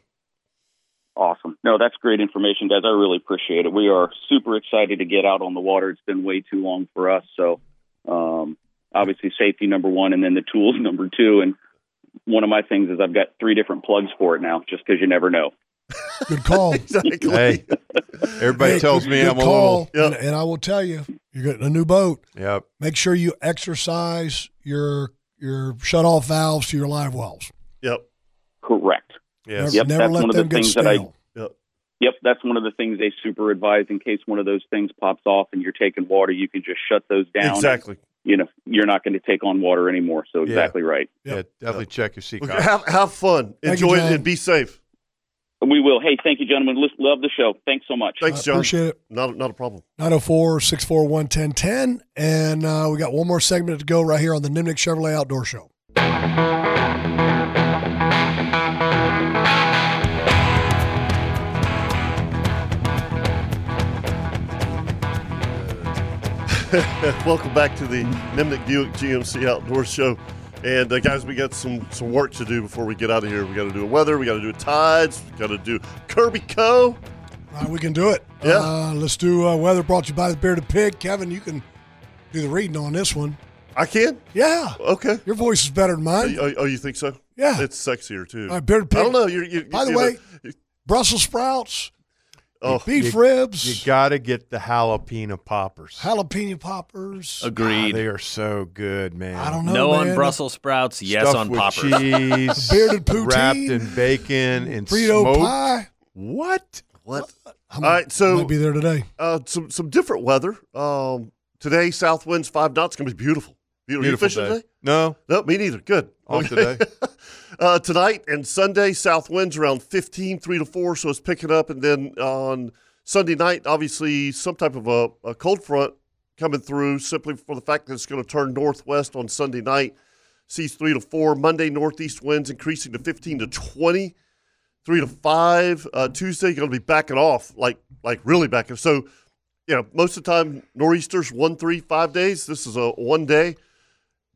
[SPEAKER 11] Awesome. No, that's great information, guys. I really appreciate it. We are super excited to get out on the water. It's been way too long for us. So, um, obviously, safety number one, and then the tools number two. And one of my things is I've got three different plugs for it now, just because you never know.
[SPEAKER 3] Good call.
[SPEAKER 1] exactly.
[SPEAKER 4] hey, everybody
[SPEAKER 3] Hey,
[SPEAKER 4] tells
[SPEAKER 3] good-
[SPEAKER 4] me
[SPEAKER 3] good
[SPEAKER 4] I'm
[SPEAKER 3] call,
[SPEAKER 4] a little.
[SPEAKER 3] and, and I will tell you, you're getting a new boat.
[SPEAKER 4] Yep.
[SPEAKER 3] Make sure you exercise your your shut off valves to your live wells.
[SPEAKER 1] Yep.
[SPEAKER 11] Correct.
[SPEAKER 3] Yes.
[SPEAKER 11] Yep.
[SPEAKER 3] Never
[SPEAKER 11] that's
[SPEAKER 3] let
[SPEAKER 11] one of the
[SPEAKER 3] them get
[SPEAKER 11] things that I.
[SPEAKER 3] stale.
[SPEAKER 1] Yep.
[SPEAKER 11] Yep, that's one of the things they super advise in case one of those things pops off and you're taking water, you can just shut those down. and,
[SPEAKER 1] Exactly.
[SPEAKER 11] you know, you're not going to take on water anymore. So
[SPEAKER 4] Yeah.
[SPEAKER 11] exactly right.
[SPEAKER 4] Yeah, definitely check your sea
[SPEAKER 1] Well,
[SPEAKER 4] cops.
[SPEAKER 1] Have, have fun.
[SPEAKER 3] Thank you,
[SPEAKER 1] Enjoy
[SPEAKER 3] John.
[SPEAKER 1] it and be safe.
[SPEAKER 11] We will. Hey, thank you, gentlemen. Lis- Love the show. Thanks so much.
[SPEAKER 1] Thanks,
[SPEAKER 3] I
[SPEAKER 1] John.
[SPEAKER 3] appreciate it.
[SPEAKER 1] Not, not a problem.
[SPEAKER 3] 904 641 1010. And uh, we got one more segment to go right here on the Nimnik Chevrolet Outdoor Show.
[SPEAKER 1] Welcome back to the Nimnik Buick GMC Outdoor Show. And uh, guys, we got some, some work to do before we get out of here. We got to do a weather. We got to do a tides. We got to do Kirby Co.
[SPEAKER 3] All right, we can do it.
[SPEAKER 1] Yeah.
[SPEAKER 3] Uh, let's do uh, weather brought to you by the Bearded Pig. Kevin, you can do the reading on this one.
[SPEAKER 1] I can.
[SPEAKER 3] Yeah.
[SPEAKER 1] Okay.
[SPEAKER 3] Your voice is better than
[SPEAKER 1] Oh,
[SPEAKER 3] mine.
[SPEAKER 1] you- oh, you think so?
[SPEAKER 3] Yeah.
[SPEAKER 1] It's sexier too.
[SPEAKER 3] All right, Bearded Pig.
[SPEAKER 1] I don't know. You're, you
[SPEAKER 3] By the
[SPEAKER 1] you know,
[SPEAKER 3] way, Brussels sprouts,
[SPEAKER 1] oh,
[SPEAKER 3] beef
[SPEAKER 4] you- You
[SPEAKER 3] ribs,
[SPEAKER 4] got to get the jalapeno poppers.
[SPEAKER 3] jalapeno poppers.
[SPEAKER 4] Ah,
[SPEAKER 5] Agreed.
[SPEAKER 4] they are so good, man.
[SPEAKER 3] I don't know.
[SPEAKER 5] no on
[SPEAKER 3] man.
[SPEAKER 5] Brussels sprouts, yes
[SPEAKER 4] Stuffed
[SPEAKER 5] on
[SPEAKER 4] with
[SPEAKER 5] poppers.
[SPEAKER 4] cheese,
[SPEAKER 3] Bearded poutine,
[SPEAKER 4] wrapped in bacon and
[SPEAKER 3] Frito
[SPEAKER 4] smoked.
[SPEAKER 3] pie.
[SPEAKER 4] What?
[SPEAKER 1] what?
[SPEAKER 3] i
[SPEAKER 1] All right, so-
[SPEAKER 3] might be there today.
[SPEAKER 1] Uh, some some different weather. Um, today, south winds five knots. Going to be beautiful. Beautiful. Are you
[SPEAKER 4] Beautiful
[SPEAKER 1] fishing
[SPEAKER 4] day.
[SPEAKER 1] today?
[SPEAKER 4] No,
[SPEAKER 1] No, me neither. Good.
[SPEAKER 4] Off today.
[SPEAKER 1] uh, tonight and Sunday, south winds around 15, 3 to 4, so it's picking up. And then on Sunday night, obviously, some type of a, a cold front coming through simply for the fact that it's going to turn northwest on Sunday night. Seas 3 to 4. Monday, northeast winds increasing to 15 to 20 three to five. Uh, Tuesday, going to be backing off, like like really backing. So, you know, most of the time nor'easters one, three, five days. This is a one day.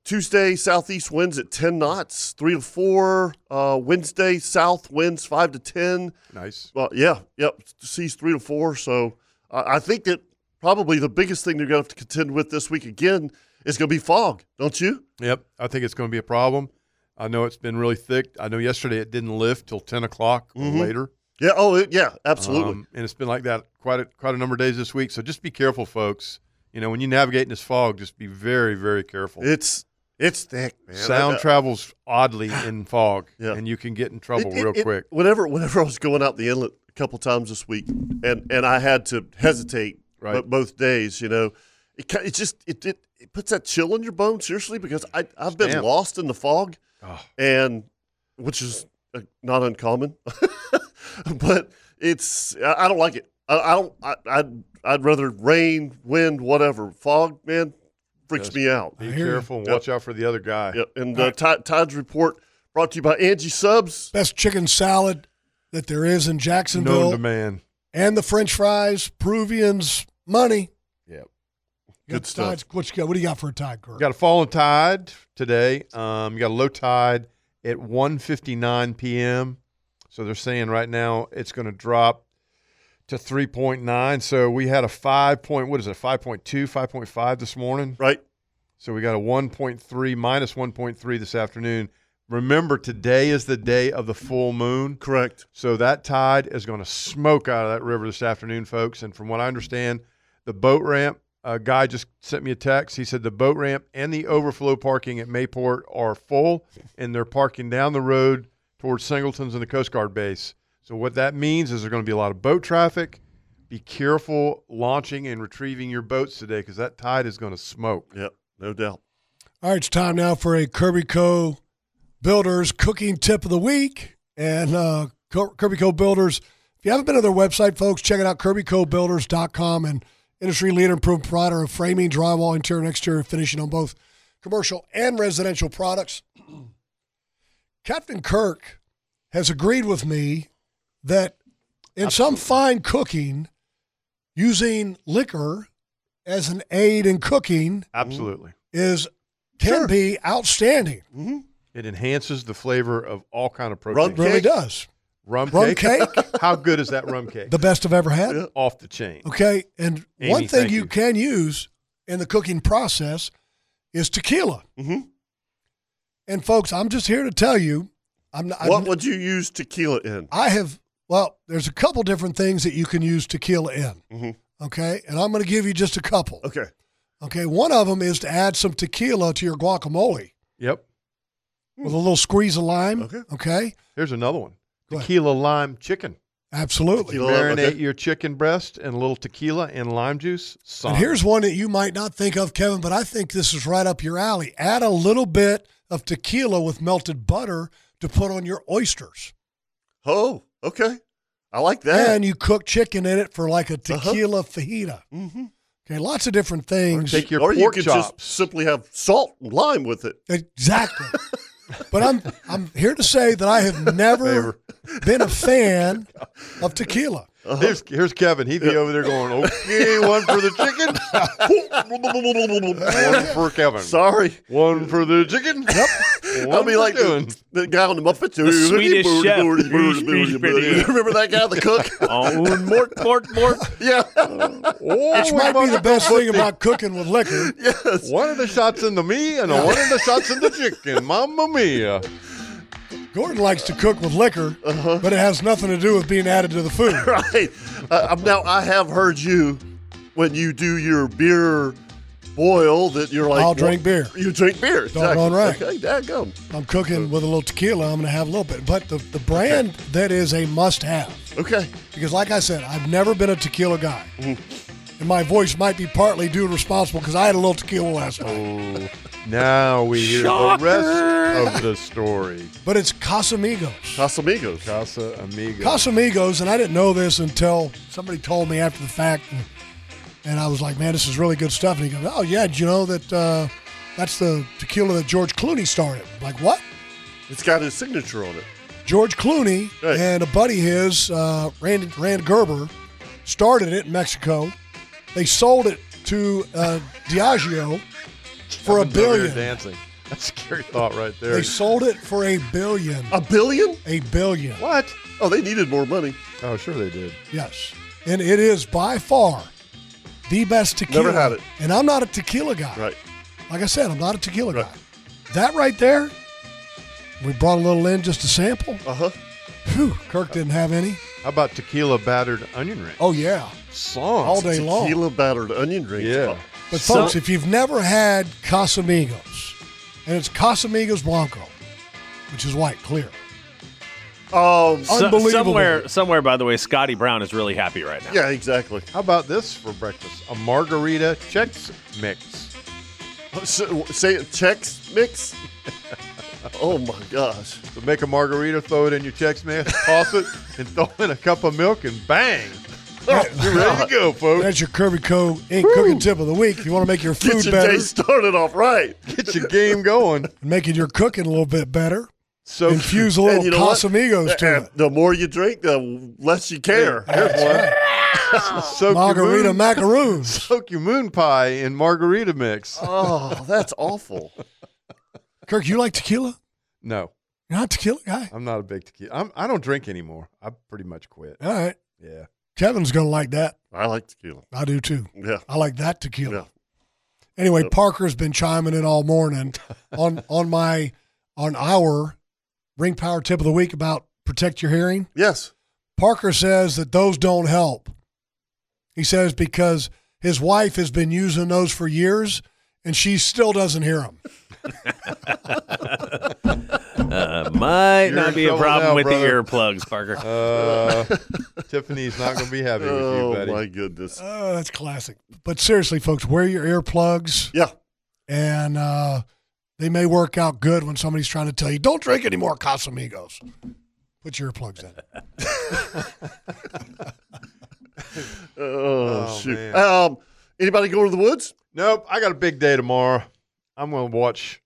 [SPEAKER 1] Tuesday, southeast winds at ten knots, three to four. Uh, Wednesday, south winds five to ten.
[SPEAKER 4] nice.
[SPEAKER 1] Well, yeah, yep, seas three to four. So, I I think that probably the biggest thing they're going to have to contend with this week again is going to be fog, don't you?
[SPEAKER 4] Yep, I think it's going to be a problem. I know it's been really thick. I know yesterday it didn't lift till ten o'clock
[SPEAKER 1] Mhm.
[SPEAKER 4] or later.
[SPEAKER 1] Yeah. Oh, it, yeah, absolutely.
[SPEAKER 4] Um, and it's been like that quite a, quite a number of days this week. So just be careful, folks. You know, when you navigate in this fog, just be very, very careful.
[SPEAKER 1] it's it's thick, man.
[SPEAKER 4] Sound
[SPEAKER 1] I-
[SPEAKER 4] travels oddly in fog,
[SPEAKER 1] Yeah.
[SPEAKER 4] and you can get in trouble
[SPEAKER 1] It- it-
[SPEAKER 4] real
[SPEAKER 1] it-
[SPEAKER 4] quick.
[SPEAKER 1] Whenever whenever I was going out the inlet a couple times this week, and and I had to hesitate
[SPEAKER 4] Right.
[SPEAKER 1] bo- both days, you know, it ki- it just it it, it puts that chill in your bones seriously because I I've been
[SPEAKER 4] Stamp.
[SPEAKER 1] lost in the fog,
[SPEAKER 4] Oh.
[SPEAKER 1] and which is uh, not uncommon, but it's I, I don't like it. I, I don't I I'd, I'd rather rain, wind, whatever. Fog, man, freaks
[SPEAKER 4] Yes.
[SPEAKER 1] me out.
[SPEAKER 4] Be
[SPEAKER 3] I hear you.
[SPEAKER 4] careful and
[SPEAKER 1] Yep.
[SPEAKER 4] watch out for the other guy.
[SPEAKER 1] Yeah, and uh, Tide Tide's report brought to you by Angie Subs.
[SPEAKER 3] Best chicken salad that there is in
[SPEAKER 4] Known
[SPEAKER 3] Jacksonville.
[SPEAKER 4] to man.
[SPEAKER 3] and the French fries, Peruvians, money.
[SPEAKER 4] Yep.
[SPEAKER 3] You got
[SPEAKER 1] Good stuff.
[SPEAKER 3] tides. What you got? What do you got for a tide, Kirk?
[SPEAKER 4] We got a falling tide today. Um, you got a low tide at 1:59 p.m. So they're saying right now it's going to drop to 3.9. So we had a 5. Point, what is it? 5.2, 5.5 this morning.
[SPEAKER 1] Right.
[SPEAKER 4] So we got a 1.3 minus 1.3 this afternoon. Remember today is the day of the full moon.
[SPEAKER 1] Correct.
[SPEAKER 4] So that tide is going to smoke out of that river this afternoon, folks. And from what I understand, the boat ramp. A guy just sent me a text. He said the boat ramp and the overflow parking at Mayport are full, and they're parking down the road towards Singleton's and the Coast Guard base. So what that means is there's going to be a lot of boat traffic. Be careful launching and retrieving your boats today because that tide is going to smoke.
[SPEAKER 1] Yep, no doubt.
[SPEAKER 3] All right, it's time now for a Kirby Co. Builders cooking tip of the week. And uh, Co- Kirby Co. Builders, if you haven't been to their website, folks, check it out, kirbycobuilders.com. And industry leader and proven provider of framing, drywall, interior, and exterior finishing on both commercial and residential products. Captain Kirk has agreed with me that in some fine cooking, using liquor as an aid in cooking
[SPEAKER 4] Absolutely.
[SPEAKER 3] is can be outstanding.
[SPEAKER 4] It enhances the flavor of all kind of protein.
[SPEAKER 3] Mm-hmm. Rum It really cake? does.
[SPEAKER 4] Rum,
[SPEAKER 3] Rum
[SPEAKER 4] cake. How good is that rum cake?
[SPEAKER 3] The best I've ever had.
[SPEAKER 4] Off the chain.
[SPEAKER 3] Okay, and
[SPEAKER 4] Amy,
[SPEAKER 3] one thing
[SPEAKER 4] thank
[SPEAKER 3] you,
[SPEAKER 4] you.
[SPEAKER 3] can use in the cooking process is tequila.
[SPEAKER 1] Mm-hmm.
[SPEAKER 3] And folks, I'm just here to tell you, I'm not.
[SPEAKER 1] what
[SPEAKER 3] I'm,
[SPEAKER 1] would you use tequila in?
[SPEAKER 3] I have well, there's a couple different things that you can use tequila in.
[SPEAKER 1] Mm-hmm.
[SPEAKER 3] Okay, and I'm going to give you just a couple.
[SPEAKER 1] Okay.
[SPEAKER 3] Okay, one of them is to add some tequila to your guacamole
[SPEAKER 4] Yep.
[SPEAKER 3] with
[SPEAKER 1] Hmm.
[SPEAKER 3] a little squeeze of lime. Okay.
[SPEAKER 4] Here's another one.
[SPEAKER 3] Go ahead.
[SPEAKER 4] Tequila lime chicken.
[SPEAKER 3] Absolutely.
[SPEAKER 4] You marinate your chicken breast in a little tequila and lime juice.
[SPEAKER 3] And
[SPEAKER 4] Solid.
[SPEAKER 3] here's one that you might not think of, Kevin, but I think this is right up your alley. Add a little bit of tequila with melted butter to put on your oysters.
[SPEAKER 1] Oh, okay. I like that. Uh-huh.
[SPEAKER 3] And you cook chicken in it for like a tequila fajita.
[SPEAKER 1] Mhm.
[SPEAKER 3] Okay, lots of different things.
[SPEAKER 1] or you could just simply have salt and lime with it.
[SPEAKER 3] Exactly. but I'm I'm here to say that I have never been a fan of tequila.
[SPEAKER 1] Uh-huh.
[SPEAKER 4] Here's, here's Kevin. He'd be over there going, okay, one for the chicken, one for Kevin.
[SPEAKER 1] Sorry.
[SPEAKER 4] One for the chicken.
[SPEAKER 1] Yep. I'll
[SPEAKER 4] One
[SPEAKER 1] be
[SPEAKER 4] for
[SPEAKER 1] like
[SPEAKER 4] doing.
[SPEAKER 1] the, the guy on the Muppet.
[SPEAKER 5] The Swedish chef.
[SPEAKER 1] Remember that guy, the cook?
[SPEAKER 5] Oh, mort, mort, mort.
[SPEAKER 1] Yeah.
[SPEAKER 4] Oh,
[SPEAKER 3] Which might be the best thing about cooking with liquor.
[SPEAKER 1] Yes.
[SPEAKER 4] One of the shots into me and one of the shots into chicken. Mamma mia.
[SPEAKER 3] Gordon likes to cook with liquor,
[SPEAKER 1] Uh-huh.
[SPEAKER 3] but it has nothing to do with being added to the food.
[SPEAKER 1] right. Uh, um, now I have heard you when you do your beer boil that you're like
[SPEAKER 3] I'll drink beer.
[SPEAKER 1] You drink beer.
[SPEAKER 3] Doggone right.
[SPEAKER 1] Okay, dadgum.
[SPEAKER 3] I'm cooking with a little tequila. I'm going to have a little bit. But the, the brand that is a must have.
[SPEAKER 1] Okay.
[SPEAKER 3] Because, like I said, I've never been a tequila guy. And my voice might be partly due and responsible because I had a little tequila last night.
[SPEAKER 4] Oh. Now we hear the rest of the story.
[SPEAKER 3] But it's Casamigos.
[SPEAKER 1] Casamigos.
[SPEAKER 4] Casa Amiga.
[SPEAKER 3] Casamigos, and I didn't know this until somebody told me after the fact. And, and I was like, man, this is really good stuff. And he goes, oh, yeah, did you know that uh, that's the tequila that George Clooney started? I'm like, what?
[SPEAKER 1] It's got his signature on it.
[SPEAKER 3] George Clooney
[SPEAKER 1] Right.
[SPEAKER 3] and a buddy of his, uh, Rand, Rand Gerber, started it in Mexico. They sold it to uh, Diageo for
[SPEAKER 4] Kevin's
[SPEAKER 3] a
[SPEAKER 4] over there
[SPEAKER 3] billion.
[SPEAKER 4] Dancing. That's a scary thought right there.
[SPEAKER 3] They sold it for a billion.
[SPEAKER 1] A billion?
[SPEAKER 3] A billion.
[SPEAKER 4] What?
[SPEAKER 1] Oh, they needed more money.
[SPEAKER 4] Oh, sure they did.
[SPEAKER 3] Yes. And it is by far the best tequila.
[SPEAKER 1] Never had it.
[SPEAKER 3] And I'm not a tequila guy.
[SPEAKER 1] Right.
[SPEAKER 3] Like I said, I'm not a tequila guy. That right there, we brought a little in just a sample.
[SPEAKER 1] Uh huh.
[SPEAKER 3] Whew, Kirk didn't have any.
[SPEAKER 4] How about tequila battered onion ring?
[SPEAKER 3] Oh, yeah.
[SPEAKER 4] Song.
[SPEAKER 3] All day long.
[SPEAKER 1] Tequila battered onion rings.
[SPEAKER 4] Yeah.
[SPEAKER 1] Bob.
[SPEAKER 3] But
[SPEAKER 5] So-
[SPEAKER 3] folks, if you've never had Casamigos, and it's Casamigos Blanco, which is white, clear.
[SPEAKER 1] Um.
[SPEAKER 5] So-
[SPEAKER 3] Unbelievable.
[SPEAKER 5] somewhere, somewhere, by the way, Scotty Brown is really happy right now.
[SPEAKER 1] Yeah. Exactly.
[SPEAKER 4] How about this for breakfast? A margarita Chex mix.
[SPEAKER 1] So, say it. Chex mix. oh my gosh.
[SPEAKER 4] So make a margarita, throw it in your Chex mix, toss it, and throw in a cup of milk, and bang.
[SPEAKER 3] Oh,
[SPEAKER 4] You're ready to go, folks.
[SPEAKER 3] That's your Kirby Co. Inc. cooking tip of the week. If you want to make your
[SPEAKER 1] Get
[SPEAKER 3] food
[SPEAKER 1] your
[SPEAKER 3] better
[SPEAKER 1] day started off right.
[SPEAKER 4] Get your game going.
[SPEAKER 3] and making your cooking a little bit better,
[SPEAKER 4] So
[SPEAKER 3] infuse a little
[SPEAKER 1] And you know what?
[SPEAKER 3] Casamigos to
[SPEAKER 1] And
[SPEAKER 3] it.
[SPEAKER 1] the more you drink, the less you care.
[SPEAKER 4] Here's one. Soak
[SPEAKER 3] Margarita
[SPEAKER 4] your moon,
[SPEAKER 3] macaroons.
[SPEAKER 4] soak your moon pie in margarita mix.
[SPEAKER 1] Oh, that's awful.
[SPEAKER 3] Kirk, you like tequila?
[SPEAKER 4] No,
[SPEAKER 3] You're not a tequila guy?
[SPEAKER 4] I'm not a big tequila. I'm, I don't drink anymore. I pretty much quit.
[SPEAKER 3] All right.
[SPEAKER 4] Yeah.
[SPEAKER 3] Kevin's going to like that.
[SPEAKER 1] I like tequila.
[SPEAKER 3] I do too.
[SPEAKER 1] Yeah.
[SPEAKER 3] I like that tequila.
[SPEAKER 1] Yeah.
[SPEAKER 3] Anyway, Parker's been chiming in all morning on on my on our ring power tip of the week about protect your hearing.
[SPEAKER 1] Yes.
[SPEAKER 3] Parker says that those don't help. He says because His wife has been using those for years, and she still doesn't hear them.
[SPEAKER 5] Uh, might
[SPEAKER 4] You're in
[SPEAKER 5] not be a
[SPEAKER 4] trouble
[SPEAKER 5] problem
[SPEAKER 4] now,
[SPEAKER 5] with
[SPEAKER 4] brother.
[SPEAKER 5] the earplugs, Parker.
[SPEAKER 4] Uh, Tiffany's not going to be happy with you,
[SPEAKER 1] Oh,
[SPEAKER 4] buddy.
[SPEAKER 1] my goodness.
[SPEAKER 3] Oh, that's classic. But seriously, folks, wear your earplugs.
[SPEAKER 1] Yeah.
[SPEAKER 3] And uh, they may work out good when somebody's trying to tell you, don't drink any more Casamigos. Put your earplugs in.
[SPEAKER 1] Oh,
[SPEAKER 4] Oh,
[SPEAKER 1] shoot.
[SPEAKER 4] man.
[SPEAKER 1] Um, anybody going to the woods?
[SPEAKER 4] Nope, I got a big day tomorrow. I'm going to watch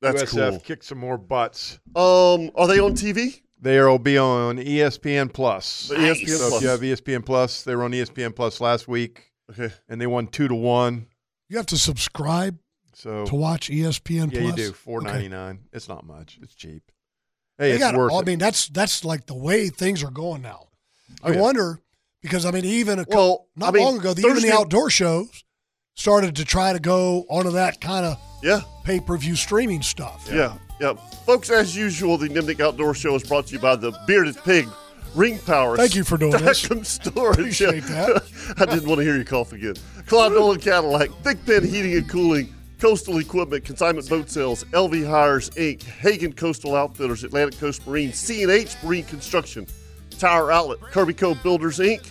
[SPEAKER 1] That's
[SPEAKER 4] USF kick some more butts.
[SPEAKER 1] cool. Um, are they on TV?
[SPEAKER 4] They'll be on E ESPN Plus.
[SPEAKER 1] The E ESPN
[SPEAKER 4] So
[SPEAKER 1] Plus.
[SPEAKER 4] if you have E ESPN Plus, they were on E ESPN Plus last week,
[SPEAKER 1] Okay.
[SPEAKER 4] and they won two to one.
[SPEAKER 3] You have to subscribe
[SPEAKER 4] So
[SPEAKER 3] to watch E ESPN
[SPEAKER 4] yeah,
[SPEAKER 3] Plus.
[SPEAKER 4] you do four
[SPEAKER 3] Okay.
[SPEAKER 4] ninety nine. It's not much. It's cheap. Hey,
[SPEAKER 3] They
[SPEAKER 4] it's
[SPEAKER 3] got-
[SPEAKER 4] worth
[SPEAKER 3] I
[SPEAKER 4] it.
[SPEAKER 3] mean, that's that's like the way things are going now.
[SPEAKER 4] Oh,
[SPEAKER 3] I
[SPEAKER 4] yeah.
[SPEAKER 3] wonder because I mean, even a cou-
[SPEAKER 1] Well,
[SPEAKER 3] not
[SPEAKER 1] I mean,
[SPEAKER 3] long ago, the, even
[SPEAKER 1] Thursday-
[SPEAKER 3] the outdoor shows started to try to go onto that kind of
[SPEAKER 1] Yeah.
[SPEAKER 3] pay per view streaming stuff.
[SPEAKER 1] Yeah. Yeah. Folks, as usual, the Nimnik Outdoor Show is brought to you by the Bearded Pig Ring Power.
[SPEAKER 3] Thank you for doing this.
[SPEAKER 1] Stockholm Storage.
[SPEAKER 3] Appreciate that.
[SPEAKER 1] I didn't want to hear you cough again. Clyde Nolan Cadillac, Thick Bend Heating and Cooling, Coastal Equipment, Consignment Boat Sales, LV Hires Inc., Hagen Coastal Outfitters, Atlantic Coast Marine, C&H Marine Construction, Tower Outlet, Kirby Co. Builders Inc.,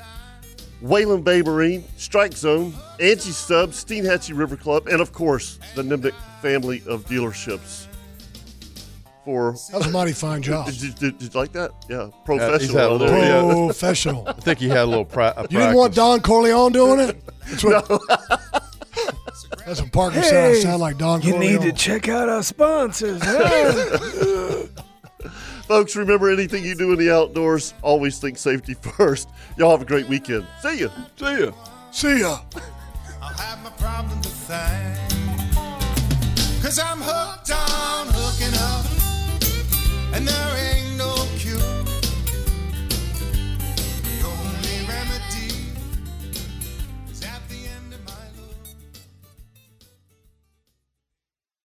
[SPEAKER 1] Whalen Bay Marine, Strike Zone, Angie Stubbs, Steenhatchee River Club, and of course, the Nimnik family of dealerships. For
[SPEAKER 3] That was a mighty fine job.
[SPEAKER 1] did, you- did- did you like that? Yeah,
[SPEAKER 4] he's had a
[SPEAKER 1] professional.
[SPEAKER 4] little-
[SPEAKER 1] Yeah.
[SPEAKER 4] Yeah.
[SPEAKER 3] Professional.
[SPEAKER 4] I think he had a little pra- a
[SPEAKER 3] You didn't want
[SPEAKER 4] practice.
[SPEAKER 3] Don Corleone doing it? That's what, that's what Parker said. I sound like Don Corleone.
[SPEAKER 5] check out our sponsors.
[SPEAKER 1] Folks, remember anything you do in the outdoors, always think safety first. Y'all have a great weekend. See ya.
[SPEAKER 4] See ya.
[SPEAKER 3] See ya.
[SPEAKER 2] I'll have my problems to thank. Cause I'm hooked.